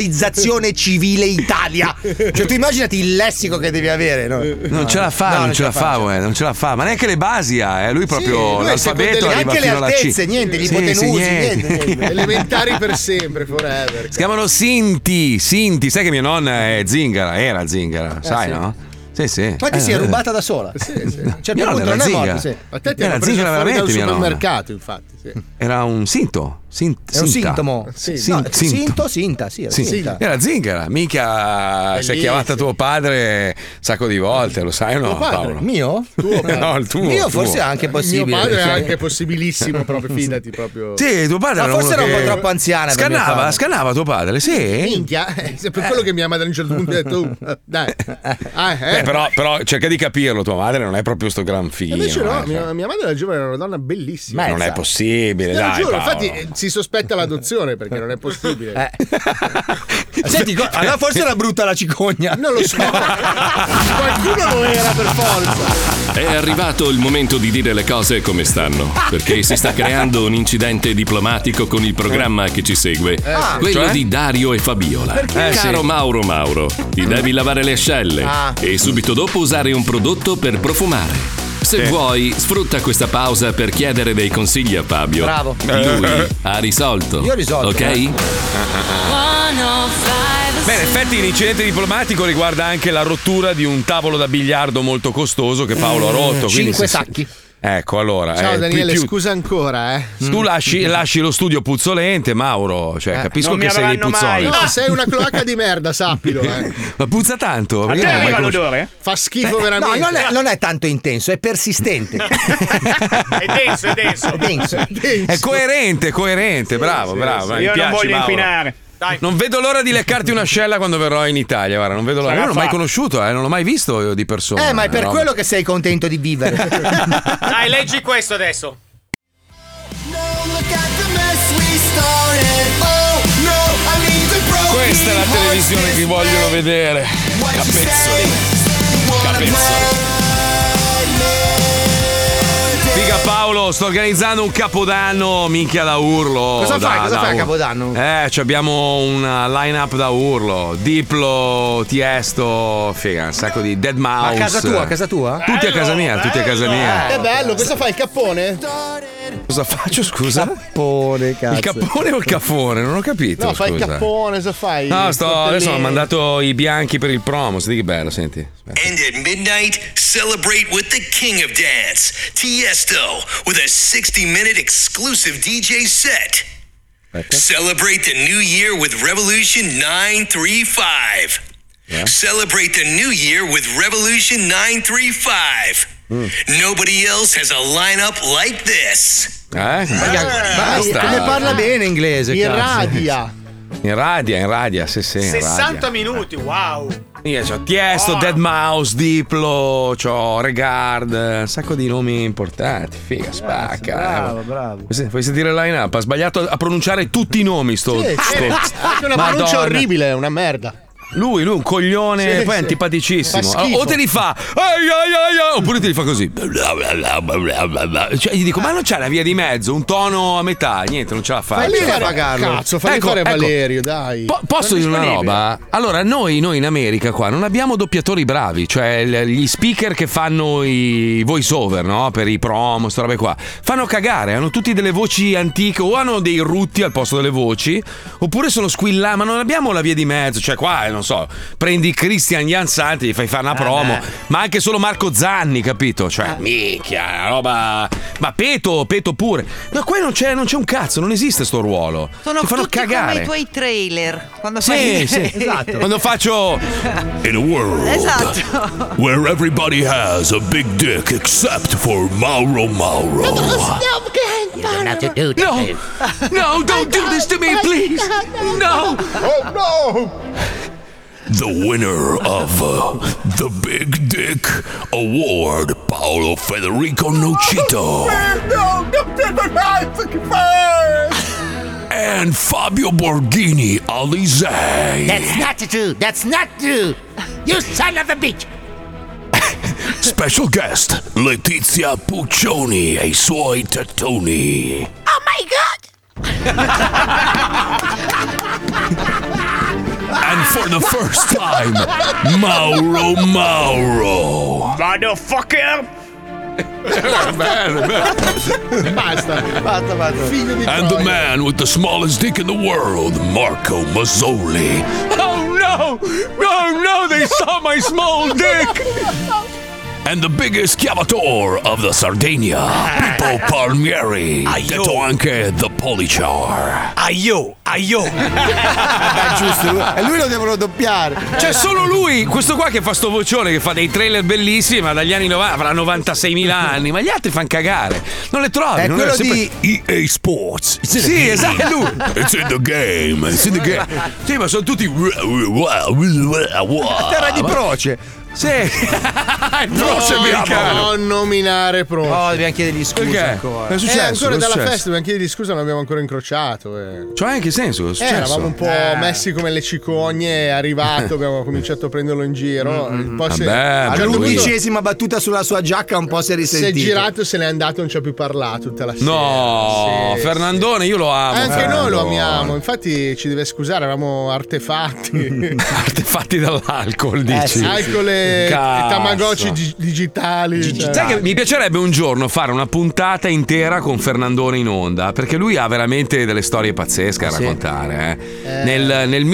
[SPEAKER 3] motorizzazione civile Italia. Cioè, tu immaginati il lessico che devi avere, no?
[SPEAKER 2] Non ce la fa,
[SPEAKER 3] No,
[SPEAKER 2] non, ce la fa, uè, non ce la fa, ma neanche le basi ha, eh. lui proprio
[SPEAKER 3] lui è
[SPEAKER 2] l'alfabeto
[SPEAKER 3] secondo-
[SPEAKER 2] arriva
[SPEAKER 3] neanche
[SPEAKER 2] fino
[SPEAKER 3] le
[SPEAKER 2] alla C.
[SPEAKER 3] altezze, niente, gli
[SPEAKER 2] Sì,
[SPEAKER 3] ipotenusi,
[SPEAKER 2] sì,
[SPEAKER 3] niente, niente.
[SPEAKER 6] Elementari per sempre, forever.
[SPEAKER 2] Si chiamano Sinti, Sinti, sai che mia nonna è zingara, era zingara, sai
[SPEAKER 6] sì.
[SPEAKER 2] no? Sì, sì.
[SPEAKER 3] Eh, Infatti
[SPEAKER 2] Eh,
[SPEAKER 3] si è
[SPEAKER 2] eh.
[SPEAKER 3] rubata da sola. Cioè,
[SPEAKER 2] Mia
[SPEAKER 3] per
[SPEAKER 2] nonna
[SPEAKER 3] contro,
[SPEAKER 2] era
[SPEAKER 3] non è
[SPEAKER 2] zingara.
[SPEAKER 3] morto, sì.
[SPEAKER 6] Ma te ti
[SPEAKER 2] Era
[SPEAKER 6] hanno preso
[SPEAKER 2] zingara
[SPEAKER 6] fuori dal
[SPEAKER 2] veramente mia nonna.
[SPEAKER 6] supermercato, infatti. Sì.
[SPEAKER 2] Era un sinto. Sint-
[SPEAKER 3] È un
[SPEAKER 2] sinta.
[SPEAKER 3] sintomo.
[SPEAKER 2] Sin-
[SPEAKER 3] Sì, no,
[SPEAKER 2] sinto.
[SPEAKER 3] sinto, sinta, sì, era
[SPEAKER 2] Sì,
[SPEAKER 3] sinta.
[SPEAKER 2] Era zingara, mica si è chiamata tuo padre un sacco di volte, lo sai o no?
[SPEAKER 3] Tuo padre?
[SPEAKER 2] Paolo?
[SPEAKER 3] Mio?
[SPEAKER 2] no, il tuo.
[SPEAKER 3] Mio
[SPEAKER 2] il
[SPEAKER 3] forse
[SPEAKER 2] tuo.
[SPEAKER 3] è anche possibile.
[SPEAKER 6] Eh, Mio padre è
[SPEAKER 3] cioè.
[SPEAKER 6] anche possibilissimo, proprio, fidati proprio.
[SPEAKER 2] Sì, tuo padre
[SPEAKER 3] Ma
[SPEAKER 2] era
[SPEAKER 3] forse era
[SPEAKER 2] uno
[SPEAKER 3] un
[SPEAKER 2] che-
[SPEAKER 3] po' troppo anziana per mio
[SPEAKER 2] Scannava,
[SPEAKER 3] padre.
[SPEAKER 2] scannava tuo padre, sì.
[SPEAKER 6] Minchia, eh, se per quello che mia madre a un certo punto ha detto, "Oh, eh, dai, ah, eh.
[SPEAKER 2] Beh, però, però cerca di capirlo, tua madre non è proprio sto gran figlio.
[SPEAKER 6] Invece no,
[SPEAKER 2] eh.
[SPEAKER 6] mia, mia madre era giovane, era una donna bellissima.
[SPEAKER 2] Non è possibile,
[SPEAKER 6] Te lo
[SPEAKER 2] dai.
[SPEAKER 6] giuro,
[SPEAKER 2] Paolo.
[SPEAKER 6] infatti eh, si sospetta l'adozione perché non è possibile.
[SPEAKER 3] Eh.
[SPEAKER 2] Eh,
[SPEAKER 3] Senti, co- allora forse era brutta la cicogna.
[SPEAKER 6] Non lo so. Qualcuno lo era per forza.
[SPEAKER 1] È arrivato il momento di dire le cose come stanno, perché si sta creando un incidente diplomatico con il programma che ci segue,
[SPEAKER 4] sì.
[SPEAKER 1] quello
[SPEAKER 4] Cioè?
[SPEAKER 1] di Dario e Fabiola. Mm.
[SPEAKER 4] Perché? Eh,
[SPEAKER 1] Caro
[SPEAKER 4] sì.
[SPEAKER 1] Mauro Mauro, ti devi lavare le ascelle
[SPEAKER 4] Ah.
[SPEAKER 1] e subito dopo usare un prodotto per profumare. Se vuoi, sfrutta questa pausa per chiedere dei consigli a Fabio.
[SPEAKER 3] Bravo.
[SPEAKER 1] Lui ha risolto.
[SPEAKER 2] Io ho risolto,
[SPEAKER 1] Ok?
[SPEAKER 2] eh.
[SPEAKER 15] oh
[SPEAKER 2] Beh, in effetti l'incidente diplomatico riguarda anche la rottura di un tavolo da biliardo molto costoso che Paolo ha rotto. quindi
[SPEAKER 6] Mm, Cinque
[SPEAKER 2] se-
[SPEAKER 6] sacchi.
[SPEAKER 2] Ecco, allora.
[SPEAKER 6] Ciao
[SPEAKER 2] eh,
[SPEAKER 6] Daniele,
[SPEAKER 2] più- più-
[SPEAKER 6] scusa ancora, eh.
[SPEAKER 2] Tu lasci, lasci lo studio puzzolente, Mauro. Cioè, capisco
[SPEAKER 6] Non mi
[SPEAKER 2] che sei dei
[SPEAKER 6] avranno
[SPEAKER 2] puzzoli.
[SPEAKER 6] No, Eh, Ah, sei una cloaca di merda, sappilo. Eh.
[SPEAKER 2] Ma puzza tanto.
[SPEAKER 6] A
[SPEAKER 2] io
[SPEAKER 6] te
[SPEAKER 2] non ho mai
[SPEAKER 6] arriva
[SPEAKER 2] conosciuto-
[SPEAKER 6] l'odore? Fa schifo
[SPEAKER 3] Beh,
[SPEAKER 6] veramente.
[SPEAKER 3] Eh, No, non è, non è tanto intenso, è persistente.
[SPEAKER 11] È denso, è denso.
[SPEAKER 3] È denso.
[SPEAKER 2] È coerente, coerente, bravo, eh, bravo.
[SPEAKER 11] Io non voglio
[SPEAKER 2] inquinare
[SPEAKER 11] inquinare.
[SPEAKER 2] Non vedo l'ora di leccarti un'ascella quando verrò in Italia. Guarda, non vedo l'ora. Io
[SPEAKER 6] Sarà
[SPEAKER 2] non l'ho mai
[SPEAKER 6] fatto.
[SPEAKER 2] conosciuto, eh, non l'ho mai visto io di persona.
[SPEAKER 8] Eh, ma è per
[SPEAKER 2] roba.
[SPEAKER 8] quello che sei contento di
[SPEAKER 2] Eh,
[SPEAKER 8] vivere.
[SPEAKER 18] Dai, leggi questo adesso.
[SPEAKER 4] Oh,
[SPEAKER 2] Questa è la televisione che vogliono vedere. Capezzoli. Capezzoli. Figa Paolo, sto organizzando un capodanno, minchia da urlo.
[SPEAKER 8] Cosa
[SPEAKER 2] da-
[SPEAKER 8] fai? Cosa
[SPEAKER 2] da
[SPEAKER 8] fai a
[SPEAKER 2] urlo.
[SPEAKER 8] Capodanno?
[SPEAKER 2] Eh, ci abbiamo una line-up da urlo. Diplo, Tiesto, figa, un sacco di Dead Mouse.
[SPEAKER 8] a casa tua, a casa tua? Eh,
[SPEAKER 2] Tutti a casa mia, tutti a casa mia.
[SPEAKER 6] Che bello, questo fa il cappone?
[SPEAKER 2] Cosa faccio, scusa?
[SPEAKER 8] Cappone, cazzo.
[SPEAKER 2] Il cappone o il caffone? Non ho capito.
[SPEAKER 6] No, fai il
[SPEAKER 2] scusa.
[SPEAKER 6] cappone, cosa fai?
[SPEAKER 2] No, sto,
[SPEAKER 6] Tortellini.
[SPEAKER 2] adesso ho mandato i bianchi per il promo. Senti che bello, senti. Eh?
[SPEAKER 21] And at midnight, celebrate with the king of dance, Tiesto, with a 60 minute exclusive DJ set. Celebrate the new year with Revolution 935. Celebrate the new year with Revolution 935.
[SPEAKER 4] Mm.
[SPEAKER 21] Nobody else has a lineup like this.
[SPEAKER 2] Eh?
[SPEAKER 8] Basta.
[SPEAKER 2] Basta.
[SPEAKER 8] Come parla bene inglese? cazzo.
[SPEAKER 6] Irradia.
[SPEAKER 2] In radia, in radia, sì, sì. In radia.
[SPEAKER 18] 60 minuti, wow.
[SPEAKER 2] Io c'ho
[SPEAKER 6] Ah.
[SPEAKER 2] Tiesto, Dead Mouse, Diplo, c'ho Regard, un sacco di nomi importanti. Figa, spacca.
[SPEAKER 4] bravo,
[SPEAKER 2] eh. Vuoi sen- Vuoi sentire la line up? Ha sbagliato a pronunciare tutti i nomi, sto.
[SPEAKER 6] Sì, sì.
[SPEAKER 2] sto-
[SPEAKER 6] Anche una pronuncia
[SPEAKER 2] Madonna.
[SPEAKER 6] orribile, è una merda.
[SPEAKER 2] Lui, lui è un coglione,
[SPEAKER 6] Sì,
[SPEAKER 2] poi è
[SPEAKER 6] sì. Fa
[SPEAKER 2] antipaticissimo.
[SPEAKER 6] schifo.
[SPEAKER 2] Allora, o te li fa, "Ai, ai, ai, ai", oppure te li fa così. Cioè, gli dico, ma non c'è la via di mezzo, un tono a metà, niente, non ce la fai.
[SPEAKER 6] Falli
[SPEAKER 2] Non ce la
[SPEAKER 6] fare
[SPEAKER 2] fai.
[SPEAKER 6] Cazzo, falli
[SPEAKER 2] Ecco,
[SPEAKER 6] fare
[SPEAKER 2] ecco,
[SPEAKER 6] Valerio, dai.
[SPEAKER 2] po- posso
[SPEAKER 6] Sono
[SPEAKER 2] dire una
[SPEAKER 6] disponibile.
[SPEAKER 2] roba? Allora, noi, noi in America qua non abbiamo doppiatori bravi, cioè l- gli speaker che fanno i voice over, no? Per i promo, sta roba qua. Fanno cagare, hanno tutti delle voci antiche, o hanno dei rutti al posto delle voci, oppure sono squillati, ma non abbiamo la via di mezzo. Cioè, qua, eh, non so, prendi Christian Jansanti, gli fai fare
[SPEAKER 5] Ah,
[SPEAKER 2] una promo, ma anche solo Marco Zanni, capito? Cioè, minchia, una roba. Ma Peto, Peto pure. No, qua non c'è, non c'è un cazzo, non esiste sto ruolo.
[SPEAKER 5] Sono
[SPEAKER 2] Ti fanno
[SPEAKER 5] tutti
[SPEAKER 2] cagare.
[SPEAKER 5] come i tuoi trailer. Quando
[SPEAKER 2] Sì,
[SPEAKER 5] fai
[SPEAKER 2] Eh, sì.
[SPEAKER 3] Esatto.
[SPEAKER 2] Quando faccio
[SPEAKER 21] In a world
[SPEAKER 5] Esatto.
[SPEAKER 21] where everybody has a big dick except for Mauro Mauro.
[SPEAKER 4] No, no, don't do this to me, please. No. Oh
[SPEAKER 21] The winner of uh, the Big Dick Award, Paolo Federico Nocito,
[SPEAKER 4] no.
[SPEAKER 21] and Fabio Borghini Alizé.
[SPEAKER 4] That's not true. That's not true. You son of a bitch.
[SPEAKER 21] Special guest Letizia Puccioni e i suoi tettoni.
[SPEAKER 4] Oh my
[SPEAKER 21] And for the first time, Mauro Mauro.
[SPEAKER 11] Motherfucker!
[SPEAKER 21] Bello, bello.
[SPEAKER 6] Basta, basta, basta. Figlio di
[SPEAKER 21] And the man with the smallest dick in the world, Marco Mazzoli.
[SPEAKER 4] Oh
[SPEAKER 2] Oh
[SPEAKER 4] no! No, no, they saw my small dick!
[SPEAKER 21] And the biggest chiavator of the Sardinia, Pippo Palmieri, detto anche The Polichar.
[SPEAKER 18] Aio, aio.
[SPEAKER 8] Ah, giusto, lui- e lui lo devono doppiare.
[SPEAKER 2] C'è Cioè, solo lui, questo qua che fa sto vocione, che fa dei trailer bellissimi, ma dagli anni 90 avrà 96.000 anni, ma gli altri fanno cagare. Non le trovi.
[SPEAKER 21] È
[SPEAKER 2] non
[SPEAKER 21] quello
[SPEAKER 2] sempre-
[SPEAKER 21] di EA Sports. It's in the
[SPEAKER 2] Sì,
[SPEAKER 21] game.
[SPEAKER 2] esatto, è lui.
[SPEAKER 21] It's in the game. It's in the game. Sì, ma sono tutti. Terra
[SPEAKER 8] di proce.
[SPEAKER 2] Sì. Il
[SPEAKER 21] proce americano.
[SPEAKER 6] Non nominare Proce.
[SPEAKER 8] No, dobbiamo chiedergli scusa
[SPEAKER 2] Perché?
[SPEAKER 8] ancora.
[SPEAKER 2] È
[SPEAKER 6] Eh,
[SPEAKER 2] successo?
[SPEAKER 6] ancora
[SPEAKER 2] Cosa è
[SPEAKER 6] dalla
[SPEAKER 2] successo?
[SPEAKER 6] festa dobbiamo chiedergli scusa, non abbiamo ancora incrociato. eh.
[SPEAKER 2] Cioè, in che senso? Cosa
[SPEAKER 6] Eh,
[SPEAKER 2] è successo?
[SPEAKER 6] eravamo un po' messi come le cicogne, è arrivato, abbiamo cominciato a prenderlo in giro. Poi se- a
[SPEAKER 8] Alla
[SPEAKER 6] un certo punto
[SPEAKER 8] l'undicesima battuta sulla sua giacca un po' si
[SPEAKER 6] si
[SPEAKER 8] è
[SPEAKER 6] è
[SPEAKER 8] risentito.
[SPEAKER 6] girato, se n'è andato, non ci ha più parlato tutta la sera.
[SPEAKER 2] No, Fernandone, io lo amo.
[SPEAKER 6] Anche noi
[SPEAKER 2] Fernandone.
[SPEAKER 6] lo amiamo, infatti ci deve scusare, eravamo artefatti.
[SPEAKER 2] Artefatti dall'alcol, dici.
[SPEAKER 6] Eh, sì, Alcol e, e
[SPEAKER 2] Cazzo.
[SPEAKER 6] Tamagotchi gi- digitali. cioè.
[SPEAKER 2] Sai che mi piacerebbe un giorno fare una puntata intera con Fernandone in onda, perché lui ha veramente delle storie pazzesche da raccontare. eh. Nel, nel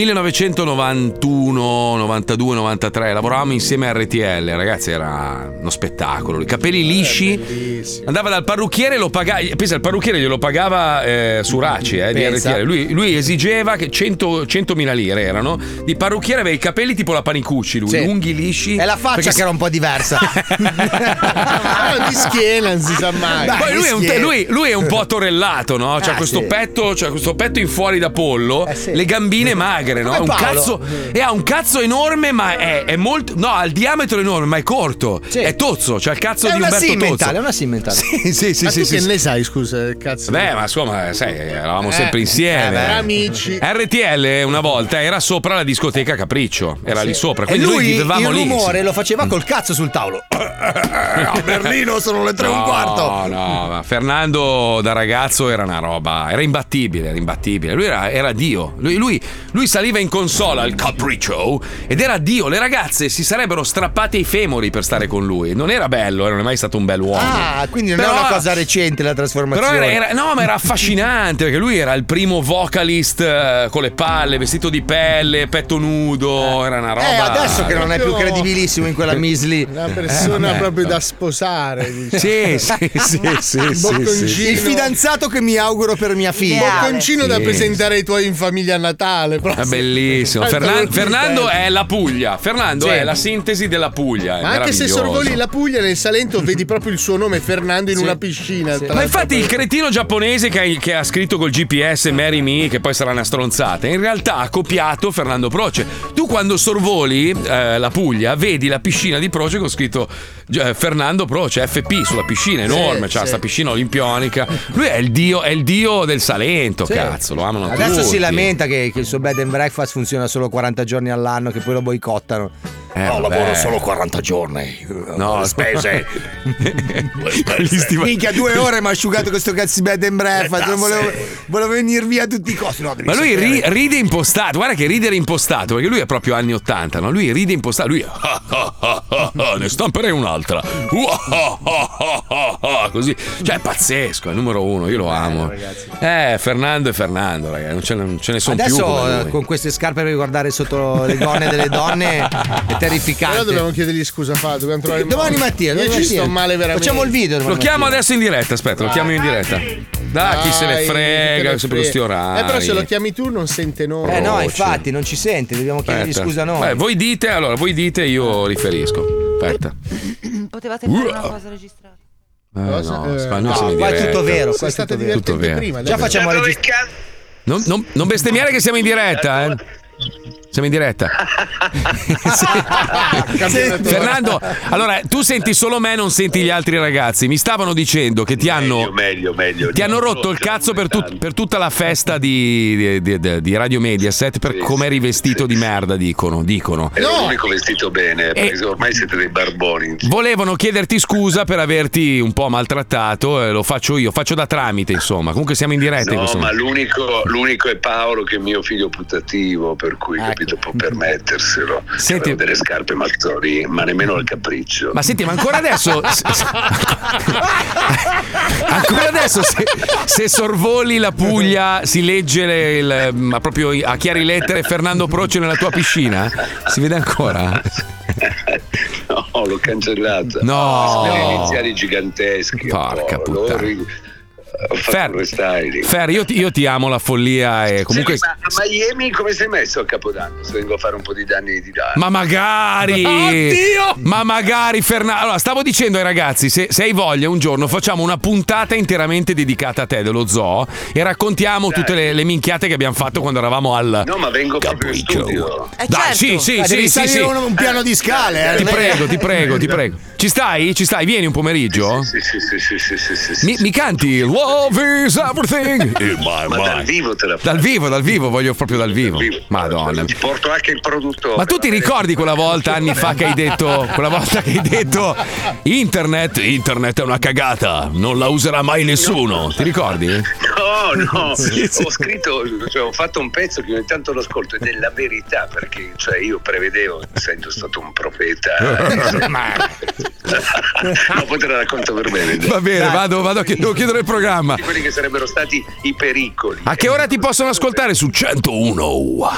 [SPEAKER 2] 1991, 92, 93 lavoravamo insieme a RTL, ragazzi, era uno spettacolo. I capelli lisci, andava dal parrucchiere, lo pagava. Pensa, il parrucchiere glielo pagava eh, Suraci eh, di
[SPEAKER 8] Pensa.
[SPEAKER 2] RTL. Lui, lui esigeva che 100 100.000 lire erano. Di parrucchiere aveva i capelli tipo la panicucci, lui,
[SPEAKER 8] Sì.
[SPEAKER 2] lunghi, lisci, È
[SPEAKER 3] la faccia
[SPEAKER 2] Perché-
[SPEAKER 3] che era un po' diversa.
[SPEAKER 6] Ah, di schiena, non si sa mai.
[SPEAKER 2] Poi lui è, un, lui- lui è un po' torrellato, no?
[SPEAKER 3] Eh,
[SPEAKER 2] C'ha
[SPEAKER 6] Ah,
[SPEAKER 2] questo
[SPEAKER 6] sì.
[SPEAKER 2] petto, c'ha questo petto in fuori da pollo,
[SPEAKER 6] sì.
[SPEAKER 2] le gambine magre, no?
[SPEAKER 6] Come
[SPEAKER 2] È un
[SPEAKER 6] Paolo.
[SPEAKER 2] cazzo, e ha un cazzo enorme, ma è, è molto. No, ha il diametro enorme, ma è corto. È tozzo, c'ha il cazzo
[SPEAKER 3] È
[SPEAKER 2] di
[SPEAKER 3] una
[SPEAKER 2] Umberto Tozzo.
[SPEAKER 3] simmentale, è una simmentale.
[SPEAKER 2] Sì, sì, sì,
[SPEAKER 6] Ma
[SPEAKER 2] sì,
[SPEAKER 6] tu
[SPEAKER 2] sì,
[SPEAKER 6] che
[SPEAKER 2] sì.
[SPEAKER 6] ne sai, scusa, cazzo.
[SPEAKER 2] Beh, ma insomma, sai, eravamo
[SPEAKER 6] Eh,
[SPEAKER 2] sempre
[SPEAKER 6] eh, beh,
[SPEAKER 2] insieme.
[SPEAKER 6] amici.
[SPEAKER 2] RTL una volta era sopra la discoteca Capriccio, era lì sopra,
[SPEAKER 3] E
[SPEAKER 2] quindi noi
[SPEAKER 3] lui il
[SPEAKER 2] vivevamo lì. Mm.
[SPEAKER 3] rumore lo faceva col cazzo sul tavolo.
[SPEAKER 2] A
[SPEAKER 3] Berlino sono le tre e un quarto.
[SPEAKER 2] No, no, ma Fernando da ragazzo era una roba, era imbattibile, era imbattibile. Lui era, era Dio. Lui, lui- lui saliva in consola al Capriccio ed era Dio. Le ragazze si sarebbero strappate i femori per stare con lui. Non era bello, eh, non è mai stato un bel uomo.
[SPEAKER 3] Ah, quindi non è
[SPEAKER 2] Però-
[SPEAKER 3] una cosa recente la trasformazione.
[SPEAKER 2] Però era, era- no, ma era affascinante perché lui era il primo vocalist eh, con le palle, vestito di pelle, petto nudo. Era una roba.
[SPEAKER 3] Eh, adesso che non è più credibilissimo in quella misli.
[SPEAKER 6] Una persona
[SPEAKER 2] Eh, vabbè.
[SPEAKER 6] proprio da sposare.
[SPEAKER 2] Sì, sì, sì, sì, sì, sì, sì.
[SPEAKER 3] Il fidanzato che mi auguro per mia
[SPEAKER 6] Un
[SPEAKER 3] figlia.
[SPEAKER 6] bocconcino da
[SPEAKER 2] Sì.
[SPEAKER 6] presentare ai tuoi in famiglia a Natale.
[SPEAKER 2] È
[SPEAKER 1] Ah,
[SPEAKER 6] proprio.
[SPEAKER 2] bellissimo.
[SPEAKER 6] Tanto
[SPEAKER 2] Fernan-
[SPEAKER 6] lo-
[SPEAKER 2] Fernando è la Puglia. Fernando
[SPEAKER 6] Sì.
[SPEAKER 2] è eh, la sintesi della Puglia. è
[SPEAKER 6] Ma anche se
[SPEAKER 2] meraviglioso.
[SPEAKER 6] sorvoli la Puglia nel Salento vedi proprio il suo nome Fernando in una piscina. tra
[SPEAKER 2] Ma
[SPEAKER 6] l'altro.
[SPEAKER 2] infatti il cretino giapponese che, ha- che ha scritto col GPS Mary Me, che poi sarà una stronzata, in realtà ha copiato Fernando Proce. Tu quando sorvoli eh, la Puglia vedi la piscina di Proce con scritto eh, Fernando Proce, FP sulla piscina, enorme,
[SPEAKER 3] Sì,
[SPEAKER 2] c'ha
[SPEAKER 3] sì.
[SPEAKER 2] sta piscina olimpionica. Lui è il dio, è il dio del Salento, cazzo, lo amano
[SPEAKER 3] Adesso
[SPEAKER 2] tutti.
[SPEAKER 3] si lamenta che, che il suo bed and breakfast funziona solo 40 giorni all'anno, che poi lo boicottano.
[SPEAKER 2] Eh, No, vabbè. lavoro solo
[SPEAKER 3] 40 giorni.
[SPEAKER 2] No, spese.
[SPEAKER 3] Minchia, due ore mi ha asciugato questo cazzo di bed and breakfast. non volevo, volevo venire via a tutti i costi. No, devi
[SPEAKER 2] Eh, Ma lui
[SPEAKER 3] sapere.
[SPEAKER 2] ri- ride impostato, guarda che ridere impostato, perché lui è proprio anni 80, no? Lui ride impostato, lui "Ah, ah, ah, ah, ah, ne stamperei un'altra. Uh, ah, ah, ah, ah, ah", così, cioè è pazzesco, è il numero uno, io lo amo. Eh, Fernando e Fernando, ragazzi, non ce ne, non ce ne sono più. come
[SPEAKER 3] Adesso eh,
[SPEAKER 2] lui.
[SPEAKER 3] con queste scarpe per guardare sotto le gonne delle donne è
[SPEAKER 6] Però dobbiamo
[SPEAKER 3] terrificante.
[SPEAKER 6] chiedergli scusa, fa, dobbiamo trovare il
[SPEAKER 3] Domani
[SPEAKER 6] modo.
[SPEAKER 3] mattina,
[SPEAKER 6] Io
[SPEAKER 3] domani
[SPEAKER 6] ci
[SPEAKER 3] mattina.
[SPEAKER 6] sto male veramente.
[SPEAKER 3] Facciamo il video
[SPEAKER 2] Lo chiamo adesso in diretta, aspetta, lo chiamo in diretta. Da chi se ne
[SPEAKER 6] Dai, chi te
[SPEAKER 2] frega,
[SPEAKER 6] ne
[SPEAKER 2] sempre questi
[SPEAKER 6] frega.
[SPEAKER 2] orari.
[SPEAKER 6] Eh, però se lo chiami tu non sente noi.
[SPEAKER 3] Eh no,
[SPEAKER 2] Croce.
[SPEAKER 3] infatti, non ci sente, dobbiamo chiedergli
[SPEAKER 2] Aspetta. Eh,
[SPEAKER 3] scusa a noi.
[SPEAKER 2] Beh, voi dite, allora, voi dite, io riferisco. Aspetta.
[SPEAKER 9] Potevate fare
[SPEAKER 2] Uh.
[SPEAKER 9] una cosa registrata.
[SPEAKER 2] Eh, no,
[SPEAKER 3] Eh,
[SPEAKER 2] ma non
[SPEAKER 3] no,
[SPEAKER 2] siamo in
[SPEAKER 3] qua è
[SPEAKER 2] diretta.
[SPEAKER 3] tutto vero, qua
[SPEAKER 2] Tutto
[SPEAKER 3] è tutto
[SPEAKER 2] vero.
[SPEAKER 3] vero.
[SPEAKER 2] Tutto vero.
[SPEAKER 3] Già facciamo la registrazione.
[SPEAKER 2] Non, non- non bestemmiare che siamo in diretta, eh. Siamo in diretta. Sì. Fernando, allora tu senti solo me, non senti gli altri ragazzi. Mi stavano dicendo che ti hanno,
[SPEAKER 4] meglio, meglio.
[SPEAKER 2] ti hanno rotto il cazzo per, tut- per tutta la festa di, di- di- di Radio Mediaset per come eri vestito di merda, dicono. dicono.
[SPEAKER 4] Ero l'unico vestito bene, perché ormai siete dei barboni.
[SPEAKER 2] Volevano chiederti scusa per averti un po' maltrattato, eh, lo faccio io, faccio da tramite, insomma. Comunque siamo in diretta in
[SPEAKER 4] No,
[SPEAKER 2] questo
[SPEAKER 4] ma
[SPEAKER 2] momento.
[SPEAKER 4] l'unico, l'unico è Paolo che è mio figlio putativo, per cui capito può permetterselo. Senti... delle scarpe mazzori, ma nemmeno al capriccio.
[SPEAKER 2] Ma senti, ma ancora adesso. s- s- ancora adesso, se, se sorvoli la Puglia, si legge le- il- ma proprio a chiari lettere Fernando Proce nella tua piscina? Si vede ancora?
[SPEAKER 4] No, l'ho cancellata.
[SPEAKER 2] No.
[SPEAKER 4] Sono iniziali giganteschi. Porca puttana. Ho fatto
[SPEAKER 2] Fer-
[SPEAKER 4] un restyling.
[SPEAKER 2] Fer, io ti, io ti amo la follia e comunque.
[SPEAKER 4] Senti, ma a Miami come sei messo a Capodanno? Se vengo a fare un po' di danni di danni.
[SPEAKER 2] Ma magari!
[SPEAKER 4] Oddio!
[SPEAKER 2] Ma magari, Fernando. Allora, stavo dicendo ai ragazzi: se, se hai voglia, un giorno facciamo una puntata interamente dedicata a te, dello zoo, e raccontiamo tutte le, le minchiate che abbiamo fatto quando eravamo al.
[SPEAKER 4] No, ma vengo proprio in studio.
[SPEAKER 2] Dai, sì, sì,
[SPEAKER 3] Dai,
[SPEAKER 2] sì,
[SPEAKER 3] devi
[SPEAKER 2] sì,
[SPEAKER 3] salire
[SPEAKER 2] sì.
[SPEAKER 3] un- un piano di scale, eh,
[SPEAKER 2] Ti
[SPEAKER 3] non è-
[SPEAKER 2] prego, ti prego, ti prego. Ci stai? Ci stai? Vieni un pomeriggio?
[SPEAKER 4] Sì, sì, sì, sì, sì, sì, sì, sì.
[SPEAKER 2] Mi, mi canti Love is everything. Eh, vai,
[SPEAKER 4] Ma
[SPEAKER 2] vai.
[SPEAKER 4] dal vivo te la
[SPEAKER 2] Dal vivo, dal vivo, voglio proprio dal vivo. Madonna.
[SPEAKER 4] porto anche il produttore.
[SPEAKER 2] Ma tu ti ricordi quella volta anni fa che hai detto quella volta che hai detto internet, internet è una
[SPEAKER 21] Ah,
[SPEAKER 2] cagata, non la userà mai nessuno. Ti ricordi?
[SPEAKER 4] No, Oh, no,
[SPEAKER 2] Sì, sì.
[SPEAKER 4] ho scritto, cioè, ho fatto un pezzo che ogni tanto lo ascolto ed è la verità perché cioè, io prevedevo, essendo stato un profeta, insomma, no, poi te la racconto per bene.
[SPEAKER 2] Va bene,
[SPEAKER 4] Dai.
[SPEAKER 2] vado, vado, che- devo chiedere il programma.
[SPEAKER 4] Di quelli che sarebbero stati i pericoli.
[SPEAKER 2] A che ora ti possono ascoltare su 101?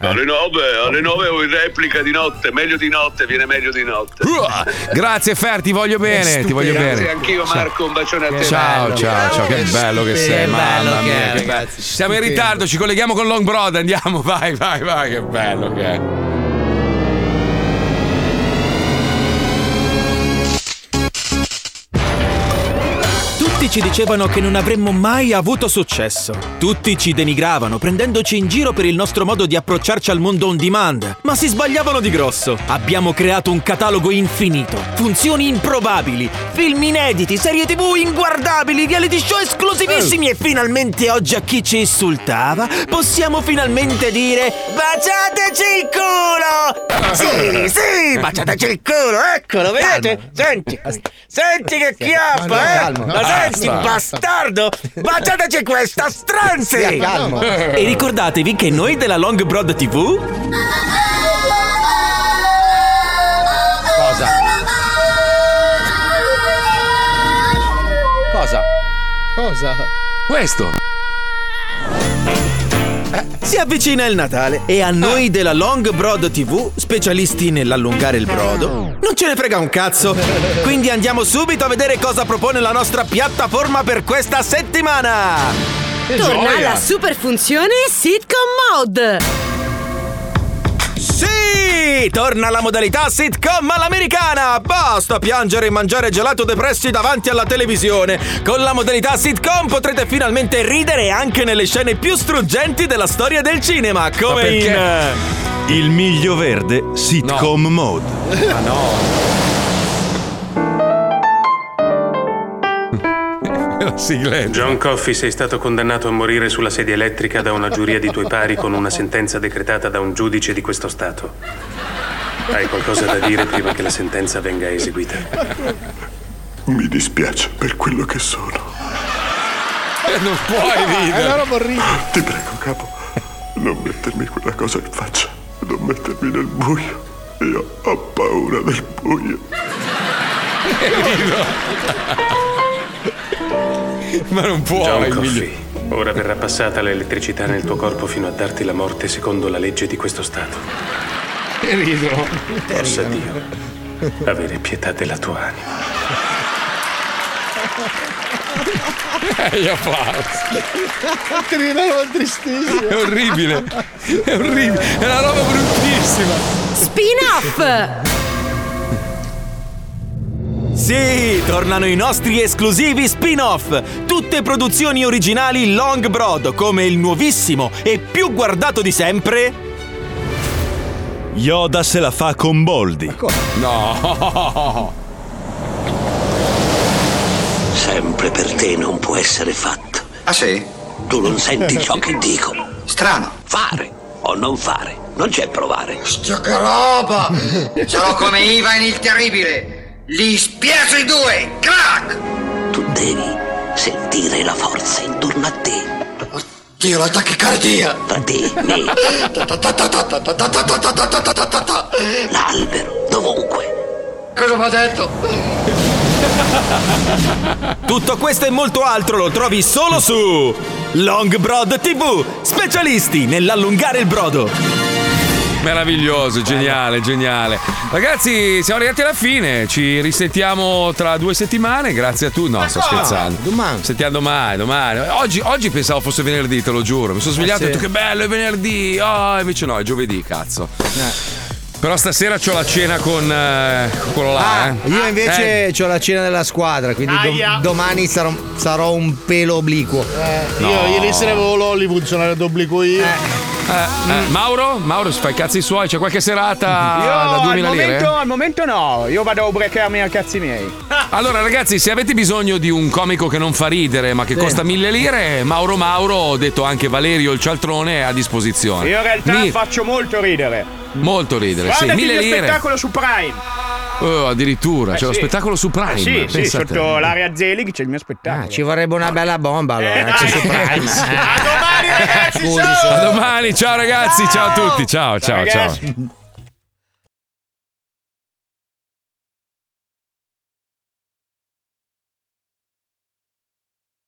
[SPEAKER 4] Alle 9, alle 9 ho in replica di notte, meglio di notte, viene meglio di notte.
[SPEAKER 2] Uah! Grazie Fer, ti voglio bene, ti voglio
[SPEAKER 4] Grazie
[SPEAKER 2] bene.
[SPEAKER 4] anch'io Marco, un bacione a te.
[SPEAKER 2] Ciao, ciao, ciao, che bello che sei, mamma
[SPEAKER 4] che
[SPEAKER 2] mia,
[SPEAKER 4] è,
[SPEAKER 2] che bello.
[SPEAKER 4] ragazzi,
[SPEAKER 2] Siamo in
[SPEAKER 4] stupendo.
[SPEAKER 2] ritardo, ci colleghiamo con Long Broad, andiamo, vai, vai, vai, che bello che è.
[SPEAKER 10] ci dicevano che non avremmo mai avuto successo. Tutti ci denigravano, prendendoci in giro per il nostro modo di approcciarci al mondo on demand. Ma si sbagliavano di grosso. Abbiamo creato un catalogo infinito, funzioni improbabili, film inediti, serie tv inguardabili, reality show esclusivissimi e finalmente oggi a chi ci insultava possiamo finalmente dire baciateci il culo! Sì, sì, baciateci il culo, eccolo, vedete? Senti, senti che
[SPEAKER 16] Ma no,
[SPEAKER 10] chiappa, eh!
[SPEAKER 16] calmo.
[SPEAKER 10] Ma senti,
[SPEAKER 16] Basta.
[SPEAKER 10] bastardo! Baciateci questa
[SPEAKER 16] Stia
[SPEAKER 10] stranzi!
[SPEAKER 16] calmo.
[SPEAKER 10] E ricordatevi che noi della Long Broad TV
[SPEAKER 16] Cosa?
[SPEAKER 10] Cosa?
[SPEAKER 6] Cosa?
[SPEAKER 10] Questo. Eh, Si avvicina il Natale e a noi della Long Broad TV, specialisti nell'allungare il brodo, non ce ne frega un cazzo. Quindi andiamo subito a vedere cosa propone la nostra piattaforma per questa settimana.
[SPEAKER 15] Torna
[SPEAKER 10] gioia!
[SPEAKER 15] alla super funzione sitcom mode.
[SPEAKER 10] Sì! Torna la modalità sitcom all'americana! Basta piangere e mangiare gelato depressi davanti alla televisione! Con la modalità sitcom potrete finalmente ridere anche nelle scene più struggenti della storia del cinema, come
[SPEAKER 17] perché?
[SPEAKER 10] in... eh,
[SPEAKER 17] Il miglio verde sitcom mode.
[SPEAKER 10] Ma
[SPEAKER 29] John Coffey sei stato condannato a morire sulla sedia elettrica da una giuria di tuoi pari con una sentenza decretata da un giudice di questo stato. Hai qualcosa da dire prima che la sentenza venga eseguita?
[SPEAKER 22] Mi dispiace per quello che sono.
[SPEAKER 2] non
[SPEAKER 10] Ah,
[SPEAKER 22] puoi ridere.
[SPEAKER 6] È una roba orribile.
[SPEAKER 22] Ti prego, capo, non mettermi quella cosa in faccia. Non mettermi nel buio. Io ho paura del buio.
[SPEAKER 2] Ma non puoi.
[SPEAKER 29] John Coffey, ora verrà passata l'elettricità nel tuo corpo fino a darti la morte secondo la legge di questo stato.
[SPEAKER 6] Rido.
[SPEAKER 29] Possa Dio avere pietà della tua anima.
[SPEAKER 2] Eh, Io fa.
[SPEAKER 6] Trina tristissimo.
[SPEAKER 2] È orribile. È orribile. È una roba bruttissima.
[SPEAKER 15] Spin-off!
[SPEAKER 10] Sì, tornano i nostri esclusivi spin-off, tutte produzioni originali Long Broad, come il nuovissimo e più guardato di sempre
[SPEAKER 17] Yoda se la fa con Boldi.
[SPEAKER 10] Ah.
[SPEAKER 2] No.
[SPEAKER 30] Sempre per te non può essere fatto. Ah sì? Tu non senti ciò che dico. Strano. Fare o non fare. Non c'è provare.
[SPEAKER 31] Che roba! Sono come Ivan il Terribile! Li spiazzo i due! Crack!
[SPEAKER 30] Tu devi sentire la forza intorno a te.
[SPEAKER 31] Dio, la tachicardia!
[SPEAKER 30] Tra te, me. L'albero, dovunque.
[SPEAKER 31] Cosa mi ha detto?
[SPEAKER 10] Tutto questo e molto altro lo trovi solo su Long Broad TV, specialisti nell'allungare il brodo.
[SPEAKER 2] Meraviglioso, geniale, geniale. Ragazzi, siamo arrivati alla fine. Ci risentiamo tra due settimane. Grazie a tu. No, sto scherzando. Domani. Sentiamo domani, domani. Oggi, oggi pensavo fosse venerdì, te lo giuro. Mi sono svegliato
[SPEAKER 1] sì.
[SPEAKER 2] e ho detto che bello, è venerdì. Oh, invece no, è giovedì, cazzo. Però stasera c'ho la cena con eh, con quello là.
[SPEAKER 3] Ah,
[SPEAKER 2] eh.
[SPEAKER 3] Io invece
[SPEAKER 2] Eh,
[SPEAKER 3] ho la cena della squadra, quindi dom-
[SPEAKER 6] Aia.
[SPEAKER 3] domani sarò, sarò un pelo obliquo.
[SPEAKER 6] Eh, Io
[SPEAKER 2] No.
[SPEAKER 6] ieri sera avevo l'Hollywood, sono andato obbligo io.
[SPEAKER 2] eh, Mauro? Mauro si fa i cazzi suoi, c'è qualche serata
[SPEAKER 3] Ah,
[SPEAKER 2] da
[SPEAKER 11] Io al
[SPEAKER 2] 2000 lire?
[SPEAKER 3] eh.
[SPEAKER 11] momento, al momento no, io vado a ubriacarmi a cazzi miei.
[SPEAKER 3] Ah,
[SPEAKER 2] Allora, ragazzi, se avete bisogno di un comico che non fa ridere, ma che costa mille lire, Mauro Mauro, detto anche Valerio il cialtrone, è a disposizione.
[SPEAKER 11] Io in realtà
[SPEAKER 2] Mi-
[SPEAKER 11] faccio molto
[SPEAKER 3] Eh,
[SPEAKER 11] ridere.
[SPEAKER 2] Molto ridere, sì,
[SPEAKER 11] Guardati
[SPEAKER 2] mille
[SPEAKER 11] lo
[SPEAKER 2] lire.
[SPEAKER 11] spettacolo su Prime.
[SPEAKER 2] Oh, addirittura,
[SPEAKER 11] Eh,
[SPEAKER 2] c'è lo
[SPEAKER 11] sì.
[SPEAKER 2] spettacolo su Prime. Eh.
[SPEAKER 11] Eh, sì, sì,
[SPEAKER 2] pensa a te.
[SPEAKER 11] sotto l'area Zelig c'è il mio spettacolo.
[SPEAKER 3] Ah, Ci vorrebbe una bella bomba allora. eh, c'è su Prime.
[SPEAKER 2] A domani, ciao ragazzi, ciao a tutti, ciao, ciao. ciao.
[SPEAKER 11] ragazzi.